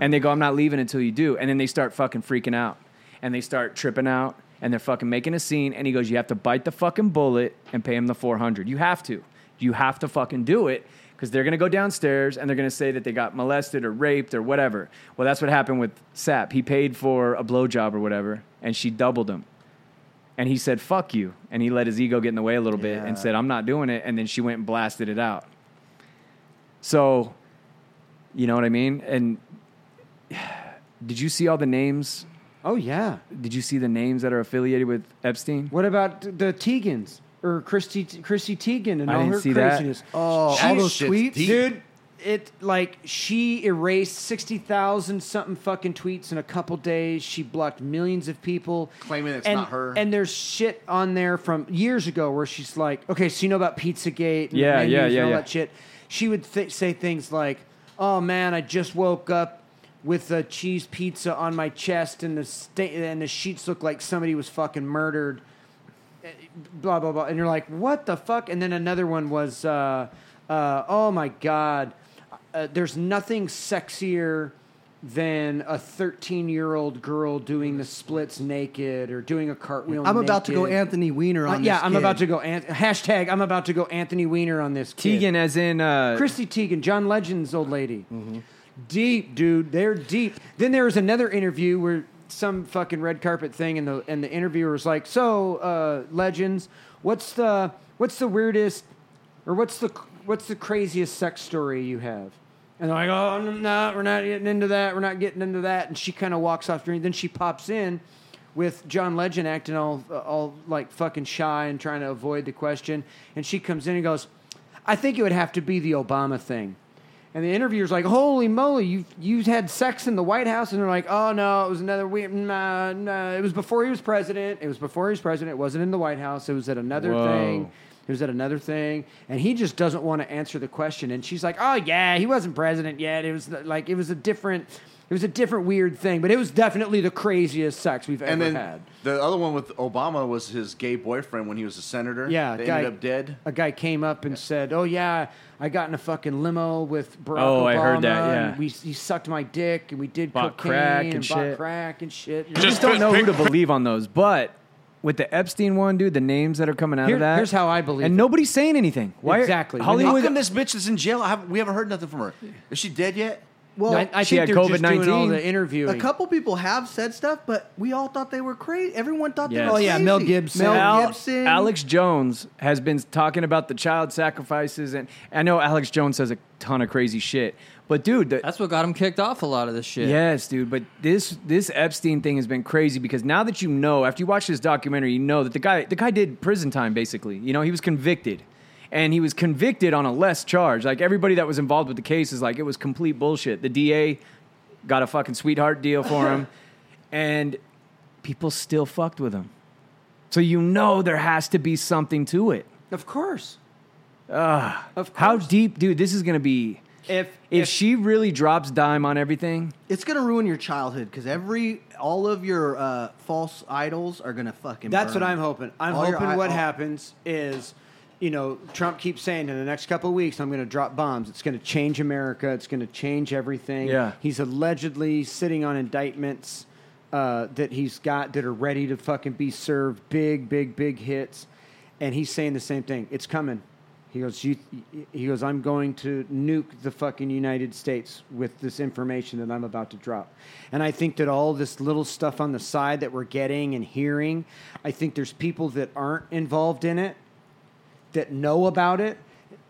[SPEAKER 1] and they go, "I'm not leaving until you do." And then they start fucking freaking out, and they start tripping out, and they're fucking making a scene. And he goes, "You have to bite the fucking bullet and pay him the four hundred. You have to. You have to fucking do it." Because they're gonna go downstairs and they're gonna say that they got molested or raped or whatever. Well, that's what happened with Sap. He paid for a blowjob or whatever, and she doubled him. And he said, fuck you. And he let his ego get in the way a little bit and said, I'm not doing it. And then she went and blasted it out. So, you know what I mean? And did you see all the names?
[SPEAKER 2] Oh yeah.
[SPEAKER 1] Did you see the names that are affiliated with Epstein?
[SPEAKER 2] What about the Tegans or Christy Chrissy Teigen and
[SPEAKER 1] I
[SPEAKER 2] all
[SPEAKER 1] didn't
[SPEAKER 2] her
[SPEAKER 1] see that.
[SPEAKER 2] craziness?
[SPEAKER 4] oh, all
[SPEAKER 6] Jeez,
[SPEAKER 4] those
[SPEAKER 6] shit's
[SPEAKER 4] tweets,
[SPEAKER 6] deep.
[SPEAKER 2] dude. It like she erased sixty thousand something fucking tweets in a couple days. She blocked millions of people,
[SPEAKER 6] Claiming it's
[SPEAKER 2] and,
[SPEAKER 6] not her.
[SPEAKER 2] And there's shit on there from years ago where she's like, "Okay, so you know about PizzaGate? And
[SPEAKER 1] Yeah,
[SPEAKER 2] the menus
[SPEAKER 1] yeah,
[SPEAKER 2] and
[SPEAKER 1] yeah,
[SPEAKER 2] all
[SPEAKER 1] yeah.
[SPEAKER 2] that shit." She would th- say things like, "Oh man, I just woke up." With a cheese pizza on my chest, and the sta- and the sheets look like somebody was fucking murdered blah blah blah and you're like what the fuck and then another one was uh, uh, oh my god uh, there's nothing sexier than a 13 year old girl doing the splits naked or doing a cartwheel
[SPEAKER 4] I'm about to go
[SPEAKER 2] naked.
[SPEAKER 4] Anthony Weiner
[SPEAKER 2] Uh,
[SPEAKER 4] on
[SPEAKER 2] yeah
[SPEAKER 4] this
[SPEAKER 2] i'm
[SPEAKER 4] kid.
[SPEAKER 2] about to go An- hashtag i'm about to go anthony weiner on this kid.
[SPEAKER 1] Tegan, as in uh,
[SPEAKER 2] Christy Teigen, John Legend's old lady. Deep, dude. They're deep. Then there was another interview where some fucking red carpet thing, and the and the interviewer was like, "So, uh, Legends, what's the what's the weirdest, or what's the what's the craziest sex story you have?" And they're like, "Oh, n- no, we're not getting into that. We're not getting into that." And she kind of walks off. During, then she pops in with John Legend acting all all like fucking shy and trying to avoid the question. And she comes in and goes, I think it would have to be the Obama thing. And the interviewer's like, "Holy moly, you you had sex in the White House?" And they're like, "Oh no, it was another we nah, nah. it was before he was president. It was before he was president. It wasn't in the White House. It was at another
[SPEAKER 1] Whoa.
[SPEAKER 2] thing. It was at another thing." And he just doesn't want to answer the question. And she's like, "Oh yeah, he wasn't president yet. It was like it was a different it was a different weird thing, but it was definitely the craziest sex we've
[SPEAKER 6] and
[SPEAKER 2] ever
[SPEAKER 6] then
[SPEAKER 2] had."
[SPEAKER 6] the other one with Obama was his gay boyfriend when he was a senator.
[SPEAKER 2] Yeah,
[SPEAKER 6] that
[SPEAKER 2] guy-
[SPEAKER 6] ended up dead.
[SPEAKER 2] A guy came up and said, "Oh yeah, I got in a fucking limo with Barack
[SPEAKER 1] Oh,
[SPEAKER 2] Obama.
[SPEAKER 1] I heard that,
[SPEAKER 2] and
[SPEAKER 1] yeah.
[SPEAKER 2] we he sucked my dick and we did
[SPEAKER 1] Bought
[SPEAKER 2] cocaine
[SPEAKER 1] crack
[SPEAKER 2] and,
[SPEAKER 1] and
[SPEAKER 2] bought
[SPEAKER 1] shit.
[SPEAKER 2] crack and shit."
[SPEAKER 1] I just don't know who to believe on those. But with the Epstein one, dude, the names that are coming out
[SPEAKER 2] Here-
[SPEAKER 1] of that.
[SPEAKER 2] here's how I believe
[SPEAKER 1] And
[SPEAKER 2] it.
[SPEAKER 1] nobody's saying anything. Why
[SPEAKER 2] Exactly.
[SPEAKER 6] How
[SPEAKER 1] Hollywood.
[SPEAKER 6] come this bitch is in jail? I haven't, we haven't heard nothing from her. Is she dead yet?
[SPEAKER 4] Well,
[SPEAKER 2] I, I
[SPEAKER 1] She
[SPEAKER 2] think
[SPEAKER 1] had
[SPEAKER 2] they're just doing all
[SPEAKER 1] COVID-19.
[SPEAKER 2] the interviewing.
[SPEAKER 4] a couple people have said stuff, but we all thought they were crazy. Everyone thought they
[SPEAKER 1] Yes.
[SPEAKER 4] were
[SPEAKER 1] Oh,
[SPEAKER 4] crazy.
[SPEAKER 2] yeah, Mel Gibson.
[SPEAKER 4] Mel
[SPEAKER 1] Al-
[SPEAKER 4] Gibson.
[SPEAKER 1] Alex Jones has been talking about the child sacrifices, and I know Alex Jones says a ton of crazy shit. But dude, the,
[SPEAKER 5] That's what got him kicked off a lot of this shit.
[SPEAKER 1] yes, dude. But this this Epstein thing has been crazy because now that you know, after you watch this documentary, you know that the guy the guy did prison time basically. You know, he was convicted, and he was convicted on a less charge. Like everybody that was involved with the case is like it was complete bullshit. The DA got a fucking sweetheart deal for him, and people still fucked with him. So you know there has to be something to it.
[SPEAKER 2] of course. of course.
[SPEAKER 1] How deep, dude? This is gonna be.
[SPEAKER 2] if
[SPEAKER 1] If, she really drops dime on everything,
[SPEAKER 4] It's gonna ruin your childhood because every all of your uh, false idols are gonna fucking.
[SPEAKER 2] That's
[SPEAKER 4] burn.
[SPEAKER 2] what I'm hoping. I'm
[SPEAKER 4] All your
[SPEAKER 2] hoping
[SPEAKER 4] eye-
[SPEAKER 2] what
[SPEAKER 4] all-
[SPEAKER 2] happens is, you know, Trump keeps saying in the next couple of weeks, I'm going to drop bombs. It's going to change America. It's going to change everything.
[SPEAKER 1] Yeah.
[SPEAKER 2] He's allegedly sitting on indictments uh, that he's got that are ready to fucking be served. Big, big, big hits. And he's saying the same thing. It's coming. He goes, you, he goes, I'm going to nuke the fucking United States with this information that I'm about to drop. And I think that all this little stuff on the side that we're getting and hearing, I think there's people that aren't involved in it that know about it.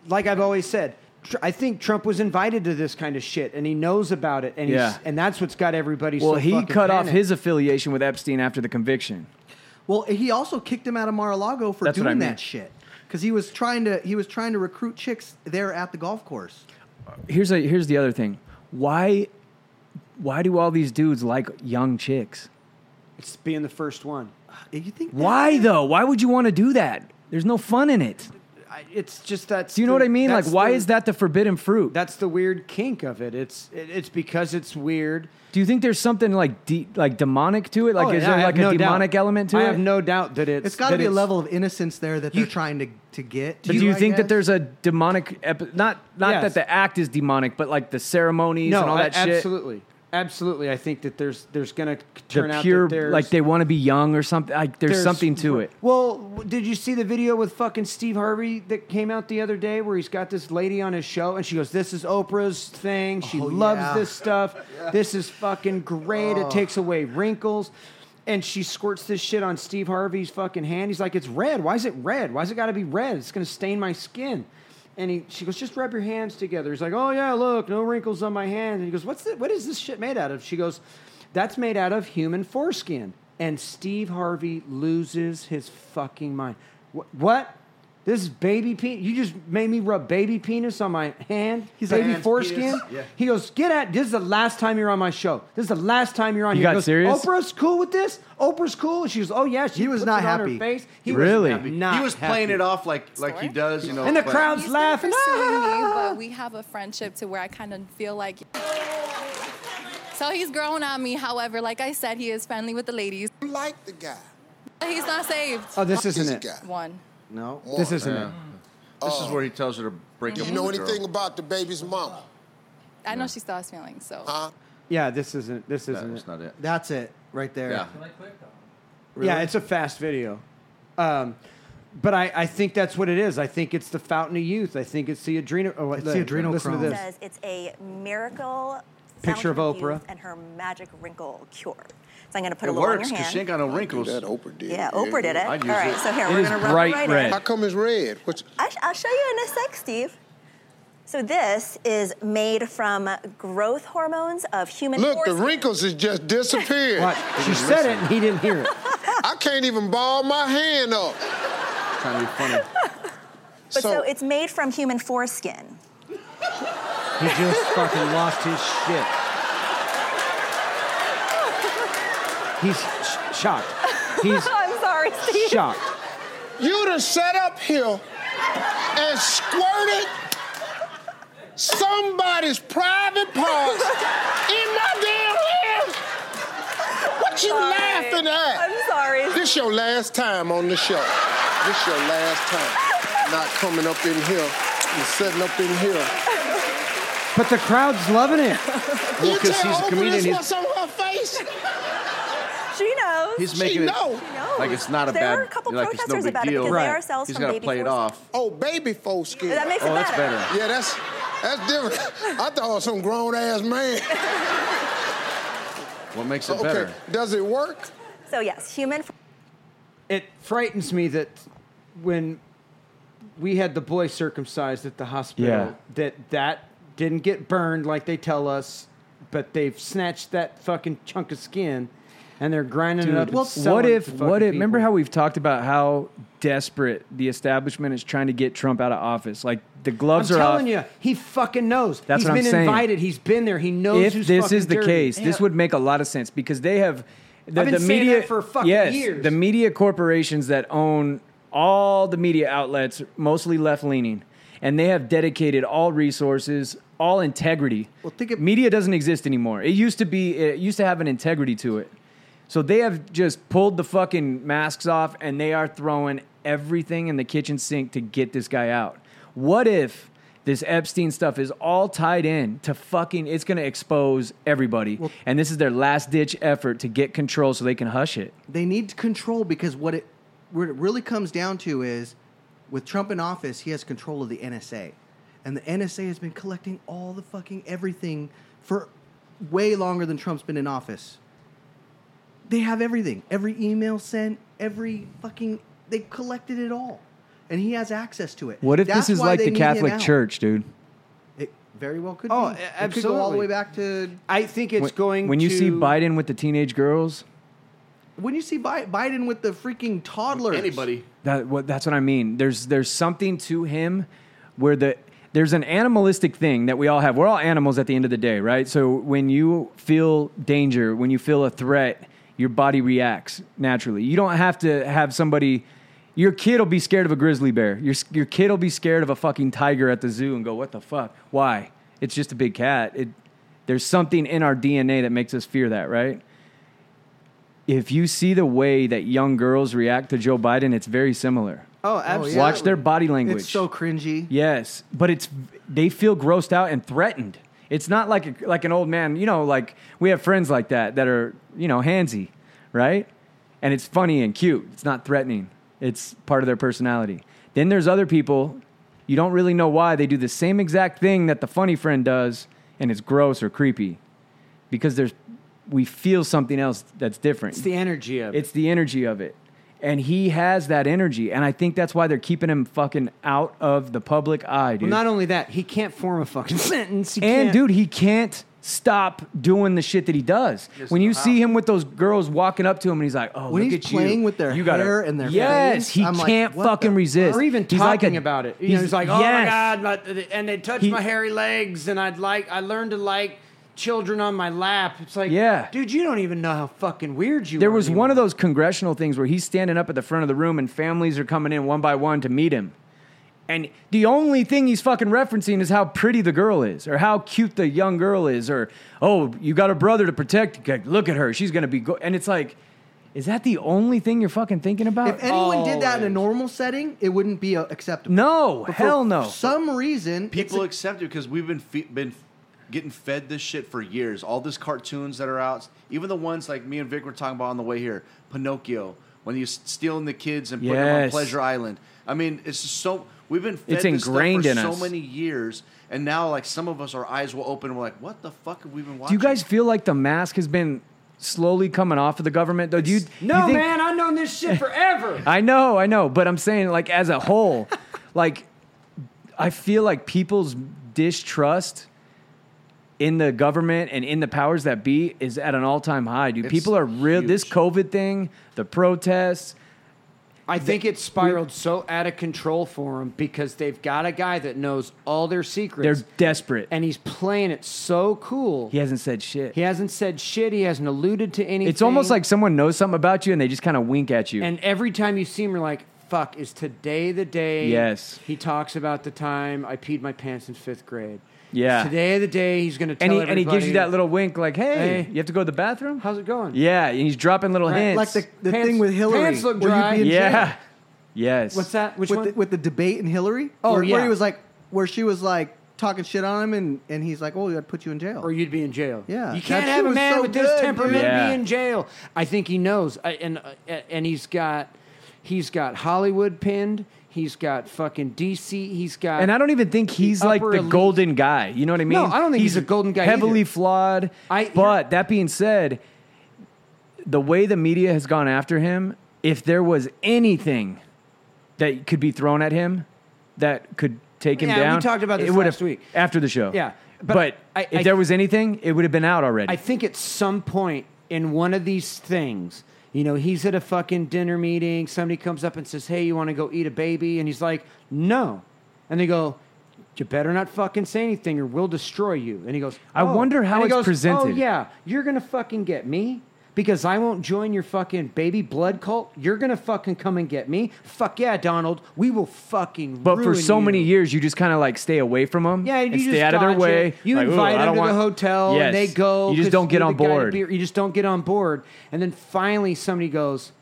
[SPEAKER 2] Like I've always said, tr- I think Trump was invited to this kind of shit and he knows about it. And, he's,
[SPEAKER 1] Yeah.
[SPEAKER 2] and that's what's got everybody
[SPEAKER 1] well,
[SPEAKER 2] so
[SPEAKER 1] he
[SPEAKER 2] fucking
[SPEAKER 1] cut off
[SPEAKER 2] panicked.
[SPEAKER 1] his affiliation with Epstein after the conviction.
[SPEAKER 4] Well, he also kicked him out of Mar-a-Lago for
[SPEAKER 1] That's what
[SPEAKER 4] doing
[SPEAKER 1] I mean.
[SPEAKER 4] that shit because he was trying to he was trying to recruit chicks there at the golf course.
[SPEAKER 1] Here's a, here's the other thing. Why, why do all these dudes like young chicks?
[SPEAKER 2] It's being the first one.
[SPEAKER 4] You think that-
[SPEAKER 1] Why though? Why would you want to do that? There's no fun in it.
[SPEAKER 2] I, it's just that's.
[SPEAKER 1] Do you know
[SPEAKER 2] the-
[SPEAKER 1] what I mean? Like,
[SPEAKER 2] that's
[SPEAKER 1] why
[SPEAKER 2] the-
[SPEAKER 1] is that the forbidden fruit?
[SPEAKER 2] That's the weird kink of it. It's it, it's because it's weird.
[SPEAKER 1] Do you think there's something like de- like demonic to it? Like,
[SPEAKER 2] Oh,
[SPEAKER 1] is
[SPEAKER 2] yeah, I
[SPEAKER 1] there
[SPEAKER 2] have
[SPEAKER 1] like a
[SPEAKER 2] no doubt.
[SPEAKER 1] demonic element to
[SPEAKER 2] I
[SPEAKER 1] it?
[SPEAKER 2] have no doubt that it's.
[SPEAKER 4] It's got to
[SPEAKER 2] that
[SPEAKER 4] be a level of innocence there that they're trying to to get.
[SPEAKER 1] But do you
[SPEAKER 4] I
[SPEAKER 1] think that
[SPEAKER 4] guess?
[SPEAKER 1] there's a demonic epi- not not
[SPEAKER 2] Yes.
[SPEAKER 1] that the act is demonic, but like the ceremonies
[SPEAKER 2] No,
[SPEAKER 1] and all
[SPEAKER 2] I-
[SPEAKER 1] that shit?
[SPEAKER 2] absolutely, absolutely. I think that there's there's gonna turn
[SPEAKER 1] the
[SPEAKER 2] out
[SPEAKER 1] pure
[SPEAKER 2] that there's,
[SPEAKER 1] like they want to be young or something. Like there's, something to it.
[SPEAKER 2] Well, w- did you see the video with fucking Steve Harvey that came out the other day where he's got this lady on his show and she goes, "This is Oprah's thing. She loves
[SPEAKER 4] yeah.
[SPEAKER 2] this stuff. This is fucking great. It takes away wrinkles." And she squirts this shit on Steve Harvey's fucking hand. He's like, "It's red. Why is it red? Why's it got to be red? It's gonna stain my skin." And he, she goes, "Just rub your hands together." He's like, "Oh yeah, look, no wrinkles on my hands." And he goes, "What's the, what is this shit made out of?" She goes, that's made out of human foreskin. And Steve Harvey loses his fucking mind. Wh- What? This is baby penis. You just made me rub baby penis on my hand. He's
[SPEAKER 4] like,
[SPEAKER 2] baby
[SPEAKER 4] "Hands,
[SPEAKER 2] foreskin. He goes, get at. This is the last time you're on my show. This is the last time you're on.
[SPEAKER 1] You
[SPEAKER 2] here."
[SPEAKER 1] got
[SPEAKER 2] He goes,
[SPEAKER 1] serious?
[SPEAKER 2] Oprah's cool with this. Oprah's cool. And she goes, oh yeah. She
[SPEAKER 4] He was
[SPEAKER 2] puts
[SPEAKER 4] not
[SPEAKER 2] it on her
[SPEAKER 4] happy.
[SPEAKER 2] face. He
[SPEAKER 1] Really?
[SPEAKER 2] was not
[SPEAKER 6] he was playing
[SPEAKER 2] happy.
[SPEAKER 6] it off like like he
[SPEAKER 9] Story?
[SPEAKER 6] does, you know.
[SPEAKER 2] And the
[SPEAKER 6] but-
[SPEAKER 2] crowd's
[SPEAKER 9] He's
[SPEAKER 2] laughing.
[SPEAKER 9] laughing. Pursuing you,
[SPEAKER 2] Ah!
[SPEAKER 9] but we have a friendship to where I kind of feel like. So he's grown on me. However, like I said, he is friendly with the ladies.
[SPEAKER 10] You like the guy.
[SPEAKER 9] But He's not saved.
[SPEAKER 2] Oh, this isn't
[SPEAKER 10] This
[SPEAKER 2] it.
[SPEAKER 10] guy.
[SPEAKER 9] One.
[SPEAKER 4] no.
[SPEAKER 2] This isn't it.
[SPEAKER 6] This is where he tells her to break up.
[SPEAKER 10] You know
[SPEAKER 6] with the girl.
[SPEAKER 10] anything about the baby's mama?
[SPEAKER 9] I know she still has feelings, so.
[SPEAKER 2] Yeah, this isn't. This
[SPEAKER 6] That
[SPEAKER 2] isn't.
[SPEAKER 6] was
[SPEAKER 2] it.
[SPEAKER 6] not it.
[SPEAKER 4] That's it right there.
[SPEAKER 6] Yeah.
[SPEAKER 2] Yeah, it's a fast video. Um, but I, I think that's what it is. I think it's the fountain of youth. I think it's the adrenal. Oh,
[SPEAKER 4] It's the adrenal
[SPEAKER 2] Listen to
[SPEAKER 4] chrome.
[SPEAKER 2] this.
[SPEAKER 11] says it's a miracle
[SPEAKER 2] Picture of
[SPEAKER 11] fountain youth
[SPEAKER 2] Oprah.
[SPEAKER 11] and her magic wrinkle cure. So I'm going to put a
[SPEAKER 6] It
[SPEAKER 11] little
[SPEAKER 6] works
[SPEAKER 11] on your
[SPEAKER 6] because
[SPEAKER 11] hand.
[SPEAKER 6] she ain't got no wrinkles.
[SPEAKER 10] That Oprah did.
[SPEAKER 11] yeah, Oprah did it.
[SPEAKER 6] I'd use
[SPEAKER 11] All right,
[SPEAKER 6] it.
[SPEAKER 11] so here
[SPEAKER 1] It
[SPEAKER 11] we're
[SPEAKER 1] is
[SPEAKER 11] going to rub
[SPEAKER 1] bright
[SPEAKER 11] it right
[SPEAKER 1] red.
[SPEAKER 11] in.
[SPEAKER 10] How come it's red? What's
[SPEAKER 11] I sh- I'll show you in a sec, Steve. So this is made from growth hormones of human
[SPEAKER 10] Look, the
[SPEAKER 11] foreskin.
[SPEAKER 10] wrinkles has just disappeared.
[SPEAKER 2] Watch. She said it and he didn't hear it.
[SPEAKER 10] I can't even ball my hand up.
[SPEAKER 6] Trying to be funny.
[SPEAKER 11] But so,
[SPEAKER 10] so-
[SPEAKER 11] it's made from human foreskin.
[SPEAKER 2] He just fucking lost his shit. He's sh- shocked. He's
[SPEAKER 11] I'm sorry, Steve.
[SPEAKER 2] shocked.
[SPEAKER 10] You done sat up here and squirted somebody's private parts in my damn hand. What you
[SPEAKER 11] Sorry.
[SPEAKER 10] laughing at?
[SPEAKER 11] I'm sorry.
[SPEAKER 10] This your last time on the show. This your last time. Not coming up in here and setting up in here.
[SPEAKER 2] But the crowd's loving it.
[SPEAKER 10] you
[SPEAKER 6] 'cause he's
[SPEAKER 10] tell
[SPEAKER 6] a
[SPEAKER 10] Oprah
[SPEAKER 6] comedian,
[SPEAKER 10] this
[SPEAKER 6] he's-
[SPEAKER 10] what's on her face?
[SPEAKER 11] She knows.
[SPEAKER 6] He's
[SPEAKER 10] She
[SPEAKER 6] making it
[SPEAKER 10] know.
[SPEAKER 11] She knows.
[SPEAKER 6] like it's not a
[SPEAKER 11] there
[SPEAKER 6] bad,
[SPEAKER 11] were a couple
[SPEAKER 6] like it's no
[SPEAKER 11] protesters
[SPEAKER 6] big
[SPEAKER 11] about it
[SPEAKER 6] deal.
[SPEAKER 11] because they are cells
[SPEAKER 6] He's
[SPEAKER 11] from
[SPEAKER 6] gotta
[SPEAKER 11] baby
[SPEAKER 6] play it
[SPEAKER 11] foreskin.
[SPEAKER 6] off.
[SPEAKER 10] Oh, baby folks skin.
[SPEAKER 11] That makes it
[SPEAKER 6] Oh, that's
[SPEAKER 11] better.
[SPEAKER 6] better.
[SPEAKER 10] yeah, that's that's different. I thought some grown ass man.
[SPEAKER 6] What makes
[SPEAKER 11] Oh,
[SPEAKER 6] it
[SPEAKER 10] Okay,
[SPEAKER 6] better?
[SPEAKER 10] does it work?
[SPEAKER 11] So yes, human.
[SPEAKER 2] It frightens me that when we had the boy circumcised at the hospital,
[SPEAKER 1] Yeah.
[SPEAKER 2] that that didn't get burned like they tell us, but they've snatched that fucking chunk of skin and they're grinding it up. and
[SPEAKER 1] Well,
[SPEAKER 2] selling
[SPEAKER 1] what
[SPEAKER 2] it
[SPEAKER 1] if
[SPEAKER 2] to fucking
[SPEAKER 1] what if remember
[SPEAKER 2] people.
[SPEAKER 1] how we've talked about how desperate the establishment is trying to get Trump out of office? Like the gloves
[SPEAKER 2] I'm
[SPEAKER 1] are
[SPEAKER 2] telling
[SPEAKER 1] off.
[SPEAKER 2] you, he fucking knows.
[SPEAKER 1] That's
[SPEAKER 2] He's
[SPEAKER 1] what I'm
[SPEAKER 2] been
[SPEAKER 1] saying.
[SPEAKER 2] invited. He's been there. He knows.
[SPEAKER 1] if
[SPEAKER 2] who's
[SPEAKER 1] this
[SPEAKER 2] fucking
[SPEAKER 1] is the
[SPEAKER 2] dirty.
[SPEAKER 1] case, this would make a lot of sense because they have the,
[SPEAKER 2] I've been
[SPEAKER 1] the
[SPEAKER 2] saying
[SPEAKER 1] media
[SPEAKER 2] that for fucking
[SPEAKER 1] yes,
[SPEAKER 2] years.
[SPEAKER 1] The media corporations that own all the media outlets, mostly left leaning, and they have dedicated all resources, all integrity.
[SPEAKER 4] Well, think of-
[SPEAKER 1] media doesn't exist anymore. It used to be. It used to have an integrity to it. So they have just pulled the fucking masks off and they are throwing everything in the kitchen sink to get this guy out. What if this Epstein stuff is all tied in to fucking it's going to expose everybody and this is their last ditch effort to get control so they can hush it.
[SPEAKER 4] They need control because what it what it really comes down to is with Trump in office, he has control of the NSA. And the NSA has been collecting all the fucking everything for way longer than Trump's been in office. They have everything. Every email sent, every fucking they collected it all. And he has access to it.
[SPEAKER 1] What if
[SPEAKER 4] That's
[SPEAKER 1] this is
[SPEAKER 4] why
[SPEAKER 1] like
[SPEAKER 4] they
[SPEAKER 1] the
[SPEAKER 4] need him
[SPEAKER 1] Catholic
[SPEAKER 4] out.
[SPEAKER 1] Church, dude?
[SPEAKER 4] It very well could
[SPEAKER 2] Oh,
[SPEAKER 4] be.
[SPEAKER 2] a-
[SPEAKER 4] It could go all the
[SPEAKER 2] absolutely.
[SPEAKER 4] way back to
[SPEAKER 2] I think it's
[SPEAKER 1] When-
[SPEAKER 2] going.
[SPEAKER 1] When you
[SPEAKER 2] to-
[SPEAKER 1] see Biden with the teenage girls,
[SPEAKER 4] when you see Bi- Biden with the freaking toddlers.
[SPEAKER 6] Anybody?
[SPEAKER 1] That what that's what I mean. There's there's something to him where the there's an animalistic thing that we all have. We're all animals at the end of the day, right? So when you feel danger, when you feel a threat, your body reacts naturally. You don't have to have somebody. Your kid will be scared of a grizzly bear. Your your kid will be scared of a fucking tiger at the zoo and go, "What the fuck? Why? It's just a big cat." It, there's something in our DNA that makes us fear that, right? If you see the way that young girls react to Joe Biden, it's very similar.
[SPEAKER 4] Oh, absolutely.
[SPEAKER 1] Watch their body language.
[SPEAKER 4] It's so cringy.
[SPEAKER 1] Yes, but it's they feel grossed out and threatened. It's not like a, like an old man, you know. Like we have friends like that that are you know handsy, right? And it's funny and cute. It's not threatening. It's part of their personality. Then there's other people. You don't really know why they do the same exact thing that the funny friend does, and it's gross or creepy because there's we feel something else that's different.
[SPEAKER 2] It's the energy of
[SPEAKER 1] It's the energy of it. And he has that energy. And I think that's why they're keeping him fucking out of the public eye, dude.
[SPEAKER 2] Well, not only that, he can't form a fucking sentence. He
[SPEAKER 1] and
[SPEAKER 2] can't-
[SPEAKER 1] dude, he can't stop doing the shit that he does.
[SPEAKER 2] Just
[SPEAKER 1] when you
[SPEAKER 2] how?
[SPEAKER 1] see him with those girls walking up to him and he's like, oh,
[SPEAKER 2] uh-huh. When
[SPEAKER 1] look
[SPEAKER 2] he's
[SPEAKER 1] at
[SPEAKER 2] playing
[SPEAKER 1] you.
[SPEAKER 2] with their
[SPEAKER 1] you gotta-
[SPEAKER 2] hair and their
[SPEAKER 1] Yes,
[SPEAKER 2] face,
[SPEAKER 1] he
[SPEAKER 2] I'm like,
[SPEAKER 1] can't
[SPEAKER 2] what
[SPEAKER 1] fucking
[SPEAKER 2] the-
[SPEAKER 1] resist.
[SPEAKER 2] Or even
[SPEAKER 1] He's like
[SPEAKER 2] talking
[SPEAKER 1] a-
[SPEAKER 2] about it. You know, he's like, oh
[SPEAKER 1] yes.
[SPEAKER 2] my god, my- and they touch
[SPEAKER 1] He-
[SPEAKER 2] my hairy legs, and I'd like, I learned to like children on my lap. It's like,
[SPEAKER 1] Yeah.
[SPEAKER 2] dude, you don't even know how fucking weird you.
[SPEAKER 1] There
[SPEAKER 2] are
[SPEAKER 1] was
[SPEAKER 2] anymore.
[SPEAKER 1] one of those congressional things where he's standing up at the front of the room and families are coming in one by one to meet him. And the only thing he's fucking referencing is how pretty the girl is or how cute the young girl is or, oh, you got a brother to protect. Like, Look at her. She's going to be go-" And it's like, is that the only thing you're fucking thinking about?
[SPEAKER 4] If anyone did that in a normal setting, it wouldn't be uh, acceptable.
[SPEAKER 1] Oh, No,
[SPEAKER 4] But for
[SPEAKER 1] Oh, hell no.
[SPEAKER 4] Some reason
[SPEAKER 6] people accept it because we've been fe- been getting fed this shit for years. All these cartoons that are out, even the ones like me and Vic were talking about on the way here, Pinocchio, when you're stealing the kids and putting them on
[SPEAKER 1] Yes.
[SPEAKER 6] Pleasure Island. I mean, it's just so we've been fed
[SPEAKER 1] It's
[SPEAKER 6] this stuff
[SPEAKER 1] ingrained
[SPEAKER 6] for
[SPEAKER 1] in
[SPEAKER 6] so
[SPEAKER 1] us.
[SPEAKER 6] many years, and now like some of us, our eyes will open. and We're like, what the fuck have we been
[SPEAKER 1] Do
[SPEAKER 6] watching?
[SPEAKER 1] you guys feel like the mask has been slowly coming off of the government? Though, do you,
[SPEAKER 2] No
[SPEAKER 1] you think-
[SPEAKER 2] man, I've known this shit forever.
[SPEAKER 1] I know, I know, but I'm saying like as a whole, like I feel like people's distrust in the government and in the powers that be is at an all-time high, dude. People are real this COVID thing, the protests.
[SPEAKER 2] I think it spiraled so out of control for them because they've got a guy that knows all their secrets.
[SPEAKER 1] They're desperate.
[SPEAKER 2] And he's playing it so cool.
[SPEAKER 1] He hasn't said shit.
[SPEAKER 2] He hasn't said shit. He hasn't alluded to anything.
[SPEAKER 1] It's almost like someone knows something about you and they just kind of wink at you.
[SPEAKER 2] And every time you see him, you're like, fuck, is today the day?
[SPEAKER 1] Yes.
[SPEAKER 2] He talks about the time I peed my pants in fifth grade.
[SPEAKER 1] Yeah.
[SPEAKER 2] Is today the day he's going to tell
[SPEAKER 1] and he, and he gives
[SPEAKER 2] everybody-
[SPEAKER 1] you that little wink like, "Hey,
[SPEAKER 2] Hey.
[SPEAKER 1] you have to go to the bathroom?
[SPEAKER 2] How's it going?"
[SPEAKER 1] Yeah, and he's dropping little
[SPEAKER 2] Right.
[SPEAKER 1] hints.
[SPEAKER 2] Like the- the Pants- thing with Hillary,
[SPEAKER 4] pants look where you'd dry. be in
[SPEAKER 1] Yeah.
[SPEAKER 4] jail.
[SPEAKER 1] Yes.
[SPEAKER 2] What's that? Which
[SPEAKER 4] with
[SPEAKER 2] one?
[SPEAKER 4] The, with the debate in Hillary.
[SPEAKER 2] Oh,
[SPEAKER 4] where, where
[SPEAKER 2] yeah.
[SPEAKER 4] he was like, where she was like talking shit on him, and and he's like, oh, I'd put you in jail.
[SPEAKER 2] or you'd be in jail.
[SPEAKER 4] Yeah.
[SPEAKER 2] you can't
[SPEAKER 4] That shit
[SPEAKER 2] have a
[SPEAKER 4] was
[SPEAKER 2] man
[SPEAKER 4] so
[SPEAKER 2] with
[SPEAKER 4] good,
[SPEAKER 2] this
[SPEAKER 4] dude.
[SPEAKER 2] temperament
[SPEAKER 4] Yeah.
[SPEAKER 2] be in jail. I think he knows, I, and uh, and he's got he's got Hollywood pinned. He's got fucking DC. He's got
[SPEAKER 1] And I don't even think he's
[SPEAKER 2] the
[SPEAKER 1] like the
[SPEAKER 2] upper elite.
[SPEAKER 1] golden guy. You know what I mean?
[SPEAKER 2] No, I don't think he's a golden guy
[SPEAKER 1] Heavily
[SPEAKER 2] either.
[SPEAKER 1] flawed.
[SPEAKER 2] I-
[SPEAKER 1] but that being said, the way the media has gone after him, if there was anything that could be thrown at him that could take him
[SPEAKER 2] Yeah, we
[SPEAKER 1] down,
[SPEAKER 2] talked about
[SPEAKER 1] it
[SPEAKER 2] this
[SPEAKER 1] would
[SPEAKER 2] last
[SPEAKER 1] have-
[SPEAKER 2] week.
[SPEAKER 1] after the show.
[SPEAKER 2] Yeah,
[SPEAKER 1] but,
[SPEAKER 2] but I-
[SPEAKER 1] if
[SPEAKER 2] I-
[SPEAKER 1] there was anything, it would have been out already.
[SPEAKER 2] I think at some point in one of these things, you know, he's at a fucking dinner meeting. Somebody comes up and says, "Hey, you want to go eat a baby?" And he's like, "No," and they go. You better not fucking say anything, or we'll destroy you. And he goes.
[SPEAKER 1] I
[SPEAKER 2] "Oh."
[SPEAKER 1] wonder how
[SPEAKER 2] And he
[SPEAKER 1] it's
[SPEAKER 2] goes, Oh
[SPEAKER 1] presented."
[SPEAKER 2] yeah, you're gonna fucking get me because I won't join your fucking baby blood cult. You're gonna fucking come and get me. Fuck yeah, Donald. We will fucking.
[SPEAKER 1] But for
[SPEAKER 2] ruin
[SPEAKER 1] so
[SPEAKER 2] you.
[SPEAKER 1] many years, you just kind of like stay away from them.
[SPEAKER 2] Yeah, you
[SPEAKER 1] and
[SPEAKER 2] just
[SPEAKER 1] stay out of their
[SPEAKER 2] dodge
[SPEAKER 1] way.
[SPEAKER 2] it. You
[SPEAKER 1] Like, "Ooh,
[SPEAKER 2] invite
[SPEAKER 1] I
[SPEAKER 2] them
[SPEAKER 1] don't
[SPEAKER 2] to
[SPEAKER 1] want-"
[SPEAKER 2] the hotel,
[SPEAKER 1] Yes.
[SPEAKER 2] and they go.
[SPEAKER 1] You just
[SPEAKER 2] 'cause
[SPEAKER 1] don't get
[SPEAKER 2] you're
[SPEAKER 1] on
[SPEAKER 2] the guy to
[SPEAKER 1] board.
[SPEAKER 2] be- You just don't get on board, and then finally somebody goes,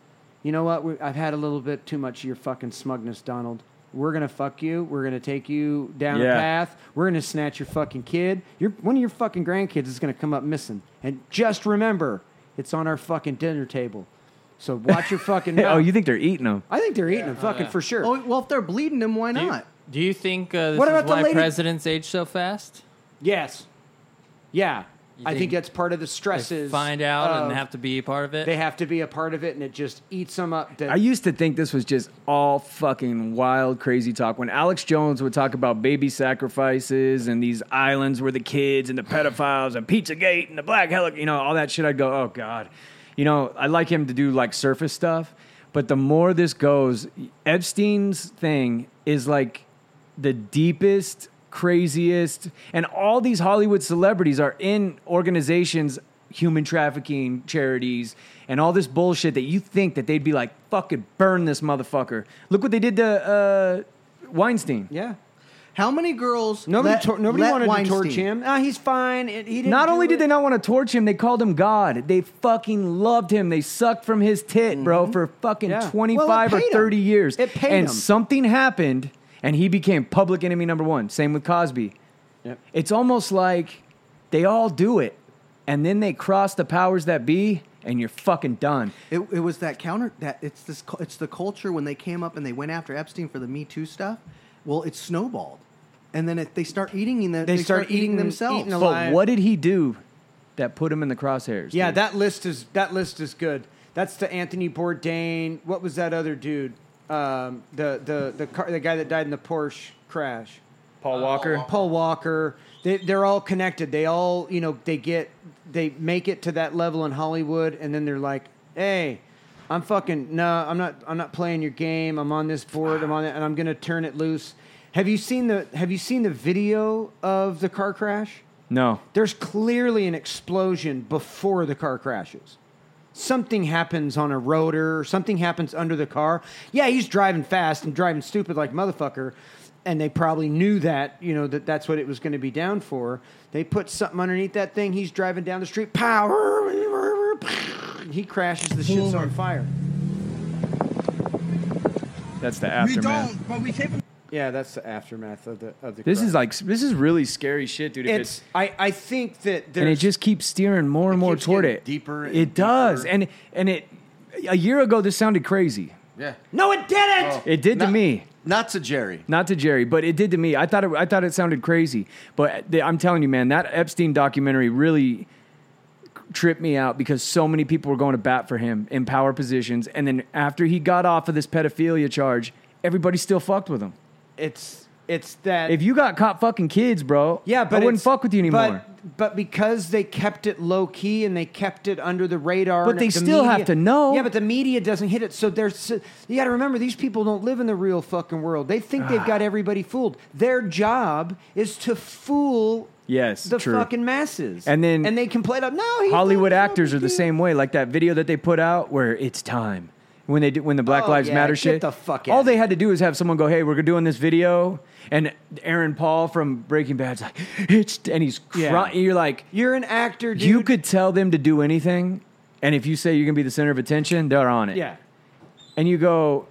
[SPEAKER 2] "You know what? We, I've had a little bit too much of your fucking smugness, Donald. We're gonna fuck you. We're gonna take you down a
[SPEAKER 1] Yeah.
[SPEAKER 2] path. We're gonna snatch your fucking kid. Your one of your fucking grandkids is gonna come up missing. And just remember, it's on our fucking dinner table. So watch your fucking.
[SPEAKER 1] Hey,
[SPEAKER 2] mouth.
[SPEAKER 1] oh, you think they're eating them?
[SPEAKER 2] I think they're eating them,
[SPEAKER 5] Oh,
[SPEAKER 2] fucking
[SPEAKER 5] yeah.
[SPEAKER 2] for sure.
[SPEAKER 4] Oh, well, if they're bleeding him, why not?
[SPEAKER 5] Do you think uh, this
[SPEAKER 2] What
[SPEAKER 5] is
[SPEAKER 2] about the
[SPEAKER 5] why
[SPEAKER 2] lady-
[SPEAKER 5] presidents age so fast?
[SPEAKER 2] Yes. Yeah.
[SPEAKER 5] You
[SPEAKER 2] I think,
[SPEAKER 5] think
[SPEAKER 2] that's part of the stresses.
[SPEAKER 5] Find out and
[SPEAKER 2] of-
[SPEAKER 5] have to be a part of it.
[SPEAKER 2] They have to be a part of it, and it just eats them up. to-
[SPEAKER 1] I used to think this was just all fucking wild, crazy talk. When Alex Jones would talk about baby sacrifices and these islands where the kids and the pedophiles and Pizzagate and the black helic, you know, all that shit, I'd go, oh God. You know, I'd like him to do like surface stuff. But the more this goes, Epstein's thing is like the deepest, craziest, and all these Hollywood celebrities are in organizations human trafficking charities and all this bullshit that you think that they'd be like, fucking burn this motherfucker. Look what they did to uh, Weinstein.
[SPEAKER 4] Yeah. How many girls?
[SPEAKER 1] Nobody,
[SPEAKER 4] let-
[SPEAKER 1] tor- nobody
[SPEAKER 4] let
[SPEAKER 1] wanted
[SPEAKER 4] Weinstein-
[SPEAKER 1] to torch him.
[SPEAKER 2] Ah, he's fine. It- he didn't
[SPEAKER 1] Not
[SPEAKER 2] do
[SPEAKER 1] only
[SPEAKER 2] it.
[SPEAKER 1] did they not want to torch him, they called him God. They fucking loved him. They sucked from his tit, bro, for fucking
[SPEAKER 2] Mm-hmm. Yeah.
[SPEAKER 1] 25
[SPEAKER 2] Well, it
[SPEAKER 1] or
[SPEAKER 2] paid
[SPEAKER 1] 30
[SPEAKER 2] him.
[SPEAKER 1] years.
[SPEAKER 2] It paid
[SPEAKER 1] And
[SPEAKER 2] him.
[SPEAKER 1] something happened, and he became public enemy number one. Same with Cosby.
[SPEAKER 2] Yep.
[SPEAKER 1] It's almost like they all do it, and then they cross the powers that be, and you're fucking done.
[SPEAKER 4] It, it was that counter that it's this cu- it's the culture when they came up and they went after Epstein for the Me Too stuff. Well, it snowballed, and then it, they start eating in the,
[SPEAKER 2] They start
[SPEAKER 4] eating,
[SPEAKER 2] eating-
[SPEAKER 4] themselves.
[SPEAKER 2] eating
[SPEAKER 1] But what did he do that put him in the crosshairs?
[SPEAKER 2] Yeah,
[SPEAKER 1] dude?
[SPEAKER 2] that list is that list is good. That's the Anthony Bourdain. What was that other dude? Um, the the the car, the guy that died in the Porsche crash. Uh,
[SPEAKER 1] Paul Walker.
[SPEAKER 2] Paul Walker. They they're all connected. They all you know they get they make it to that level in Hollywood, and then they're like, hey. I'm fucking no. I'm not. I'm not playing your game. I'm on this board. I'm on it, and I'm gonna turn it loose. Have you seen the Have you seen the video of the car crash?
[SPEAKER 1] No.
[SPEAKER 2] there's clearly an explosion before the car crashes. Something happens on a rotor, or something happens under the car. Yeah, he's driving fast and driving stupid like motherfucker, and they probably knew that, you know, that that's what it was going to be down for. They put something underneath that thing. He's driving down the street, power, he crashes. The shit's on fire.
[SPEAKER 1] That's the aftermath.
[SPEAKER 2] but we take. Yeah, that's the aftermath of the of the.
[SPEAKER 1] This
[SPEAKER 2] crash.
[SPEAKER 1] is like this is really scary shit, dude. If
[SPEAKER 2] it's. I I think that there's
[SPEAKER 1] and it just keeps steering more and more toward
[SPEAKER 2] getting
[SPEAKER 1] it.
[SPEAKER 2] deeper and
[SPEAKER 1] it does, and and it. A year ago, this sounded crazy.
[SPEAKER 6] Yeah.
[SPEAKER 2] No, it didn't.
[SPEAKER 1] It did to me.
[SPEAKER 6] Not to Jerry.
[SPEAKER 1] Not to Jerry, but it did to me. I thought it, I thought it sounded crazy, but the- I'm telling you, man, that Epstein documentary really tripped me out because so many people were going to bat for him in power positions, and then after he got off of this pedophilia charge, everybody still fucked with him.
[SPEAKER 2] it's it's that
[SPEAKER 1] If you got caught fucking kids, bro,
[SPEAKER 2] Yeah, but
[SPEAKER 1] I wouldn't
[SPEAKER 2] it's-
[SPEAKER 1] fuck with you
[SPEAKER 2] but-
[SPEAKER 1] anymore.
[SPEAKER 2] But, because they kept it low key and they kept it under the radar,
[SPEAKER 1] But
[SPEAKER 2] and
[SPEAKER 1] they
[SPEAKER 2] the
[SPEAKER 1] still have to know.
[SPEAKER 2] Yeah, but the media doesn't hit it. So there's you got to remember these people don't live in the real fucking world. They think they've
[SPEAKER 1] Ah.
[SPEAKER 2] got everybody fooled. Their job is to fool
[SPEAKER 1] yes,
[SPEAKER 2] the
[SPEAKER 1] true.
[SPEAKER 2] fucking masses,
[SPEAKER 1] And then-
[SPEAKER 2] and they can play it up. No, he's
[SPEAKER 1] Hollywood actors are the same way. Like that video that they put out where it's time when they do, when the Black
[SPEAKER 2] Oh,
[SPEAKER 1] Lives
[SPEAKER 2] yeah,
[SPEAKER 1] Matter
[SPEAKER 2] get
[SPEAKER 1] shit.
[SPEAKER 2] the fuck
[SPEAKER 1] all
[SPEAKER 2] outta
[SPEAKER 1] they had to do is have someone go, "Hey, we're doing this video," and Aaron Paul from Breaking Bad's like, "It's," and he's
[SPEAKER 2] Yeah.
[SPEAKER 1] crying. You're like,
[SPEAKER 2] you're an actor. Dude.
[SPEAKER 1] you could tell them to do anything, and if you say you're gonna be the center of attention, they're on it.
[SPEAKER 2] yeah.
[SPEAKER 1] and you go.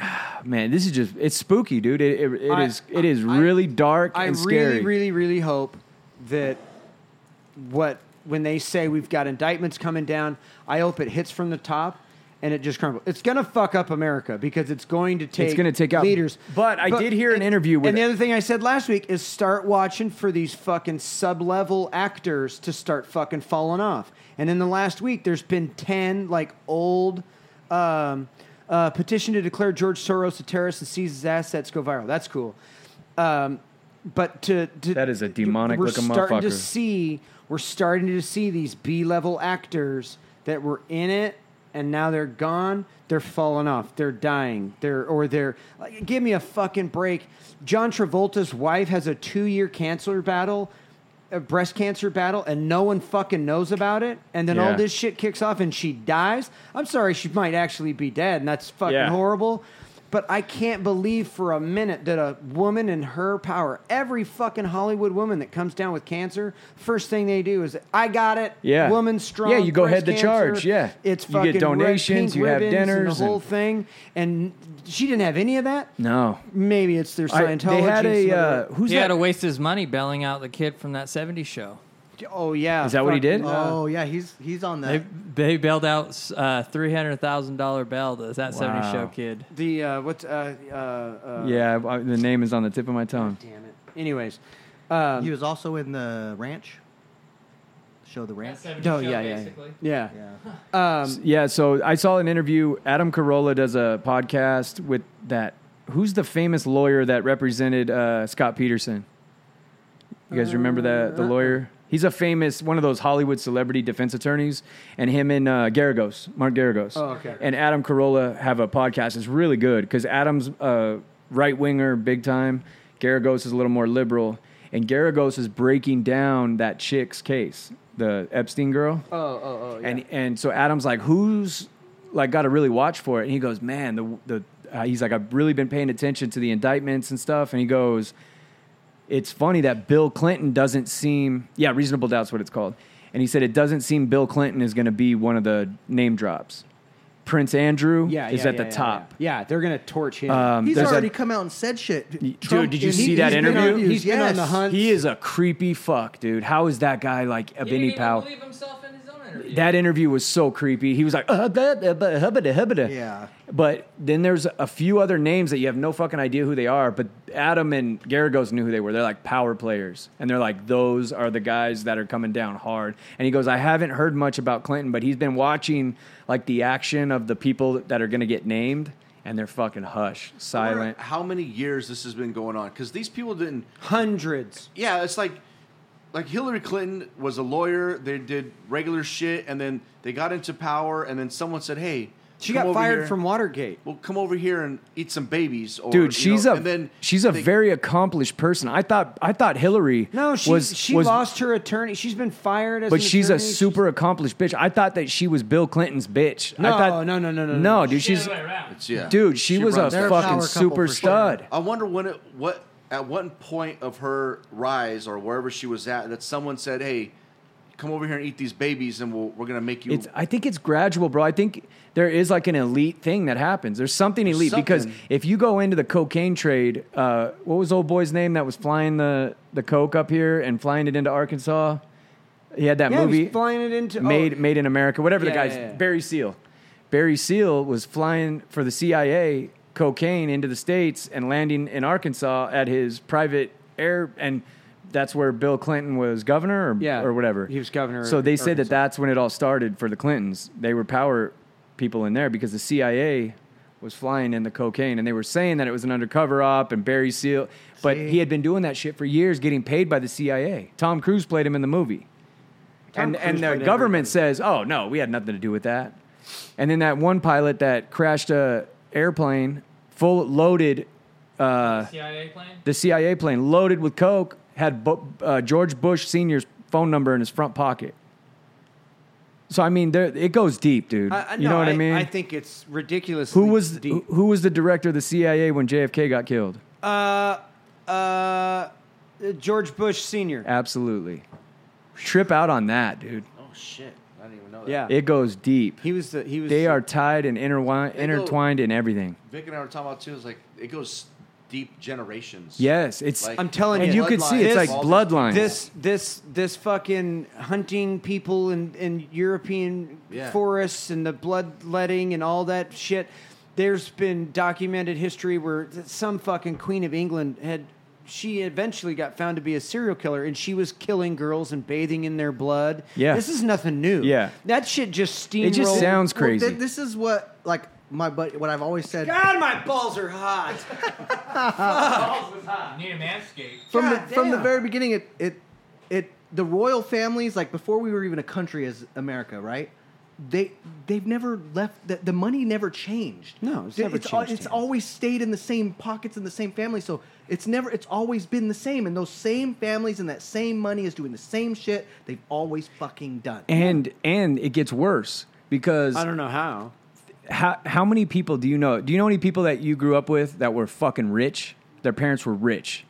[SPEAKER 1] "Ah, Man, this is just—it's spooky, dude. It, it, it is
[SPEAKER 2] I-
[SPEAKER 1] It is really dark
[SPEAKER 2] I
[SPEAKER 1] and
[SPEAKER 2] really,
[SPEAKER 1] scary.
[SPEAKER 2] really, really hope that what when they say we've got indictments coming down, I hope it hits from the top and it just crumbles. It's gonna fuck up America because it's going to take
[SPEAKER 1] It's gonna take out-
[SPEAKER 2] leaders.
[SPEAKER 1] But I did hear an
[SPEAKER 2] and-
[SPEAKER 1] interview with-
[SPEAKER 2] and the other thing I said last week is start watching for these fucking sub level actors to start fucking falling off. And in the last week, there's been ten like old. Um, uh, petition to declare George Soros a terrorist and seize his assets go viral. That's cool. Um, but to, to
[SPEAKER 1] That is a demonic
[SPEAKER 2] we're
[SPEAKER 1] looking
[SPEAKER 2] starting to
[SPEAKER 1] motherfucker.
[SPEAKER 2] see we're starting to see these B level actors that were in it and now they're gone. They're falling off. They're dying. They're or they're like, give me a fucking break. John Travolta's wife has a two year cancer battle. A breast cancer battle, and no one fucking knows about it. And then all
[SPEAKER 1] Yeah.
[SPEAKER 2] this shit kicks off, and she dies. I'm sorry, she might actually be dead, and that's fucking
[SPEAKER 1] Yeah.
[SPEAKER 2] horrible horrible. But I can't believe for a minute that a woman in her power, every fucking Hollywood woman that comes down with cancer, first thing they do is, I got it.
[SPEAKER 1] Yeah.
[SPEAKER 2] Woman strong.
[SPEAKER 1] Yeah, you go head
[SPEAKER 2] breast
[SPEAKER 1] to
[SPEAKER 2] cancer.
[SPEAKER 1] charge, yeah.
[SPEAKER 2] It's
[SPEAKER 1] You get
[SPEAKER 2] fucking red-
[SPEAKER 1] donations,
[SPEAKER 2] pink
[SPEAKER 1] you have
[SPEAKER 2] ribbons and
[SPEAKER 1] dinners
[SPEAKER 2] The
[SPEAKER 1] and-
[SPEAKER 2] whole thing. And she didn't have any of that.
[SPEAKER 1] no,
[SPEAKER 2] Maybe it's their
[SPEAKER 1] I-
[SPEAKER 2] Scientology.
[SPEAKER 1] they had a,
[SPEAKER 2] some
[SPEAKER 1] uh,
[SPEAKER 2] other-
[SPEAKER 1] who's
[SPEAKER 5] he
[SPEAKER 1] that?
[SPEAKER 5] had to waste his money bailing out the kid from that '70s show.
[SPEAKER 2] oh, yeah.
[SPEAKER 1] uh, Is that what he
[SPEAKER 2] fucking,
[SPEAKER 1] did?
[SPEAKER 2] uh,
[SPEAKER 4] Oh yeah, he's he's on
[SPEAKER 5] They
[SPEAKER 4] that.
[SPEAKER 5] they bailed out uh, three hundred thousand dollar bail to that
[SPEAKER 1] Wow.
[SPEAKER 5] '70s show kid.
[SPEAKER 2] the, uh, what's, uh, uh, uh,
[SPEAKER 1] yeah, I- the name is on the tip of my tongue.
[SPEAKER 2] Damn it. Anyways. Um,
[SPEAKER 4] he was also in the Ranch. Show the Ranch.
[SPEAKER 2] oh, yeah, yeah, yeah.
[SPEAKER 4] Yeah.
[SPEAKER 2] Yeah. Um,
[SPEAKER 1] Yeah, so I saw an interview. Adam Carolla does a podcast with that. Who's the famous lawyer that represented uh, Scott Peterson? You guys remember that
[SPEAKER 2] Uh,
[SPEAKER 1] the lawyer? He's a famous one of those Hollywood celebrity defense attorneys, and him and uh, Garagos, Mark Garagos,
[SPEAKER 2] Oh, okay.
[SPEAKER 1] and Adam Carolla have a podcast. It's really good because Adam's a right winger, big time. Garagos is a little more liberal, and Garagos is breaking down that chick's case the Epstein girl.
[SPEAKER 2] Oh, oh, oh. Yeah.
[SPEAKER 1] And and so Adam's like, who's like got to really watch for it? And he goes, man, the the uh, he's like, I've really been paying attention to the indictments and stuff. And he goes, it's funny that Bill Clinton doesn't seem yeah, reasonable doubt's what it's called. And he said it doesn't seem Bill Clinton is going to be one of the name drops. Prince Andrew
[SPEAKER 2] yeah,
[SPEAKER 1] is
[SPEAKER 2] yeah,
[SPEAKER 1] at
[SPEAKER 2] yeah,
[SPEAKER 1] the
[SPEAKER 2] yeah,
[SPEAKER 1] top.
[SPEAKER 2] Yeah, Yeah, they're gonna torch him.
[SPEAKER 1] Um,
[SPEAKER 4] He's
[SPEAKER 1] there's a-
[SPEAKER 4] already come out and said shit.
[SPEAKER 1] dude, did you see that interview?
[SPEAKER 4] He's
[SPEAKER 2] He's been on the hunt.
[SPEAKER 1] He is a creepy fuck, dude. How is that guy like of any power? That interview was so creepy. He was like, uh, blah, blah, blah, hubbada, hubbada.
[SPEAKER 4] Yeah.
[SPEAKER 1] But then there's a few other names that you have no fucking idea who they are. But Adam and Garagos knew who they were. They're like power players, and they're like, those are the guys that are coming down hard. And he goes, I haven't heard much about Clinton, but he's been watching like the action of the people that are going to get named, and they're fucking hush,
[SPEAKER 6] I wonder
[SPEAKER 1] silent.
[SPEAKER 6] How many years this has been going on? Because these people didn't.
[SPEAKER 2] Hundreds.
[SPEAKER 6] Yeah, it's like, like Hillary Clinton was a lawyer. They did regular shit, and then they got into power, and then someone said, "Hey,
[SPEAKER 2] She
[SPEAKER 6] come
[SPEAKER 2] got
[SPEAKER 6] over
[SPEAKER 2] fired
[SPEAKER 6] here.
[SPEAKER 2] from Watergate.
[SPEAKER 6] Well, come over here and eat some babies, or,
[SPEAKER 1] Dude, she's
[SPEAKER 6] you know,
[SPEAKER 1] a
[SPEAKER 6] and then
[SPEAKER 1] she's a
[SPEAKER 6] they-
[SPEAKER 1] very accomplished person. I thought I thought Hillary
[SPEAKER 2] No, she
[SPEAKER 1] was
[SPEAKER 2] she
[SPEAKER 1] was,
[SPEAKER 2] lost her attorney. She's been fired as
[SPEAKER 1] but
[SPEAKER 2] an
[SPEAKER 1] she's a
[SPEAKER 2] attorney.
[SPEAKER 1] super accomplished bitch. I thought that she was Bill Clinton's bitch. I
[SPEAKER 2] No,
[SPEAKER 1] thought,
[SPEAKER 2] no, no, no, no,
[SPEAKER 1] no,
[SPEAKER 2] no.
[SPEAKER 1] dude. She's
[SPEAKER 6] It's- yeah.
[SPEAKER 1] dude. She, was a
[SPEAKER 6] runs that.
[SPEAKER 1] fucking super stud.
[SPEAKER 6] I wonder when it what at what point of her rise or wherever she was at that someone said, "Hey, come over here and eat these babies, and we'll, we're gonna make you."
[SPEAKER 1] It's I think it's gradual, bro. I think there is like an elite thing that happens. There's something elite because
[SPEAKER 6] something.
[SPEAKER 1] if you go into the cocaine trade, uh, what was old boy's name that was flying the the coke up here and flying it into Arkansas? He had that
[SPEAKER 2] yeah,
[SPEAKER 1] movie.
[SPEAKER 2] he's flying it into
[SPEAKER 1] made
[SPEAKER 2] oh,
[SPEAKER 1] made in America, whatever the
[SPEAKER 2] Yeah,
[SPEAKER 1] guy's
[SPEAKER 2] yeah, yeah.
[SPEAKER 1] Barry Seal. Barry Seal was flying for the CIA cocaine into the states and landing in Arkansas at his private air and that's where Bill Clinton was governor or,
[SPEAKER 2] Yeah,
[SPEAKER 1] or whatever.
[SPEAKER 2] he was governor
[SPEAKER 1] So
[SPEAKER 2] of
[SPEAKER 1] they say that
[SPEAKER 2] Arkansas.
[SPEAKER 1] that's when it all started for the Clintons. They were power people in there because the CIA was flying in the cocaine and they were saying that it was an undercover op and Barry Seal but
[SPEAKER 2] See?
[SPEAKER 1] he had been doing that shit for years getting paid by the CIA. Tom Cruise played him in the movie
[SPEAKER 2] Tom
[SPEAKER 1] and and
[SPEAKER 2] Cruise
[SPEAKER 1] the
[SPEAKER 2] played
[SPEAKER 1] government says, "Oh no, we had nothing to do with that." And then that one pilot that crashed a airplane full loaded, uh,
[SPEAKER 5] CIA plane?
[SPEAKER 1] the CIA plane loaded with coke had Bo- uh, George Bush Senior's phone number in his front pocket. So I mean, there it goes deep, dude.
[SPEAKER 2] I- I-
[SPEAKER 1] you
[SPEAKER 2] no,
[SPEAKER 1] know what I,
[SPEAKER 2] I
[SPEAKER 1] mean?
[SPEAKER 2] I think it's ridiculous.
[SPEAKER 1] who was
[SPEAKER 2] deep.
[SPEAKER 1] who was the director of the CIA when JFK got killed?
[SPEAKER 2] uh uh George Bush Senior?
[SPEAKER 1] Uh, Absolutely, trip out on that, dude.
[SPEAKER 6] oh shit! I didn't even know that.
[SPEAKER 2] Yeah,
[SPEAKER 1] It goes deep.
[SPEAKER 2] he was the he was.
[SPEAKER 1] They
[SPEAKER 2] the-
[SPEAKER 1] are tied and interwined,
[SPEAKER 6] They go-
[SPEAKER 1] intertwined in everything.
[SPEAKER 6] Vic and I were talking about too. Is like it goes deep generations.
[SPEAKER 1] Yes, it's.
[SPEAKER 6] Like-
[SPEAKER 2] I'm telling
[SPEAKER 1] and
[SPEAKER 2] you,
[SPEAKER 1] you could see
[SPEAKER 6] bloodlines,
[SPEAKER 1] it's like
[SPEAKER 6] all these-
[SPEAKER 1] bloodlines.
[SPEAKER 2] This this this fucking hunting people in, in European
[SPEAKER 6] Yeah.
[SPEAKER 2] forests and the bloodletting and all that shit. There's been documented history where th- some fucking queen of England had she eventually got found to be a serial killer and she was killing girls and bathing in their blood.
[SPEAKER 1] Yeah.
[SPEAKER 2] This is nothing new.
[SPEAKER 1] Yeah.
[SPEAKER 2] That shit just steamrolled.
[SPEAKER 1] it just sounds
[SPEAKER 4] Well, thi-
[SPEAKER 1] crazy.
[SPEAKER 4] this is what like my buddy. What I've always said
[SPEAKER 2] God, my balls are hot.
[SPEAKER 5] Need a manscape.
[SPEAKER 4] from
[SPEAKER 2] God
[SPEAKER 4] the, from the
[SPEAKER 2] damn.
[SPEAKER 4] very beginning. It it it the royal families like before we were even a country as America, right? They they've never left. The, the money never changed.
[SPEAKER 2] No, it's
[SPEAKER 4] Th-
[SPEAKER 2] never
[SPEAKER 4] al-
[SPEAKER 2] changed
[SPEAKER 4] It's
[SPEAKER 2] hands.
[SPEAKER 4] always stayed in the same pockets in the same family. So it's never. It's always been the same. And those same families and that same money is doing the same shit they've always fucking done.
[SPEAKER 1] and and it gets worse because
[SPEAKER 2] I don't know how.
[SPEAKER 1] how how many people do you know? Do you know any people that you grew up with that were fucking rich? Their parents were rich.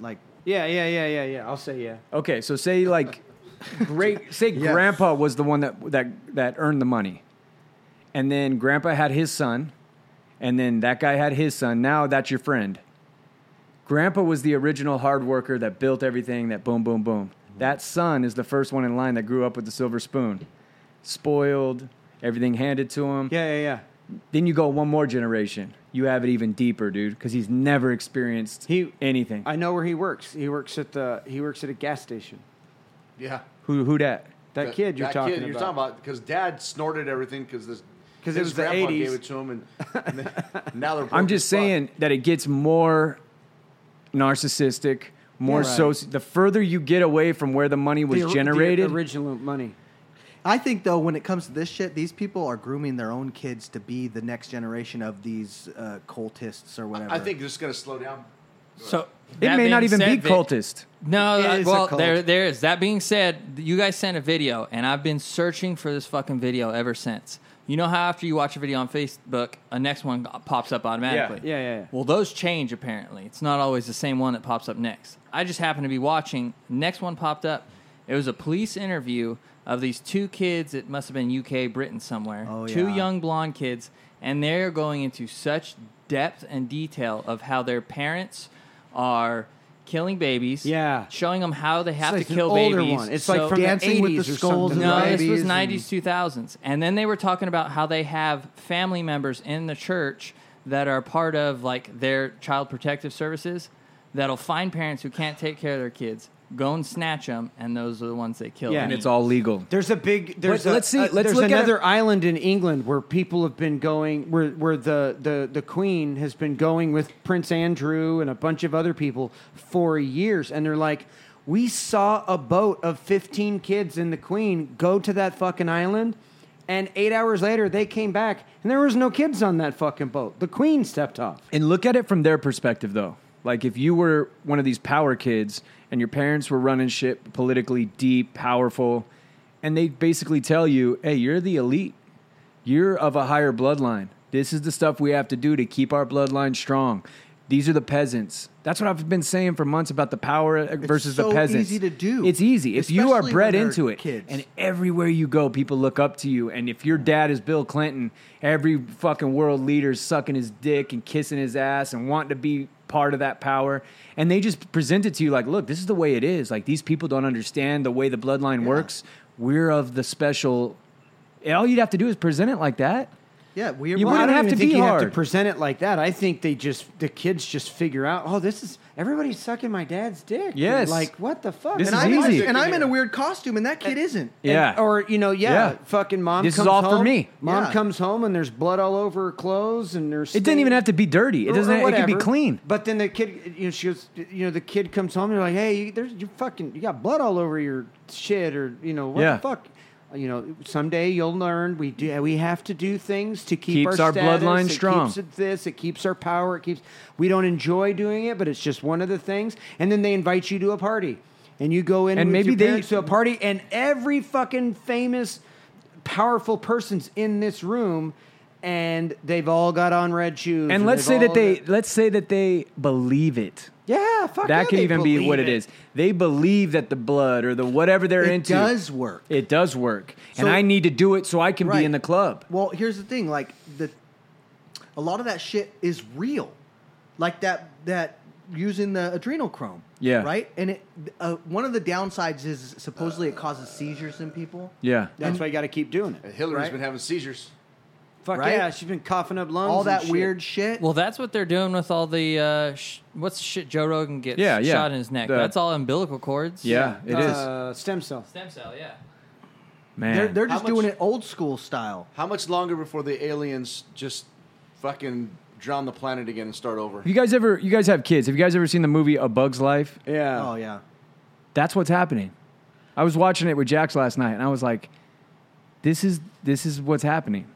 [SPEAKER 4] like
[SPEAKER 2] Yeah, yeah, yeah, yeah, yeah. I'll say yeah.
[SPEAKER 1] Okay, so say like great say
[SPEAKER 4] Yes.
[SPEAKER 1] grandpa was the one that that that earned the money. And then grandpa had his son, and then that guy had his son. Now that's your friend. Grandpa was the original hard worker that built everything that boom boom boom. That son is the first one in line that grew up with the silver spoon. Spoiled, everything handed to him.
[SPEAKER 2] Yeah, yeah, yeah.
[SPEAKER 1] Then you go one more generation. You have it even deeper, dude, cuz he's never experienced
[SPEAKER 2] He-
[SPEAKER 1] anything.
[SPEAKER 2] I know where he works. He works at the he works at a gas station.
[SPEAKER 6] yeah.
[SPEAKER 1] who who dat?
[SPEAKER 2] That kid you're
[SPEAKER 6] that
[SPEAKER 2] talking
[SPEAKER 6] kid
[SPEAKER 2] about.
[SPEAKER 6] you're talking about because dad snorted everything because this
[SPEAKER 2] 'Cause it
[SPEAKER 6] his
[SPEAKER 2] was the
[SPEAKER 6] grandpa
[SPEAKER 2] 80s.
[SPEAKER 6] gave it to him and, and then- now they're
[SPEAKER 1] I'm
[SPEAKER 6] broke
[SPEAKER 1] just
[SPEAKER 6] as fuck.
[SPEAKER 1] saying that it gets more narcissistic, more
[SPEAKER 2] Yeah. Right.
[SPEAKER 1] so. The further you get away from where the money was
[SPEAKER 2] The or- the
[SPEAKER 1] generated,
[SPEAKER 2] original money.
[SPEAKER 4] I think though, when it comes to this shit, these people are grooming their own kids to be the next generation of these uh, cultists or whatever.
[SPEAKER 6] I think this is gonna slow down.
[SPEAKER 5] So
[SPEAKER 1] It may not
[SPEAKER 5] being
[SPEAKER 1] even be
[SPEAKER 5] Vic-
[SPEAKER 1] cultist.
[SPEAKER 5] No,
[SPEAKER 1] It
[SPEAKER 5] uh,
[SPEAKER 1] is a
[SPEAKER 5] well,
[SPEAKER 1] cult.
[SPEAKER 5] there, there is. That being said, you guys sent a video, and I've been searching for this fucking video ever since. You know how after you watch a video on Facebook, a next one pops up automatically.
[SPEAKER 2] Yeah, yeah, yeah.
[SPEAKER 5] Well, those change apparently. It's not always the same one that pops up next. I just happened to be watching. Next one popped up. It was a police interview of these two kids. It must have been UK, Britain somewhere.
[SPEAKER 4] Oh,
[SPEAKER 5] Two
[SPEAKER 4] yeah.
[SPEAKER 5] young blonde kids, and they're going into such depth and detail of how their parents are killing babies. Yeah, showing them how they have
[SPEAKER 2] like
[SPEAKER 5] to
[SPEAKER 2] an
[SPEAKER 5] kill
[SPEAKER 2] older
[SPEAKER 5] babies.
[SPEAKER 2] one. It's like from the
[SPEAKER 4] Dancing with the 80s or skulls something. and
[SPEAKER 5] No, this
[SPEAKER 4] babies
[SPEAKER 5] was
[SPEAKER 4] and-
[SPEAKER 5] nineties, two thousands, and then they were talking about how they have family members in the church that are part of like their child protective services that'll find parents who can't take care of their kids, go and snatch them, and those are the ones they kill.
[SPEAKER 2] Yeah.
[SPEAKER 1] and it's all legal.
[SPEAKER 2] There's a big. There's
[SPEAKER 5] Wait,
[SPEAKER 2] a-
[SPEAKER 5] let's see-
[SPEAKER 2] a-
[SPEAKER 5] let's
[SPEAKER 2] there's
[SPEAKER 5] look at
[SPEAKER 2] another island in England where people have been going, where where the, the the Queen has been going with Prince Andrew and a bunch of other people for years, and they're like, we saw a boat of 15 kids in the Queen go to that fucking island. And eight hours later, they came back, and there was no kids on that fucking boat. The Queen stepped off.
[SPEAKER 1] And look at it from their perspective, though. Like if you were one of these power kids and your parents were running shit politically deep, powerful, and they basically tell you, "Hey, you're the elite. You're of a higher bloodline. This is the stuff we have to do to keep our bloodline strong." These are the peasants. That's what I've been saying for months about the power versus
[SPEAKER 4] so
[SPEAKER 1] the peasants.
[SPEAKER 4] easy to do.
[SPEAKER 1] It's easy if you are
[SPEAKER 4] Especially when
[SPEAKER 1] bred
[SPEAKER 4] they're
[SPEAKER 1] into it.
[SPEAKER 4] kids.
[SPEAKER 1] And everywhere you go, people look up to you. And if your dad is Bill Clinton, every fucking world leader is sucking his dick and kissing his ass and wanting to be part of that power. And they just present it to you like, look, this is the way it is. Like these people don't understand the way the bloodline works. We're of the special. And all you'd have to do is present it like that.
[SPEAKER 4] Yeah, we
[SPEAKER 1] You wouldn't
[SPEAKER 2] I don't
[SPEAKER 1] have to
[SPEAKER 2] even think
[SPEAKER 1] be
[SPEAKER 2] you Have
[SPEAKER 1] hard.
[SPEAKER 2] to present it like that. I think they just the kids just figure out. Oh, this is everybody's sucking my dad's dick.
[SPEAKER 1] Yes.
[SPEAKER 2] like what the fuck?
[SPEAKER 1] This
[SPEAKER 2] and
[SPEAKER 1] is
[SPEAKER 2] I'm,
[SPEAKER 1] easy.
[SPEAKER 4] And I'm in a weird costume, and that kid isn't.
[SPEAKER 1] Yeah.
[SPEAKER 2] or you know, yeah,
[SPEAKER 1] Yeah.
[SPEAKER 2] fucking mom.
[SPEAKER 1] This is
[SPEAKER 2] comes
[SPEAKER 1] all for
[SPEAKER 2] home,
[SPEAKER 1] me.
[SPEAKER 2] Mom
[SPEAKER 4] Yeah.
[SPEAKER 2] comes home and there's blood all over her clothes and there's.
[SPEAKER 1] It didn't even have to be dirty. It doesn't. It could be clean.
[SPEAKER 2] But then the kid, you know, she goes, you know, the kid comes home. and You're like, hey, you, there's you fucking, you got blood all over your shit, or you know, what
[SPEAKER 1] Yeah.
[SPEAKER 2] the fuck. You know, someday you'll learn. We do. We have to do things to keep
[SPEAKER 1] Keeps our
[SPEAKER 2] status.
[SPEAKER 1] bloodline
[SPEAKER 2] It
[SPEAKER 1] strong.
[SPEAKER 2] keeps it this. It keeps our power. It keeps. We don't enjoy doing it, but it's just one of the things. And then they invite you to a party, and you go in
[SPEAKER 1] And
[SPEAKER 2] with
[SPEAKER 1] maybe
[SPEAKER 2] your
[SPEAKER 1] they-
[SPEAKER 2] parents to a party, and every fucking famous, powerful person's in this room, and they've all got on red shoes.
[SPEAKER 1] And let's say
[SPEAKER 2] they've
[SPEAKER 1] that
[SPEAKER 2] all
[SPEAKER 1] they
[SPEAKER 2] got-
[SPEAKER 1] let's say that they believe it.
[SPEAKER 2] yeah, fuck yeah,
[SPEAKER 1] that could
[SPEAKER 2] they
[SPEAKER 1] even be
[SPEAKER 2] believe
[SPEAKER 1] what it is. They believe that the blood or the whatever they're
[SPEAKER 4] It
[SPEAKER 1] into
[SPEAKER 4] does work.
[SPEAKER 1] It does work, and
[SPEAKER 4] So-
[SPEAKER 1] I need to do it so I can
[SPEAKER 4] Right.
[SPEAKER 1] be in the club.
[SPEAKER 4] Well, here's the thing: like the, a lot of that shit is real, like that that using the adrenochrome.
[SPEAKER 1] Yeah.
[SPEAKER 4] Right. And it uh, one of the downsides is supposedly it causes seizures in people.
[SPEAKER 1] Yeah,
[SPEAKER 2] That's why you got to keep doing it.
[SPEAKER 6] Hillary's
[SPEAKER 4] Right?
[SPEAKER 6] been having seizures.
[SPEAKER 2] Fuck
[SPEAKER 4] Right?
[SPEAKER 2] yeah, she's been coughing up lungs.
[SPEAKER 4] All
[SPEAKER 2] and
[SPEAKER 4] that
[SPEAKER 2] shit.
[SPEAKER 4] weird shit.
[SPEAKER 5] Well, that's what they're doing with all the uh, sh- what's the shit Joe Rogan gets
[SPEAKER 1] Yeah, yeah.
[SPEAKER 5] shot in his neck.
[SPEAKER 1] The-
[SPEAKER 5] that's all umbilical cords.
[SPEAKER 1] Yeah, it is.
[SPEAKER 2] Uh, stem cell.
[SPEAKER 5] stem cell. Yeah,
[SPEAKER 1] man.
[SPEAKER 4] They're, they're
[SPEAKER 6] How
[SPEAKER 4] just
[SPEAKER 6] much-
[SPEAKER 4] doing it old school style.
[SPEAKER 6] How much longer before the aliens just fucking drown the planet again and start over?
[SPEAKER 1] you guys ever you guys have kids? Have you guys ever seen the movie A Bug's Life?
[SPEAKER 2] Yeah.
[SPEAKER 4] Oh yeah.
[SPEAKER 1] That's what's happening. I was watching it with Jax last night, and I was like, "This is this is what's happening.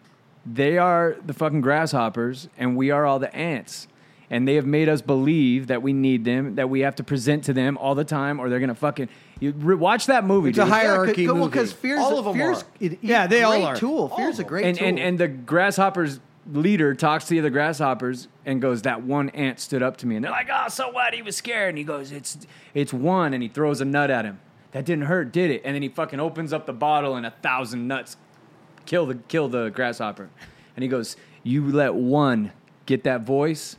[SPEAKER 1] They are the fucking grasshoppers, and we are all the ants." And they have made us believe that we need them, that we have to present to them all the time, or they're gonna fucking. You re- watch that movie.
[SPEAKER 2] It's a
[SPEAKER 1] dude.
[SPEAKER 2] hierarchy
[SPEAKER 4] yeah,
[SPEAKER 2] movie.
[SPEAKER 4] because fear's
[SPEAKER 6] All of 'em
[SPEAKER 4] fear's,
[SPEAKER 6] are.
[SPEAKER 4] It,
[SPEAKER 2] Yeah, they
[SPEAKER 4] great
[SPEAKER 2] all are.
[SPEAKER 4] Tool. Fear's a great
[SPEAKER 1] and,
[SPEAKER 4] tool.
[SPEAKER 1] and and the grasshoppers leader talks to the other grasshoppers and goes, "That one ant stood up to me," and they're like, "Oh, so what?" He was scared, and he goes, "It's it's one," and he throws a nut at him. That didn't hurt, did it? And then he fucking opens up the bottle, and a thousand nuts kill the kill the grasshopper. And he goes, "You let one get that voice."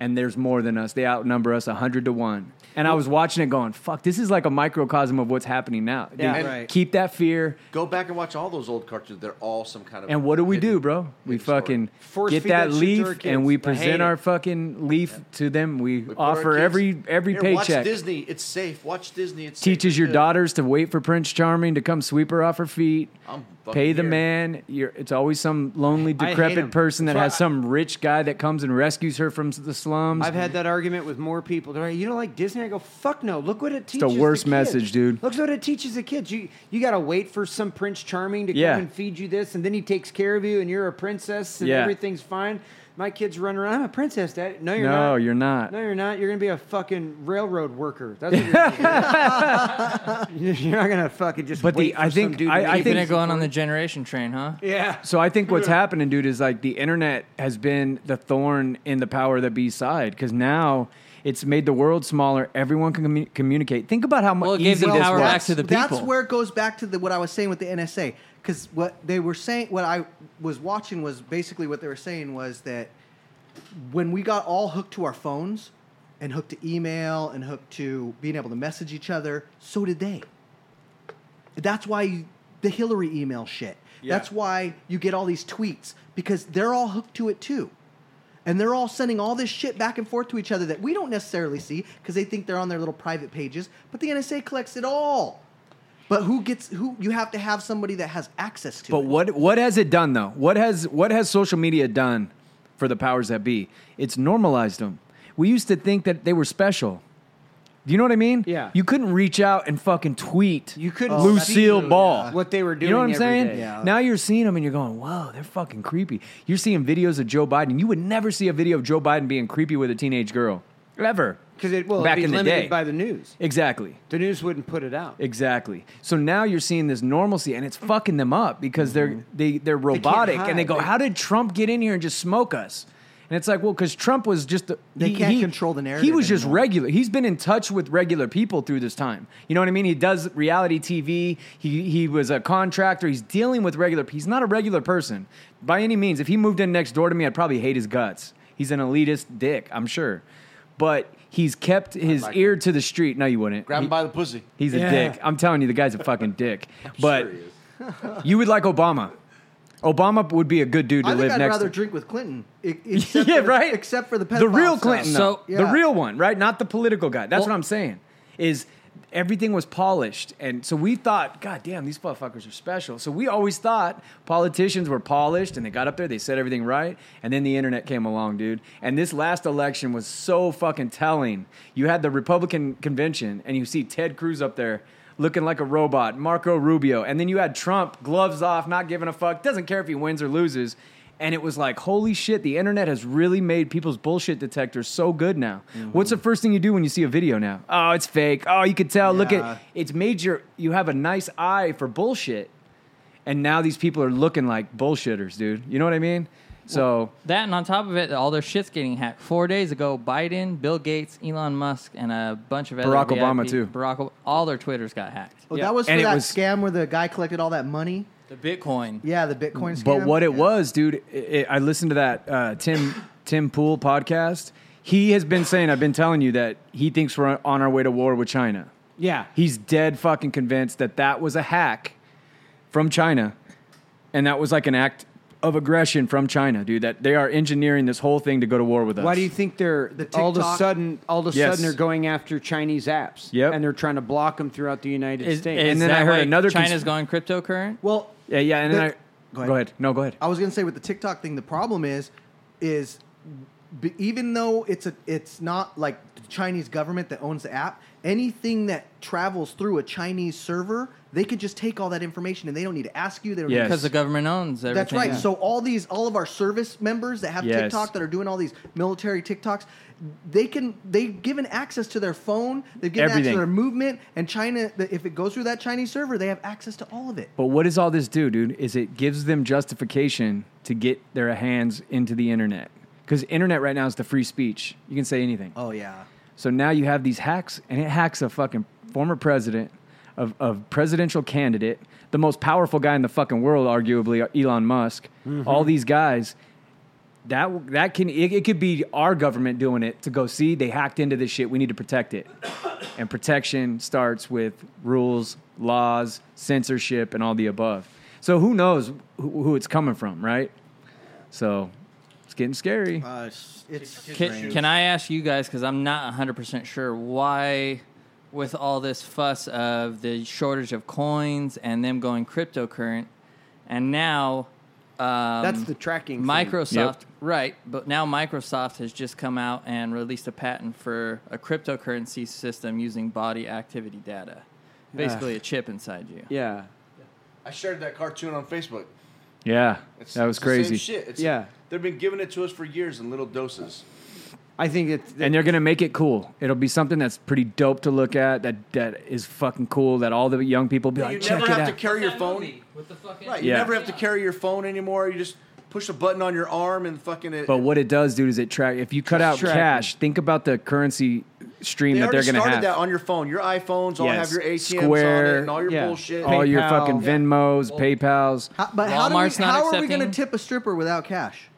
[SPEAKER 1] And there's more than us. They outnumber us 100 to 1. And I was watching it going, fuck, this is like a microcosm of what's happening now.
[SPEAKER 2] Yeah,
[SPEAKER 1] Dude,
[SPEAKER 2] right.
[SPEAKER 1] Keep that fear.
[SPEAKER 6] Go back and watch all those old cartoons. They're all some kind of.
[SPEAKER 1] And what do we
[SPEAKER 6] hidden-
[SPEAKER 1] do, bro? We
[SPEAKER 6] hidden story.
[SPEAKER 1] fucking
[SPEAKER 2] Force
[SPEAKER 1] get
[SPEAKER 2] feed
[SPEAKER 1] that
[SPEAKER 2] that shit to our
[SPEAKER 1] leaf
[SPEAKER 2] kids.
[SPEAKER 1] and we
[SPEAKER 2] I hate
[SPEAKER 1] present
[SPEAKER 2] it.
[SPEAKER 1] our fucking leaf to them. We,
[SPEAKER 6] We put our
[SPEAKER 1] offer
[SPEAKER 6] kids-
[SPEAKER 1] every every
[SPEAKER 6] Here, Watch
[SPEAKER 1] paycheck.
[SPEAKER 6] Disney. It's safe. Watch Disney. It's safe.
[SPEAKER 1] Teaches
[SPEAKER 6] It's
[SPEAKER 1] your
[SPEAKER 6] good.
[SPEAKER 1] daughters to wait for Prince Charming to come sweep her off her feet.
[SPEAKER 6] I'm fucking
[SPEAKER 1] Pay the
[SPEAKER 6] here.
[SPEAKER 1] man. You're, it's always some lonely,
[SPEAKER 2] I hate him.
[SPEAKER 1] decrepit person that
[SPEAKER 2] That's why
[SPEAKER 1] has
[SPEAKER 2] I-
[SPEAKER 1] some rich guy that comes and rescues her from the slums.
[SPEAKER 2] I've had that argument with more people. They're like, you don't like Disney? I go, fuck no. Look what it
[SPEAKER 1] the
[SPEAKER 2] teaches. the
[SPEAKER 1] worst
[SPEAKER 2] kids.
[SPEAKER 1] message, dude.
[SPEAKER 2] Look what it teaches the kids. You you gotta wait for some prince charming to
[SPEAKER 1] Yeah.
[SPEAKER 2] come and feed you this, and then he takes care of you, and you're a princess, and
[SPEAKER 1] Yeah.
[SPEAKER 2] everything's fine. My kids run around. I'm a princess, Dad. No, you're
[SPEAKER 1] No,
[SPEAKER 2] not.
[SPEAKER 1] you're not.
[SPEAKER 2] No, you're not. You're gonna be a fucking railroad worker. That's what you're. gonna do. you're not gonna fucking just.
[SPEAKER 1] But the-
[SPEAKER 2] wait for
[SPEAKER 1] I think-
[SPEAKER 2] some dude to
[SPEAKER 1] I-
[SPEAKER 2] make
[SPEAKER 1] I think-
[SPEAKER 2] you
[SPEAKER 5] Keeping it going on the generation train, huh?
[SPEAKER 2] Yeah.
[SPEAKER 1] So I think what's happening, dude, is like the internet has been the thorn in the power that be side because now it's made the world smaller. Everyone can commu- communicate. Think about how much
[SPEAKER 5] Well, it
[SPEAKER 1] easy
[SPEAKER 5] gave the
[SPEAKER 1] this
[SPEAKER 5] power
[SPEAKER 1] was.
[SPEAKER 5] back to the
[SPEAKER 4] That's where it goes back to the, what I was saying with the NSA. Because what they were saying, what I was watching was basically what they were saying was that when we got all hooked to our phones and hooked to email and hooked to being able to message each other, so did they. That's why you, the Hillary email shit.
[SPEAKER 12] Yeah.
[SPEAKER 4] That's why you get all these tweets because they're all hooked to it too. And they're all sending all this shit back and forth to each other that we don't necessarily see because they think they're on their little private pages, but the NSA collects it all. But who gets who you have to have somebody that has access to
[SPEAKER 1] But
[SPEAKER 4] it.
[SPEAKER 1] what what has it done though? What has what has social media done for the powers that be? It's normalized them. We used to think that they were special. Do you know what I mean? Yeah. You couldn't reach out and fucking tweet. You
[SPEAKER 2] couldn't
[SPEAKER 1] Lucille
[SPEAKER 2] see
[SPEAKER 1] Ball.
[SPEAKER 2] what they were
[SPEAKER 1] You know what I'm
[SPEAKER 2] doing every
[SPEAKER 1] saying?
[SPEAKER 2] day. Yeah.
[SPEAKER 1] Now you're seeing them and you're going, "Whoa, they're fucking creepy." You're seeing videos of Joe Biden. You would never see a video of Joe Biden being creepy with a teenage girl, ever.
[SPEAKER 2] Because it well, it'd
[SPEAKER 1] back
[SPEAKER 2] be
[SPEAKER 1] in the
[SPEAKER 2] limited
[SPEAKER 1] day.
[SPEAKER 2] by the news.
[SPEAKER 1] Exactly.
[SPEAKER 2] The news wouldn't put it out.
[SPEAKER 1] Exactly. So now you're seeing this normalcy, and it's fucking them up because they're
[SPEAKER 4] Mm-hmm.
[SPEAKER 1] they they're robotic, and they
[SPEAKER 2] hide.
[SPEAKER 1] go,
[SPEAKER 2] They-
[SPEAKER 1] "How did Trump get in here and just smoke us?" And it's like, well, because Trump was just the,
[SPEAKER 4] They can't control the
[SPEAKER 1] He
[SPEAKER 4] narrative
[SPEAKER 1] was just
[SPEAKER 4] anymore.
[SPEAKER 1] regular. He's been in touch with regular people through this time. You know what I mean? He does reality TV. He he was a contractor. He's dealing with regular. He's not a regular person by any means. If he moved in next door to me, I'd probably hate his guts. He's an elitist dick, I'm sure, but he's kept his
[SPEAKER 6] like
[SPEAKER 1] ear to the street. No, you wouldn't.
[SPEAKER 6] Grab him
[SPEAKER 1] He-
[SPEAKER 6] by the pussy.
[SPEAKER 1] He's a
[SPEAKER 6] Yeah.
[SPEAKER 1] dick. I'm telling you, the guy's a fucking dick. But you would like Obama. Obama would be a good dude to
[SPEAKER 4] I think
[SPEAKER 1] live
[SPEAKER 4] I'd
[SPEAKER 1] next.
[SPEAKER 4] rather
[SPEAKER 1] to.
[SPEAKER 4] drink with Clinton. e- Except
[SPEAKER 1] yeah,
[SPEAKER 4] for,
[SPEAKER 1] right.
[SPEAKER 4] Except for the
[SPEAKER 1] The
[SPEAKER 4] pedophile
[SPEAKER 1] real
[SPEAKER 4] stuff.
[SPEAKER 1] Clinton, though. the
[SPEAKER 4] Yeah.
[SPEAKER 1] real one, right? Not the political guy. That's
[SPEAKER 4] Well-
[SPEAKER 1] what I'm saying. Is everything was polished, and so we thought, God damn, these motherfuckers are special. So we always thought politicians were polished, and they got up there, they said everything right, and then the internet came along, dude. And this last election was so fucking telling. You had the Republican convention, and you see Ted Cruz up there. Looking like a robot, Marco Rubio. And then you had Trump, gloves off, not giving a fuck, doesn't care if he wins or loses. And it was like, holy shit, the internet has really made people's bullshit detectors so good now. What's
[SPEAKER 4] Mm-hmm.
[SPEAKER 1] the first thing you do when you see a video now? Oh, it's fake. Oh, you could tell. Look
[SPEAKER 4] Yeah.
[SPEAKER 1] at it's made your you have a nice eye for bullshit. And now these people are looking like bullshitters, dude. You know what I mean? So
[SPEAKER 5] That and on top of it, all their shit's getting hacked. Four days ago, Biden, Bill Gates, Elon Musk, and a bunch of other
[SPEAKER 1] Barack
[SPEAKER 5] VIP
[SPEAKER 1] Obama, too.
[SPEAKER 5] Barack, Ob- all their twitters got hacked.
[SPEAKER 4] Oh, that was for
[SPEAKER 1] And it
[SPEAKER 4] that
[SPEAKER 1] was-
[SPEAKER 4] scam where the guy collected all that money.
[SPEAKER 5] The Bitcoin.
[SPEAKER 4] Yeah, the Bitcoin scam.
[SPEAKER 1] But what it was, dude, i i I listened to that uh, Tim Tim Pool podcast. He has been saying, I've been telling you that he thinks we're on our way to war with China.
[SPEAKER 2] Yeah.
[SPEAKER 1] He's dead fucking convinced that that was a hack from China, and that was like an act of aggression from China, dude. That they are engineering this whole thing to go to war with us.
[SPEAKER 2] Why do you think they're all of a
[SPEAKER 1] TikTok-
[SPEAKER 2] sudden all of a
[SPEAKER 1] Yes.
[SPEAKER 2] sudden they're going after Chinese apps? Yep. and they're trying to block them throughout the United
[SPEAKER 5] Is,
[SPEAKER 2] States.
[SPEAKER 5] is
[SPEAKER 1] And then
[SPEAKER 5] that
[SPEAKER 1] I heard
[SPEAKER 5] why
[SPEAKER 1] another cons-
[SPEAKER 5] China's going cryptocurrency.
[SPEAKER 4] Well,
[SPEAKER 1] Yeah, yeah. And then
[SPEAKER 4] The-
[SPEAKER 1] I go ahead. No, go ahead.
[SPEAKER 4] I was gonna say with the TikTok thing, the problem is, is b- even though it's a, it's not like the Chinese government that owns the app. Anything that travels through a Chinese server, they could just take all that information, and they don't need to ask you. They don't need to-
[SPEAKER 5] Because the government owns everything.
[SPEAKER 4] That's right. So all these, all of our service members that have
[SPEAKER 5] Yes.
[SPEAKER 4] TikTok that are doing all these military TikToks, they can they've given access to their phone, they've given access
[SPEAKER 1] Everything.
[SPEAKER 4] to their movement, and China. the- If it goes through that Chinese server, they have access to all of it.
[SPEAKER 1] But what does all this do, dude? Is it gives them justification to get their hands into the internet because internet right now is the free speech. You can say anything.
[SPEAKER 4] Oh yeah.
[SPEAKER 1] So now you have these hacks, and it hacks a fucking former president, of, of presidential candidate, the most powerful guy in the fucking world, arguably Elon Musk.
[SPEAKER 12] Mhm.
[SPEAKER 1] All these guys. That that can it, it could be our government doing it to go see they hacked into this shit. We need to protect it, and protection starts with rules, laws, censorship, and all the above. So who knows who, who it's coming from, right? So it's getting scary.
[SPEAKER 4] Uh, it's it's
[SPEAKER 5] Can, can I ask you guys, because I'm not 100% sure, why, with all this fuss of the shortage of coins and them going cryptocurrency, and now Um,
[SPEAKER 2] That's the tracking thing.
[SPEAKER 5] Microsoft,
[SPEAKER 2] Yep.
[SPEAKER 5] right? But now Microsoft has just come out and released a patent for a cryptocurrency system using body activity data, basically a chip inside you.
[SPEAKER 2] Yeah,
[SPEAKER 6] I shared that cartoon on Facebook.
[SPEAKER 1] Yeah,
[SPEAKER 6] It's-
[SPEAKER 1] that was
[SPEAKER 6] it's the same
[SPEAKER 1] crazy.
[SPEAKER 6] shit. It's-
[SPEAKER 2] Yeah.
[SPEAKER 6] they've been giving it to us for years in little doses.
[SPEAKER 2] I think it's
[SPEAKER 1] and they're gonna make it cool. It'll be something that's pretty dope to look at. That that is fucking cool. That all the young people be
[SPEAKER 6] you
[SPEAKER 1] like, check
[SPEAKER 6] never
[SPEAKER 1] it
[SPEAKER 6] have to
[SPEAKER 1] out.
[SPEAKER 6] carry your phone. Right, you
[SPEAKER 1] Yeah.
[SPEAKER 6] never have to carry your phone anymore. You just push a button on your arm and fucking it.
[SPEAKER 1] But what it does, dude, is it track. If you cut out
[SPEAKER 6] Tracking.
[SPEAKER 1] cash, think about the currency stream
[SPEAKER 6] they
[SPEAKER 1] that they're
[SPEAKER 6] already
[SPEAKER 1] gonna
[SPEAKER 6] started
[SPEAKER 1] have.
[SPEAKER 6] that on your phone. Your iPhones all
[SPEAKER 1] Yes.
[SPEAKER 6] have your ATMs on it and all your
[SPEAKER 1] yeah.
[SPEAKER 6] bullshit.
[SPEAKER 1] all your
[SPEAKER 6] PayPal.
[SPEAKER 1] fucking Venmos, PayPal's.
[SPEAKER 4] But how, do we, how are we going to tip a stripper without cash?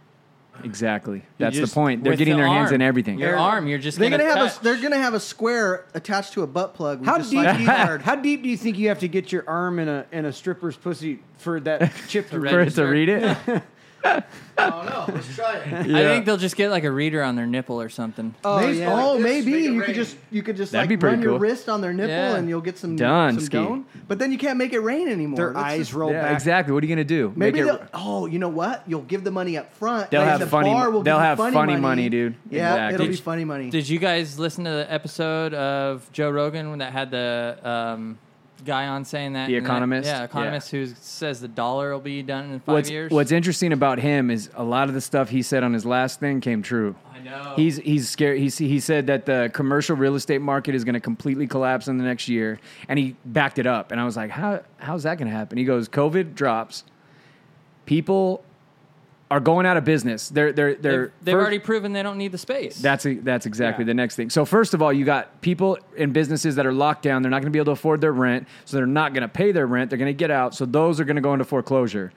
[SPEAKER 1] Exactly. That's the
[SPEAKER 5] just-
[SPEAKER 1] point. They're
[SPEAKER 5] with
[SPEAKER 1] getting
[SPEAKER 5] the
[SPEAKER 1] their hands
[SPEAKER 5] arm.
[SPEAKER 1] in everything.
[SPEAKER 5] Your arm, you're just
[SPEAKER 4] they're
[SPEAKER 5] gonna
[SPEAKER 4] have
[SPEAKER 5] touch.
[SPEAKER 4] a they're gonna have a square attached to a butt plug.
[SPEAKER 2] How
[SPEAKER 4] just
[SPEAKER 2] deep,
[SPEAKER 4] like E
[SPEAKER 2] do you,
[SPEAKER 4] hard.
[SPEAKER 2] how deep do you think you have to get your arm in a in a stripper's pussy for that chip to
[SPEAKER 1] For it to read it?
[SPEAKER 5] I
[SPEAKER 2] Yeah.
[SPEAKER 5] think they'll just get like a reader on their nipple or something.
[SPEAKER 4] Oh, maybe, oh, maybe. you could just you could just
[SPEAKER 5] That'd be
[SPEAKER 4] like
[SPEAKER 5] pretty
[SPEAKER 4] run your
[SPEAKER 5] cool.
[SPEAKER 4] wrist on their nipple
[SPEAKER 5] Yeah.
[SPEAKER 4] and you'll get some
[SPEAKER 1] Done,
[SPEAKER 4] some
[SPEAKER 1] ski.
[SPEAKER 4] done. But then you can't make it rain anymore.
[SPEAKER 2] Their
[SPEAKER 4] That's
[SPEAKER 2] eyes
[SPEAKER 4] just-
[SPEAKER 2] roll
[SPEAKER 1] Yeah, exactly. What are you gonna do?
[SPEAKER 4] Maybe
[SPEAKER 1] Make it-
[SPEAKER 4] they'll, oh, you know what? You'll give the money up front.
[SPEAKER 1] They'll
[SPEAKER 4] like
[SPEAKER 1] have
[SPEAKER 4] the
[SPEAKER 1] funny-
[SPEAKER 4] bar will give
[SPEAKER 1] they'll
[SPEAKER 4] you
[SPEAKER 1] have funny money, dude.
[SPEAKER 4] Yeah,
[SPEAKER 1] Exactly.
[SPEAKER 4] it'll be
[SPEAKER 1] Did-
[SPEAKER 4] funny money.
[SPEAKER 5] Did you guys listen to the episode of Joe Rogan when that had the um, guy on saying that?
[SPEAKER 1] The
[SPEAKER 5] and that-
[SPEAKER 1] economist?
[SPEAKER 5] yeah, economist who says the dollar will be done in five
[SPEAKER 1] what's,
[SPEAKER 5] years.
[SPEAKER 1] What's interesting about him is a lot of the stuff he said on his last thing came true. I
[SPEAKER 5] know.
[SPEAKER 1] He's he's scared. He he said that the commercial real estate market is going to completely collapse in the next year, and he backed it up. And I was like, how how's that going to happen? He goes, COVID drops, people are going out of business. They're they're they're
[SPEAKER 5] they've, they've
[SPEAKER 1] first-
[SPEAKER 5] already proven they don't need the space.
[SPEAKER 1] That's e, that's exactly the next thing. So first of all, you got people and businesses that are locked down. They're not going to be able to afford their rent, so they're not going to pay their rent. They're going to get out, so those are going to go into foreclosure.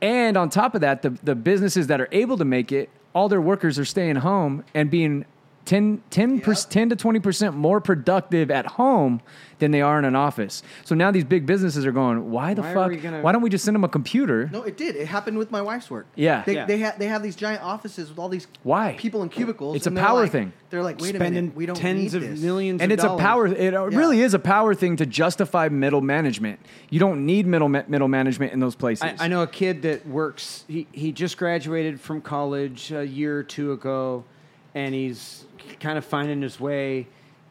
[SPEAKER 1] And on top of that, the the businesses that are able to make it, all their workers are staying home and being 10, 10, per, 10 to 20% more productive at home than they are in an office. So now these big businesses are going, why the
[SPEAKER 4] Why are we
[SPEAKER 1] fuck?
[SPEAKER 4] gonna-
[SPEAKER 1] why don't we just send them a computer?
[SPEAKER 4] No, it did. It happened with my wife's work.
[SPEAKER 1] Yeah.
[SPEAKER 4] They,
[SPEAKER 1] Yeah.
[SPEAKER 4] they have they have these giant offices with all these
[SPEAKER 1] Why?
[SPEAKER 4] people in cubicles.
[SPEAKER 1] It's a
[SPEAKER 4] and they're
[SPEAKER 1] power
[SPEAKER 4] like-
[SPEAKER 1] thing.
[SPEAKER 4] They're like, wait a
[SPEAKER 2] Spending
[SPEAKER 4] minute, we don't
[SPEAKER 2] tens
[SPEAKER 4] need
[SPEAKER 2] of
[SPEAKER 4] this.
[SPEAKER 2] millions
[SPEAKER 1] and it's a power it uh, really is a power thing to justify middle management you don't need middle ma- middle management in those places
[SPEAKER 2] I, I know a kid that works. He he just graduated from college a year or two ago, and he's kind of finding his way.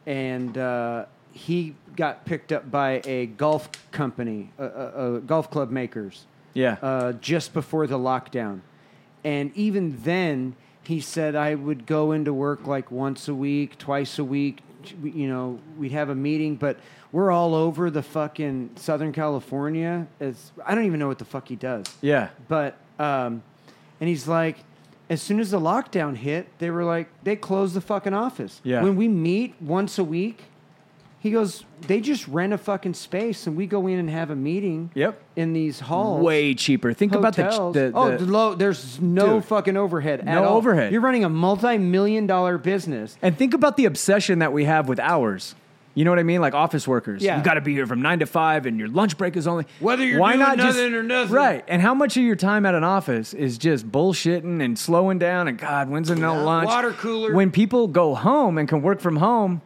[SPEAKER 2] And uh, he got picked up by a golf company, a, a, a golf club makers.
[SPEAKER 1] Yeah.
[SPEAKER 2] Uh, just before the lockdown, and even then, he said I would go into work like once a week, twice a week. You know, we'd have a meeting, but we're all over the fucking Southern California. It's, I don't even know what the fuck he does.
[SPEAKER 1] yeah
[SPEAKER 2] But um, and he's like, as soon as the lockdown hit, they were like, they closed the fucking office.
[SPEAKER 1] Yeah.
[SPEAKER 2] When we meet once a week, he goes, they just rent a fucking space and we go in and have a meeting.
[SPEAKER 1] Yep.
[SPEAKER 2] In these halls.
[SPEAKER 1] Way cheaper. Think about the ch-
[SPEAKER 2] hotels.
[SPEAKER 1] the-
[SPEAKER 2] oh,
[SPEAKER 1] the-
[SPEAKER 2] the low. There's no
[SPEAKER 1] Dude.
[SPEAKER 2] fucking overhead. At
[SPEAKER 1] No
[SPEAKER 2] all.
[SPEAKER 1] overhead.
[SPEAKER 2] You're running a multi-million dollar business.
[SPEAKER 1] and think about the obsession that we have with hours you know what I mean? Like office workers.
[SPEAKER 2] Yeah.
[SPEAKER 1] You got to be here from nine to five and your lunch break is only.
[SPEAKER 2] Whether you're doing nothing or nothing.
[SPEAKER 1] Right. And how much of your time at an office is just bullshitting and slowing down and God, when's the no lunch?
[SPEAKER 2] Water cooler.
[SPEAKER 1] When people go home and can work from home,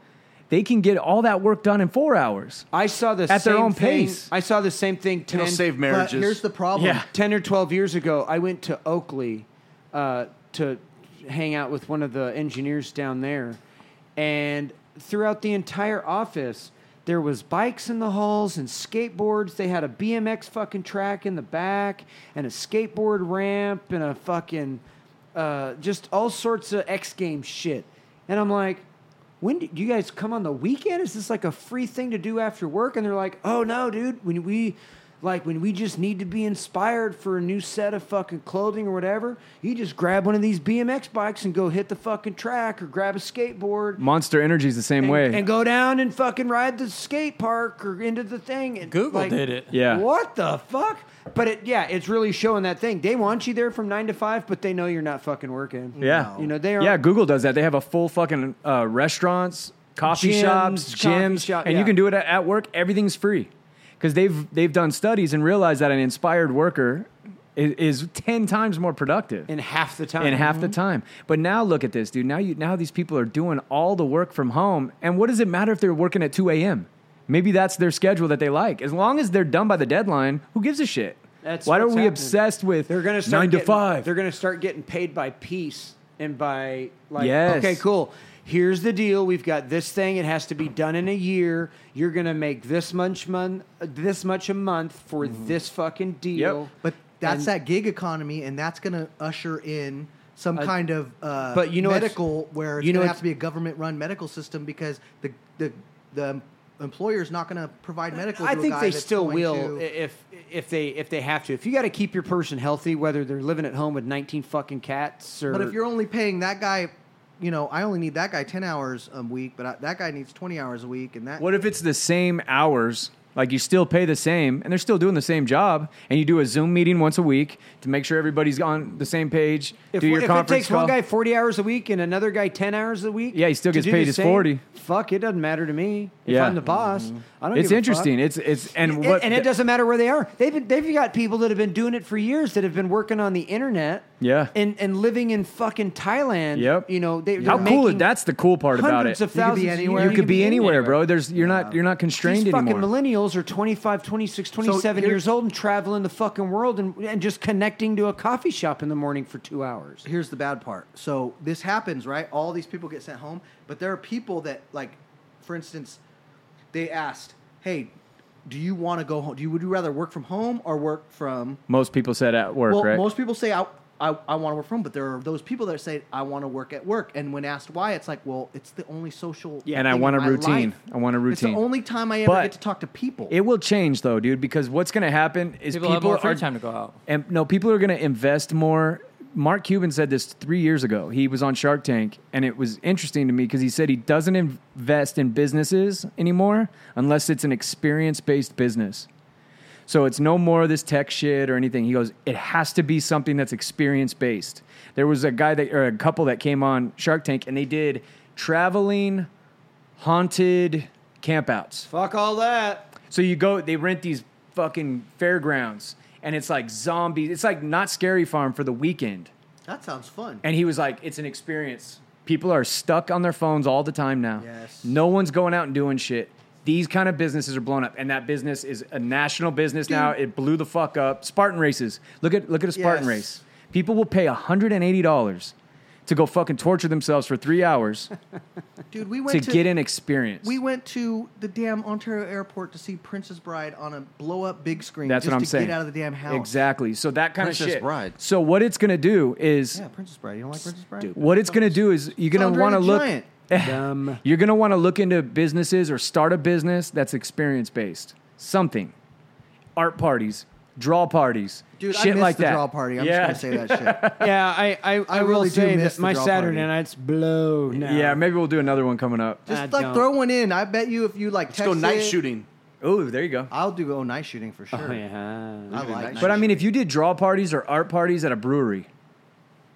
[SPEAKER 1] they can get all that work done in four hours.
[SPEAKER 2] I saw the
[SPEAKER 1] At their
[SPEAKER 2] same
[SPEAKER 1] own
[SPEAKER 2] thing-
[SPEAKER 1] pace.
[SPEAKER 2] I saw the same thing. 10,
[SPEAKER 1] It'll save marriages.
[SPEAKER 4] But here's the problem.
[SPEAKER 1] Yeah.
[SPEAKER 2] Ten or twelve years ago, I went to Oakley uh, to hang out with one of the engineers down there, and throughout the entire office, there was bikes in the halls and skateboards. They had a BMX fucking track in the back and a skateboard ramp and a fucking uh, just all sorts of X game shit. And I'm like, when do do you guys come on the weekend? Is this like a free thing to do after work? And they're like, oh no, dude, when we like when we just need to be inspired for a new set of fucking clothing or whatever, you just grab one of these BMX bikes and go hit the fucking track or grab a skateboard
[SPEAKER 1] Monster Energy is the same
[SPEAKER 2] and,
[SPEAKER 1] way.
[SPEAKER 2] and go down and fucking ride the skate park or into the thing. And
[SPEAKER 5] Google did it.
[SPEAKER 1] Yeah.
[SPEAKER 2] What the fuck? But it, yeah, it's really showing that thing. They want you there from nine to five, but they know you're not fucking working.
[SPEAKER 1] Yeah.
[SPEAKER 2] You know, they are
[SPEAKER 1] Yeah, Google does that. They have a full fucking uh, restaurants, coffee
[SPEAKER 2] Gyms,
[SPEAKER 1] shops,
[SPEAKER 2] coffee
[SPEAKER 1] gyms,
[SPEAKER 2] shop,
[SPEAKER 1] and
[SPEAKER 2] yeah.
[SPEAKER 1] you can do it at, at work. Everything's free because they've they've done studies and realized that an inspired worker is, is ten times more productive
[SPEAKER 2] in Mm-hmm. half the time.
[SPEAKER 1] in half the time. But now look at this, dude. Now you now these people are doing all the work from home, and what does it matter if they're working at two a.m. Maybe that's their schedule that they like. As long as they're done by the deadline, who gives a shit?
[SPEAKER 2] That's
[SPEAKER 1] Why
[SPEAKER 2] what's
[SPEAKER 1] don't we
[SPEAKER 2] happening.
[SPEAKER 1] obsessed with
[SPEAKER 2] They're gonna start
[SPEAKER 1] nine to
[SPEAKER 2] getting-
[SPEAKER 1] five?
[SPEAKER 2] They're going to start getting paid by piece and by like.
[SPEAKER 1] Yes.
[SPEAKER 2] Okay, cool. Here's the deal. We've got this thing. It has to be done in a year. You're going to make this much month, this much a month for
[SPEAKER 1] Mm-hmm.
[SPEAKER 2] this fucking deal.
[SPEAKER 4] But that's
[SPEAKER 2] And-
[SPEAKER 4] that gig economy, and that's going to usher in some
[SPEAKER 2] Uh,
[SPEAKER 4] kind of uh,
[SPEAKER 2] but you know what's-
[SPEAKER 4] medical where it's
[SPEAKER 2] you know
[SPEAKER 4] going to
[SPEAKER 2] what's-
[SPEAKER 4] have to be a government-run medical system because the the the employer's not going to provide medical.
[SPEAKER 2] I
[SPEAKER 4] to a
[SPEAKER 2] think
[SPEAKER 4] guy
[SPEAKER 2] they
[SPEAKER 4] that's
[SPEAKER 2] still
[SPEAKER 4] going
[SPEAKER 2] will eh,
[SPEAKER 4] to-
[SPEAKER 2] i- if if they if they have to. If you got to keep your person healthy, whether they're living at home with 19 fucking cats or
[SPEAKER 4] But if you're only paying that guy, you know, I only need that guy ten hours a week, but I, that guy needs twenty hours a week, and that
[SPEAKER 1] What if it's the same hours? Like you still pay the same, and they're still doing the same job, and you do a Zoom meeting once a week to make sure everybody's on the same page.
[SPEAKER 2] if,
[SPEAKER 1] do your
[SPEAKER 2] if it
[SPEAKER 1] conference
[SPEAKER 2] takes
[SPEAKER 1] call.
[SPEAKER 2] one guy 40 hours a week and another guy 10 hours a week,
[SPEAKER 1] Yeah, he still
[SPEAKER 2] to
[SPEAKER 1] gets
[SPEAKER 2] do
[SPEAKER 1] paid
[SPEAKER 2] the
[SPEAKER 1] his
[SPEAKER 2] same,
[SPEAKER 1] 40.
[SPEAKER 2] Fuck, it doesn't matter to me. If
[SPEAKER 1] Yeah.
[SPEAKER 2] I'm the boss, I don't.
[SPEAKER 1] it's
[SPEAKER 2] give a
[SPEAKER 1] interesting.
[SPEAKER 2] fuck.
[SPEAKER 1] It's it's and
[SPEAKER 2] And-
[SPEAKER 1] what
[SPEAKER 2] and it doesn't matter where they are. They've been, they've got people that have been doing it for years that have been working on the internet.
[SPEAKER 1] Yeah.
[SPEAKER 2] and and living in fucking Thailand.
[SPEAKER 1] Yep.
[SPEAKER 2] You know they.
[SPEAKER 1] How
[SPEAKER 2] they're
[SPEAKER 1] cool!
[SPEAKER 2] making
[SPEAKER 1] That's the cool part about it.
[SPEAKER 2] hundreds of thousands
[SPEAKER 1] You
[SPEAKER 2] a
[SPEAKER 1] could be
[SPEAKER 2] year.
[SPEAKER 1] anywhere, bro. There's you're not you're not constrained
[SPEAKER 2] These fucking
[SPEAKER 1] anymore.
[SPEAKER 2] millennials are 25, 26, 27
[SPEAKER 4] here-
[SPEAKER 2] years old and traveling the fucking world and, and just connecting to a coffee shop in the morning for two hours.
[SPEAKER 4] Here's the bad part. So this happens, right? All these people get sent home, but there are people that, like, for instance, they asked, "Hey, do you want to go home? Do you would you rather work from home or work from?"
[SPEAKER 1] most people said at work,
[SPEAKER 4] well,
[SPEAKER 1] right?
[SPEAKER 4] most people say I. I, I want to work from, home," but there are those people that say I want to work at work, and when asked why, it's like, well, it's the only social.
[SPEAKER 1] Yeah, and I
[SPEAKER 4] thing
[SPEAKER 1] want
[SPEAKER 4] in
[SPEAKER 1] a
[SPEAKER 4] my
[SPEAKER 1] routine.
[SPEAKER 4] life.
[SPEAKER 1] I want a
[SPEAKER 4] It's the
[SPEAKER 1] routine.
[SPEAKER 4] only time I ever
[SPEAKER 1] But-
[SPEAKER 4] get to talk to people.
[SPEAKER 1] It will change though, dude, because what's going to happen is
[SPEAKER 5] People
[SPEAKER 1] people,
[SPEAKER 5] have more free
[SPEAKER 1] are,
[SPEAKER 5] time to go out.
[SPEAKER 1] And no, people are going to invest more. Mark Cuban said this three years ago. He was on Shark Tank, and it was interesting to me because he said he doesn't invest in businesses anymore unless it's an experience based business. So it's no more of this tech shit or anything. He goes, it has to be something that's experience based. There was a guy that or a couple that came on Shark Tank, and they did traveling haunted campouts.
[SPEAKER 2] Fuck all that.
[SPEAKER 1] So you go, they rent these fucking fairgrounds, and it's like zombies. It's like not scary farm for the weekend.
[SPEAKER 4] that sounds fun.
[SPEAKER 1] And he was like, it's an experience. People are stuck on their phones all the time now.
[SPEAKER 4] Yes.
[SPEAKER 1] No one's going out and doing shit. These kind of businesses are blown up, and that business is a national business now. It blew the fuck up. Spartan races. Look at look at a Spartan
[SPEAKER 4] Yes.
[SPEAKER 1] race. People will pay hundred and eighty dollars to go fucking torture themselves for three hours
[SPEAKER 4] Dude, we went
[SPEAKER 1] to
[SPEAKER 4] to
[SPEAKER 1] get an experience.
[SPEAKER 4] We went to the damn Ontario airport to see Princess Bride on a blow up big screen.
[SPEAKER 1] That's
[SPEAKER 4] just
[SPEAKER 1] what I'm
[SPEAKER 4] to
[SPEAKER 1] saying.
[SPEAKER 4] Get out of the damn house.
[SPEAKER 1] Exactly. So that kind
[SPEAKER 6] Princess
[SPEAKER 1] of shit.
[SPEAKER 6] Bride.
[SPEAKER 1] So what it's going to do is
[SPEAKER 4] Yeah, Princess Bride. You don't like Princess Bride?
[SPEAKER 1] what it's going to do is you're going to
[SPEAKER 4] Andre
[SPEAKER 1] want to
[SPEAKER 4] the
[SPEAKER 1] look.
[SPEAKER 4] Giant.
[SPEAKER 2] Dumb.
[SPEAKER 1] You're going to want to look into businesses or start a business that's experience based. Something. Art parties, draw parties,
[SPEAKER 4] Dude,
[SPEAKER 1] shit
[SPEAKER 4] I missed
[SPEAKER 1] like
[SPEAKER 4] the
[SPEAKER 1] that.
[SPEAKER 4] draw party. I'm
[SPEAKER 1] yeah.
[SPEAKER 4] just gonna say that shit.
[SPEAKER 2] Yeah, I, I, I,
[SPEAKER 4] I
[SPEAKER 2] will
[SPEAKER 4] really do
[SPEAKER 2] say
[SPEAKER 4] miss
[SPEAKER 2] that
[SPEAKER 4] the
[SPEAKER 2] my
[SPEAKER 4] draw
[SPEAKER 2] Saturday
[SPEAKER 4] party.
[SPEAKER 2] nights blow now.
[SPEAKER 1] Yeah, maybe we'll do another one coming up.
[SPEAKER 4] Just
[SPEAKER 2] I
[SPEAKER 4] like
[SPEAKER 2] don't.
[SPEAKER 4] throw one in. I bet you if you like
[SPEAKER 6] Let's go
[SPEAKER 4] text
[SPEAKER 6] night
[SPEAKER 4] it-
[SPEAKER 6] shooting.
[SPEAKER 1] Oh, there you go.
[SPEAKER 4] I'll do oh night shooting for sure.
[SPEAKER 2] Oh, yeah.
[SPEAKER 4] I like.
[SPEAKER 1] But I mean, if you did draw parties or art parties at a brewery,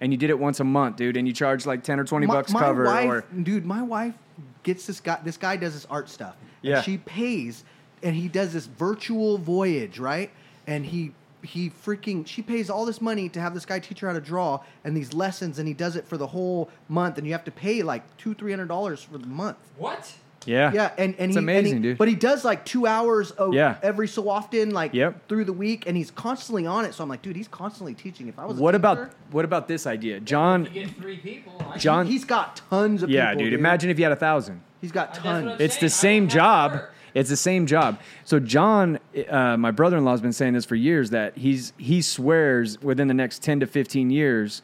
[SPEAKER 1] and you did it once a month, dude, and you charge like ten or twenty
[SPEAKER 4] my,
[SPEAKER 1] bucks
[SPEAKER 4] my
[SPEAKER 1] cover,
[SPEAKER 4] wife,
[SPEAKER 1] or
[SPEAKER 4] dude, my wife gets this guy. This guy does this art stuff. And
[SPEAKER 1] Yeah.
[SPEAKER 4] she pays, and he does this virtual voyage, right? And he he freaking she pays all this money to have this guy teach her how to draw and these lessons, and he does it for the whole month, and you have to pay like two three hundred dollars for the month.
[SPEAKER 5] What?
[SPEAKER 1] yeah,
[SPEAKER 4] Yeah, and,
[SPEAKER 1] Ah,
[SPEAKER 4] and
[SPEAKER 1] It's
[SPEAKER 4] he, and he-
[SPEAKER 1] amazing, dude.
[SPEAKER 4] But he does like two hours of
[SPEAKER 1] Yeah.
[SPEAKER 4] every so often, like
[SPEAKER 1] Yep.
[SPEAKER 4] through the week, and he's constantly on it. So I'm like, dude, he's constantly teaching. If I was a
[SPEAKER 1] What
[SPEAKER 4] teacher,
[SPEAKER 1] about what about this idea, John?
[SPEAKER 5] You get three people. I-
[SPEAKER 1] John,
[SPEAKER 4] He's got tons of
[SPEAKER 1] yeah,
[SPEAKER 4] people,
[SPEAKER 1] dude. Imagine if you had a thousand.
[SPEAKER 4] he's got
[SPEAKER 5] Uh, That's what I'm
[SPEAKER 4] tons.
[SPEAKER 1] It's the
[SPEAKER 5] saying.
[SPEAKER 1] same
[SPEAKER 5] I don't have to
[SPEAKER 1] job.
[SPEAKER 5] work.
[SPEAKER 1] It's the same job. So John, uh, my brother-in-law has been saying this for years that he's he swears within the next ten to fifteen years,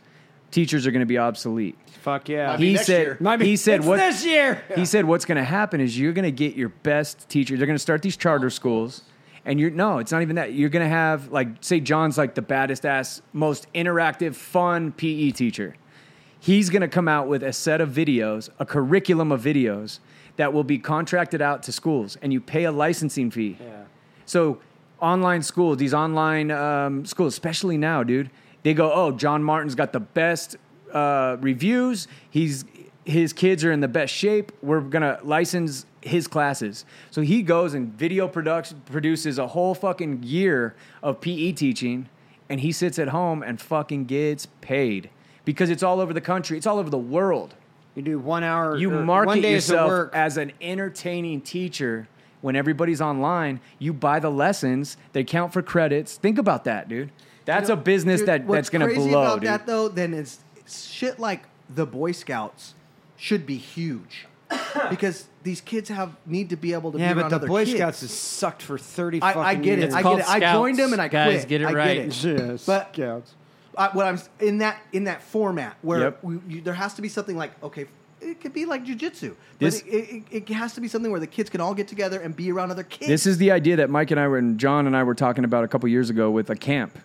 [SPEAKER 1] teachers are going to be obsolete.
[SPEAKER 2] Fuck yeah.
[SPEAKER 1] he
[SPEAKER 6] next
[SPEAKER 1] said.
[SPEAKER 6] year.
[SPEAKER 2] Might be-
[SPEAKER 1] He said
[SPEAKER 2] It's
[SPEAKER 1] what
[SPEAKER 2] this year.
[SPEAKER 1] He said what's going to happen is you're going to get your best teachers. They're going to start these charter schools, and you're no, it's not even that. You're going to have like say John's like the baddest ass, most interactive, fun PE teacher. He's going to come out with a set of videos, a curriculum of videos that will be contracted out to schools, and you pay a licensing fee. So online schools, these online um, schools, especially now, dude, they go, oh, John Martin's got the best uh, reviews. He's his kids are in the best shape. We're gonna license his classes. So he goes and video production produces a whole fucking year of PE teaching, and he sits at home and fucking gets paid because it's all over the country. It's all over the world.
[SPEAKER 2] You do one hour.
[SPEAKER 1] You
[SPEAKER 2] or
[SPEAKER 1] market
[SPEAKER 2] one day is at
[SPEAKER 1] yourself
[SPEAKER 2] work.
[SPEAKER 1] as an entertaining teacher when everybody's online, you buy the lessons, they count for credits. Think about that, dude. That's a business
[SPEAKER 4] Dude,
[SPEAKER 1] that,
[SPEAKER 4] what's
[SPEAKER 1] that's going to
[SPEAKER 4] crazy
[SPEAKER 1] blow,
[SPEAKER 4] about
[SPEAKER 1] dude.
[SPEAKER 4] that though, then is shit like the Boy Scouts should be huge because these kids have need to be able to.
[SPEAKER 2] Yeah,
[SPEAKER 4] be
[SPEAKER 2] but
[SPEAKER 4] around
[SPEAKER 2] the
[SPEAKER 4] other
[SPEAKER 2] Boy
[SPEAKER 4] kids.
[SPEAKER 2] Scouts has sucked for thirty.
[SPEAKER 4] I- I
[SPEAKER 2] fucking
[SPEAKER 4] get it.
[SPEAKER 2] years.
[SPEAKER 4] I get it. I joined 'em and I Guys, quit. get it I get right. it.
[SPEAKER 2] Yes,
[SPEAKER 4] But-
[SPEAKER 2] Scouts.
[SPEAKER 4] I, what I'm s- in that in that format where
[SPEAKER 1] Yep.
[SPEAKER 4] we, you, there has to be something like okay, it could be like jujitsu, but
[SPEAKER 1] This-
[SPEAKER 4] it, it, it has to be something where the kids can all get together and be around other kids.
[SPEAKER 1] This is the idea that Mike and I were and John and I were talking about a couple years ago with a camp.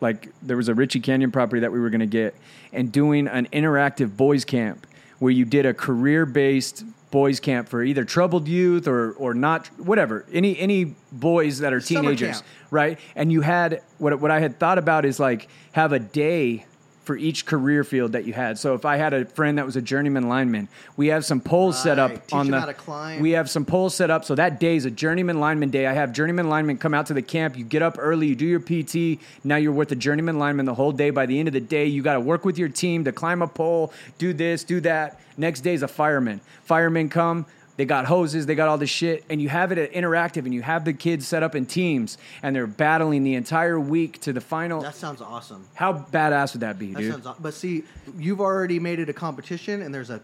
[SPEAKER 1] Like there was a Ritchie Canyon property that we were going to get and doing an interactive boys camp where you did a career-based boys camp for either troubled youth or or not whatever, any any boys that are
[SPEAKER 4] Summer
[SPEAKER 1] teenagers,
[SPEAKER 4] camp.
[SPEAKER 1] right? And you had what what I had thought about is like have a day for each career field that you had. So if I had a friend that was a journeyman lineman, we have some poles set up
[SPEAKER 4] Right. Teach
[SPEAKER 1] on
[SPEAKER 4] them
[SPEAKER 1] the
[SPEAKER 4] how to climb.
[SPEAKER 1] we have some poles set up. So that day is a journeyman lineman day. I have journeyman linemen come out to the camp. You get up early, you do your PT. Now you're with the journeyman lineman the whole day. By the end of the day, you got to work with your team to climb a pole, do this, do that. Next day is a fireman. Firemen come. They got hoses, they got all this shit, and you have it at interactive, and you have the kids set up in teams, and they're battling the entire week to the final.
[SPEAKER 4] that sounds awesome.
[SPEAKER 1] How badass would that be,
[SPEAKER 4] That
[SPEAKER 1] dude?
[SPEAKER 4] sounds. aw- But see, you've already made it a competition, and there's a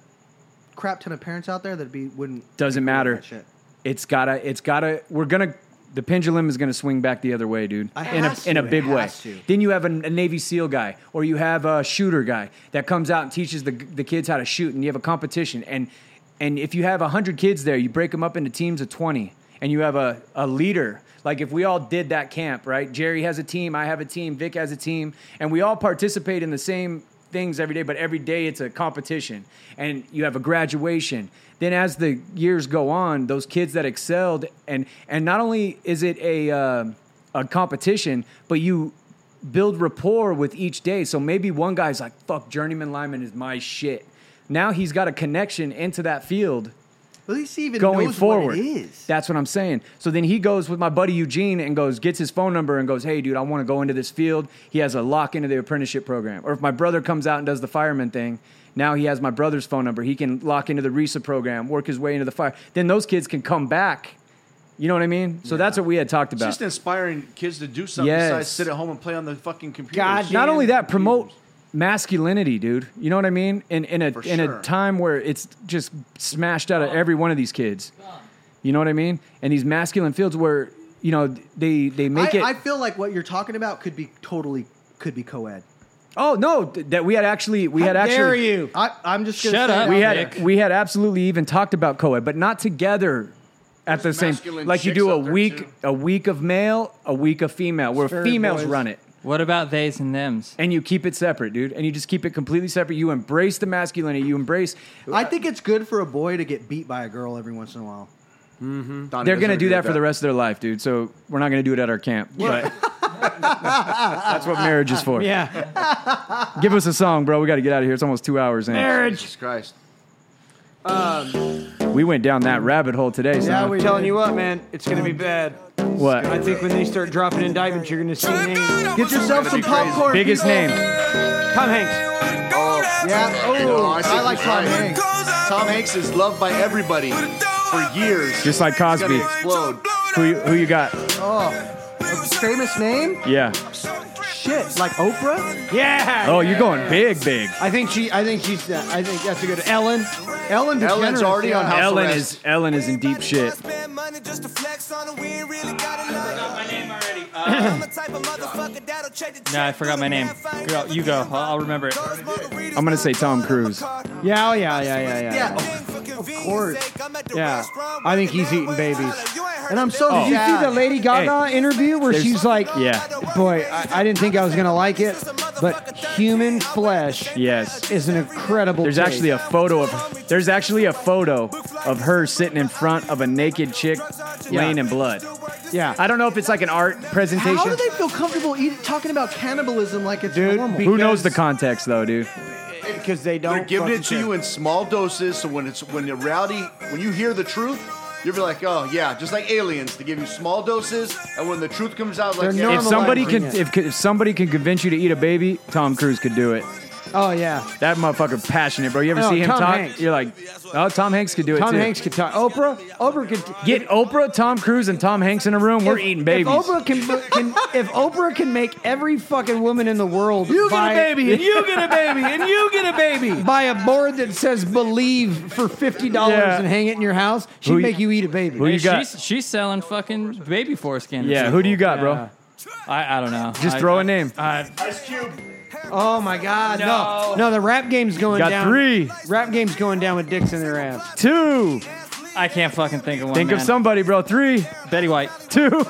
[SPEAKER 4] crap ton of parents out there that be wouldn't.
[SPEAKER 1] Doesn't matter.
[SPEAKER 4] That shit.
[SPEAKER 1] It's gotta. It's gotta. We're gonna. The pendulum is gonna swing back the other way, dude.
[SPEAKER 4] It
[SPEAKER 1] in a
[SPEAKER 4] has
[SPEAKER 1] in a
[SPEAKER 4] to, it
[SPEAKER 1] big way.
[SPEAKER 4] has to.
[SPEAKER 1] Then you have a, a Navy SEAL guy, or you have a shooter guy that comes out and teaches the the kids how to shoot, and you have a competition. And and if you have hundred kids there, you break them up into teams of twenty, and you have a a leader. Like if we all did that camp, right? Jerry has a team, I have a team, Vic has a team, and we all participate in the same things every day, but every day it's a competition and you have a graduation. Then as the years go on, those kids that excelled and and not only is it a uh, a competition, but you build rapport with each day. So maybe one guy's like, "Fuck, journeyman lineman is my shit." Now he's got a connection into that field
[SPEAKER 4] At least he even
[SPEAKER 1] going
[SPEAKER 4] knows
[SPEAKER 1] forward.
[SPEAKER 4] What it is.
[SPEAKER 1] That's what I'm saying. So then he goes with my buddy Eugene and goes, gets his phone number and goes, hey, dude, I want to go into this field. He has a lock into the apprenticeship program. Or if my brother comes out and does the fireman thing, now he has my brother's phone number. He can lock into the RESA program, work his way into the fire. Then those kids can come back. You know what I mean? So that's what we had talked
[SPEAKER 6] It's
[SPEAKER 1] about.
[SPEAKER 6] just inspiring kids to do something
[SPEAKER 1] Yes.
[SPEAKER 6] besides sit at home and play on the fucking computer.
[SPEAKER 1] not only that, promote masculinity, dude. You know what I mean? In in a in
[SPEAKER 6] sure.
[SPEAKER 1] a time where it's just smashed out of every one of these kids. You know what I mean? And these masculine fields where you know they they make
[SPEAKER 4] I,
[SPEAKER 1] it.
[SPEAKER 4] I feel like what you're talking about could be totally could be co-ed.
[SPEAKER 1] oh no, th- that we had actually we had actually.
[SPEAKER 4] you? I, I'm just gonna
[SPEAKER 5] Shut
[SPEAKER 4] say it
[SPEAKER 5] up,
[SPEAKER 4] out
[SPEAKER 1] We
[SPEAKER 4] there.
[SPEAKER 1] had we had absolutely even talked about co-ed, but not together at
[SPEAKER 6] There's
[SPEAKER 1] the same.
[SPEAKER 6] masculine
[SPEAKER 1] Like you
[SPEAKER 6] chicks
[SPEAKER 1] do a
[SPEAKER 6] out there,
[SPEAKER 1] week
[SPEAKER 6] too.
[SPEAKER 1] a week of male, a week of female, where
[SPEAKER 2] Fairy
[SPEAKER 1] females
[SPEAKER 2] boys.
[SPEAKER 1] run it.
[SPEAKER 5] What about theys and thems?
[SPEAKER 1] And you keep it separate, dude. And you just keep it completely separate. You embrace the masculinity. You embrace.
[SPEAKER 4] I think it's good for a boy to get beat by a girl every once in a while.
[SPEAKER 6] Donnie
[SPEAKER 1] They're
[SPEAKER 6] doesn't
[SPEAKER 1] going to do
[SPEAKER 6] agree
[SPEAKER 1] that
[SPEAKER 6] with
[SPEAKER 1] for the rest of their life, dude. So we're not going to do it at our camp. But that's what marriage is for.
[SPEAKER 2] Yeah,
[SPEAKER 1] Give us a song, bro. We got to get out of here. It's almost two hours in.
[SPEAKER 2] marriage.
[SPEAKER 6] Jesus Christ.
[SPEAKER 1] We went down that rabbit hole today. Son.
[SPEAKER 2] I'm telling you what, man, it's gonna be bad.
[SPEAKER 1] what?
[SPEAKER 2] I think when they start dropping indictments, you're gonna see names.
[SPEAKER 4] Get yourself some popcorn.
[SPEAKER 1] Biggest name.
[SPEAKER 2] Tom Hanks.
[SPEAKER 4] Yeah. Oh,
[SPEAKER 6] No,
[SPEAKER 4] I,
[SPEAKER 6] see what
[SPEAKER 4] like
[SPEAKER 6] you're
[SPEAKER 4] Tom
[SPEAKER 6] saying.
[SPEAKER 4] Hanks.
[SPEAKER 6] Tom Hanks is loved by everybody for years.
[SPEAKER 1] Just like
[SPEAKER 6] He's gonna
[SPEAKER 1] Cosby.
[SPEAKER 6] explode.
[SPEAKER 1] Who you, who you got?
[SPEAKER 4] Famous name?
[SPEAKER 1] Yeah.
[SPEAKER 4] Shit, like Oprah?
[SPEAKER 2] Yeah.
[SPEAKER 1] Oh, you're going big, big.
[SPEAKER 2] I think she. I think she's. Uh, I think that's a good Ellen.
[SPEAKER 4] Ellen DeGeneres.
[SPEAKER 6] Ellen's already on house
[SPEAKER 1] Ellen
[SPEAKER 6] arrest.
[SPEAKER 1] is Ellen is in deep shit.
[SPEAKER 5] No, I forgot my name. Girl, you go. I'll, I'll remember it.
[SPEAKER 1] I'm gonna say Tom Cruise.
[SPEAKER 2] Yeah. Oh, yeah. Yeah. Yeah. Yeah.
[SPEAKER 4] Yeah, of course.
[SPEAKER 2] Yeah. I think he's eating babies.
[SPEAKER 4] And I'm so
[SPEAKER 1] Oh.
[SPEAKER 2] Did you see the Lady Gaga interview where
[SPEAKER 1] There's-
[SPEAKER 2] she's like,
[SPEAKER 1] Yeah.
[SPEAKER 2] boy, I, I didn't think I was gonna like it, but human flesh
[SPEAKER 1] Yes.
[SPEAKER 2] is an incredible."
[SPEAKER 1] There's
[SPEAKER 2] taste."
[SPEAKER 1] actually a photo of there's actually a photo of her sitting in front of a naked chick laying in blood.
[SPEAKER 2] yeah.
[SPEAKER 1] I don't know if it's like an art presentation.
[SPEAKER 4] How do they feel comfortable eating, talking about cannibalism like it's
[SPEAKER 2] Dude,
[SPEAKER 4] normal?
[SPEAKER 2] be-
[SPEAKER 1] Who knows the context though, dude?
[SPEAKER 2] because they don't.
[SPEAKER 6] They're giving
[SPEAKER 2] fucking
[SPEAKER 6] it to
[SPEAKER 2] care.
[SPEAKER 6] you in small doses, so when it's when the rowdy, when you hear the truth, you'll be like, oh yeah, just like aliens. They give you small doses, and when the truth comes out, like
[SPEAKER 2] They're
[SPEAKER 6] yeah,
[SPEAKER 1] If somebody
[SPEAKER 2] Normalizing
[SPEAKER 1] can
[SPEAKER 2] it.
[SPEAKER 1] if, if somebody can convince you to eat a baby, Tom Cruise could do it.
[SPEAKER 2] Oh yeah.
[SPEAKER 1] That motherfucker passionate, bro. You ever
[SPEAKER 2] No,
[SPEAKER 1] see him
[SPEAKER 2] Tom
[SPEAKER 1] talk?
[SPEAKER 2] Hanks.
[SPEAKER 1] You're like, oh, Tom Hanks could do it
[SPEAKER 2] Tom
[SPEAKER 1] too.
[SPEAKER 2] Hanks could talk. Oprah, Oprah could
[SPEAKER 1] Get Oprah, Tom Cruise, and Tom Hanks in a room. We're
[SPEAKER 2] If-
[SPEAKER 1] eating babies.
[SPEAKER 2] If Oprah can, can if Oprah can make every fucking woman in the world,
[SPEAKER 1] You get a
[SPEAKER 2] buy-
[SPEAKER 1] baby, and you get a baby, and you get a baby,
[SPEAKER 2] buy a board that says "Believe" for fifty dollars
[SPEAKER 1] Yeah.
[SPEAKER 2] and hang it in your house, she'd
[SPEAKER 1] Who you-
[SPEAKER 2] make you eat a baby.
[SPEAKER 5] Hey, She's, she's selling fucking baby foreskin. to
[SPEAKER 1] Yeah, who do you got, bro?
[SPEAKER 5] people. I, I don't know.
[SPEAKER 1] Just
[SPEAKER 5] I-
[SPEAKER 1] throw a name.
[SPEAKER 5] I-
[SPEAKER 2] Oh my God! No, no, the rap game's going
[SPEAKER 1] Got
[SPEAKER 2] down.
[SPEAKER 1] three.
[SPEAKER 2] Rap game's going down with dicks in their ass.
[SPEAKER 1] Two.
[SPEAKER 5] I can't fucking think of one.
[SPEAKER 1] Think of
[SPEAKER 5] man.
[SPEAKER 1] somebody, bro. Three.
[SPEAKER 5] Betty White.
[SPEAKER 1] Two.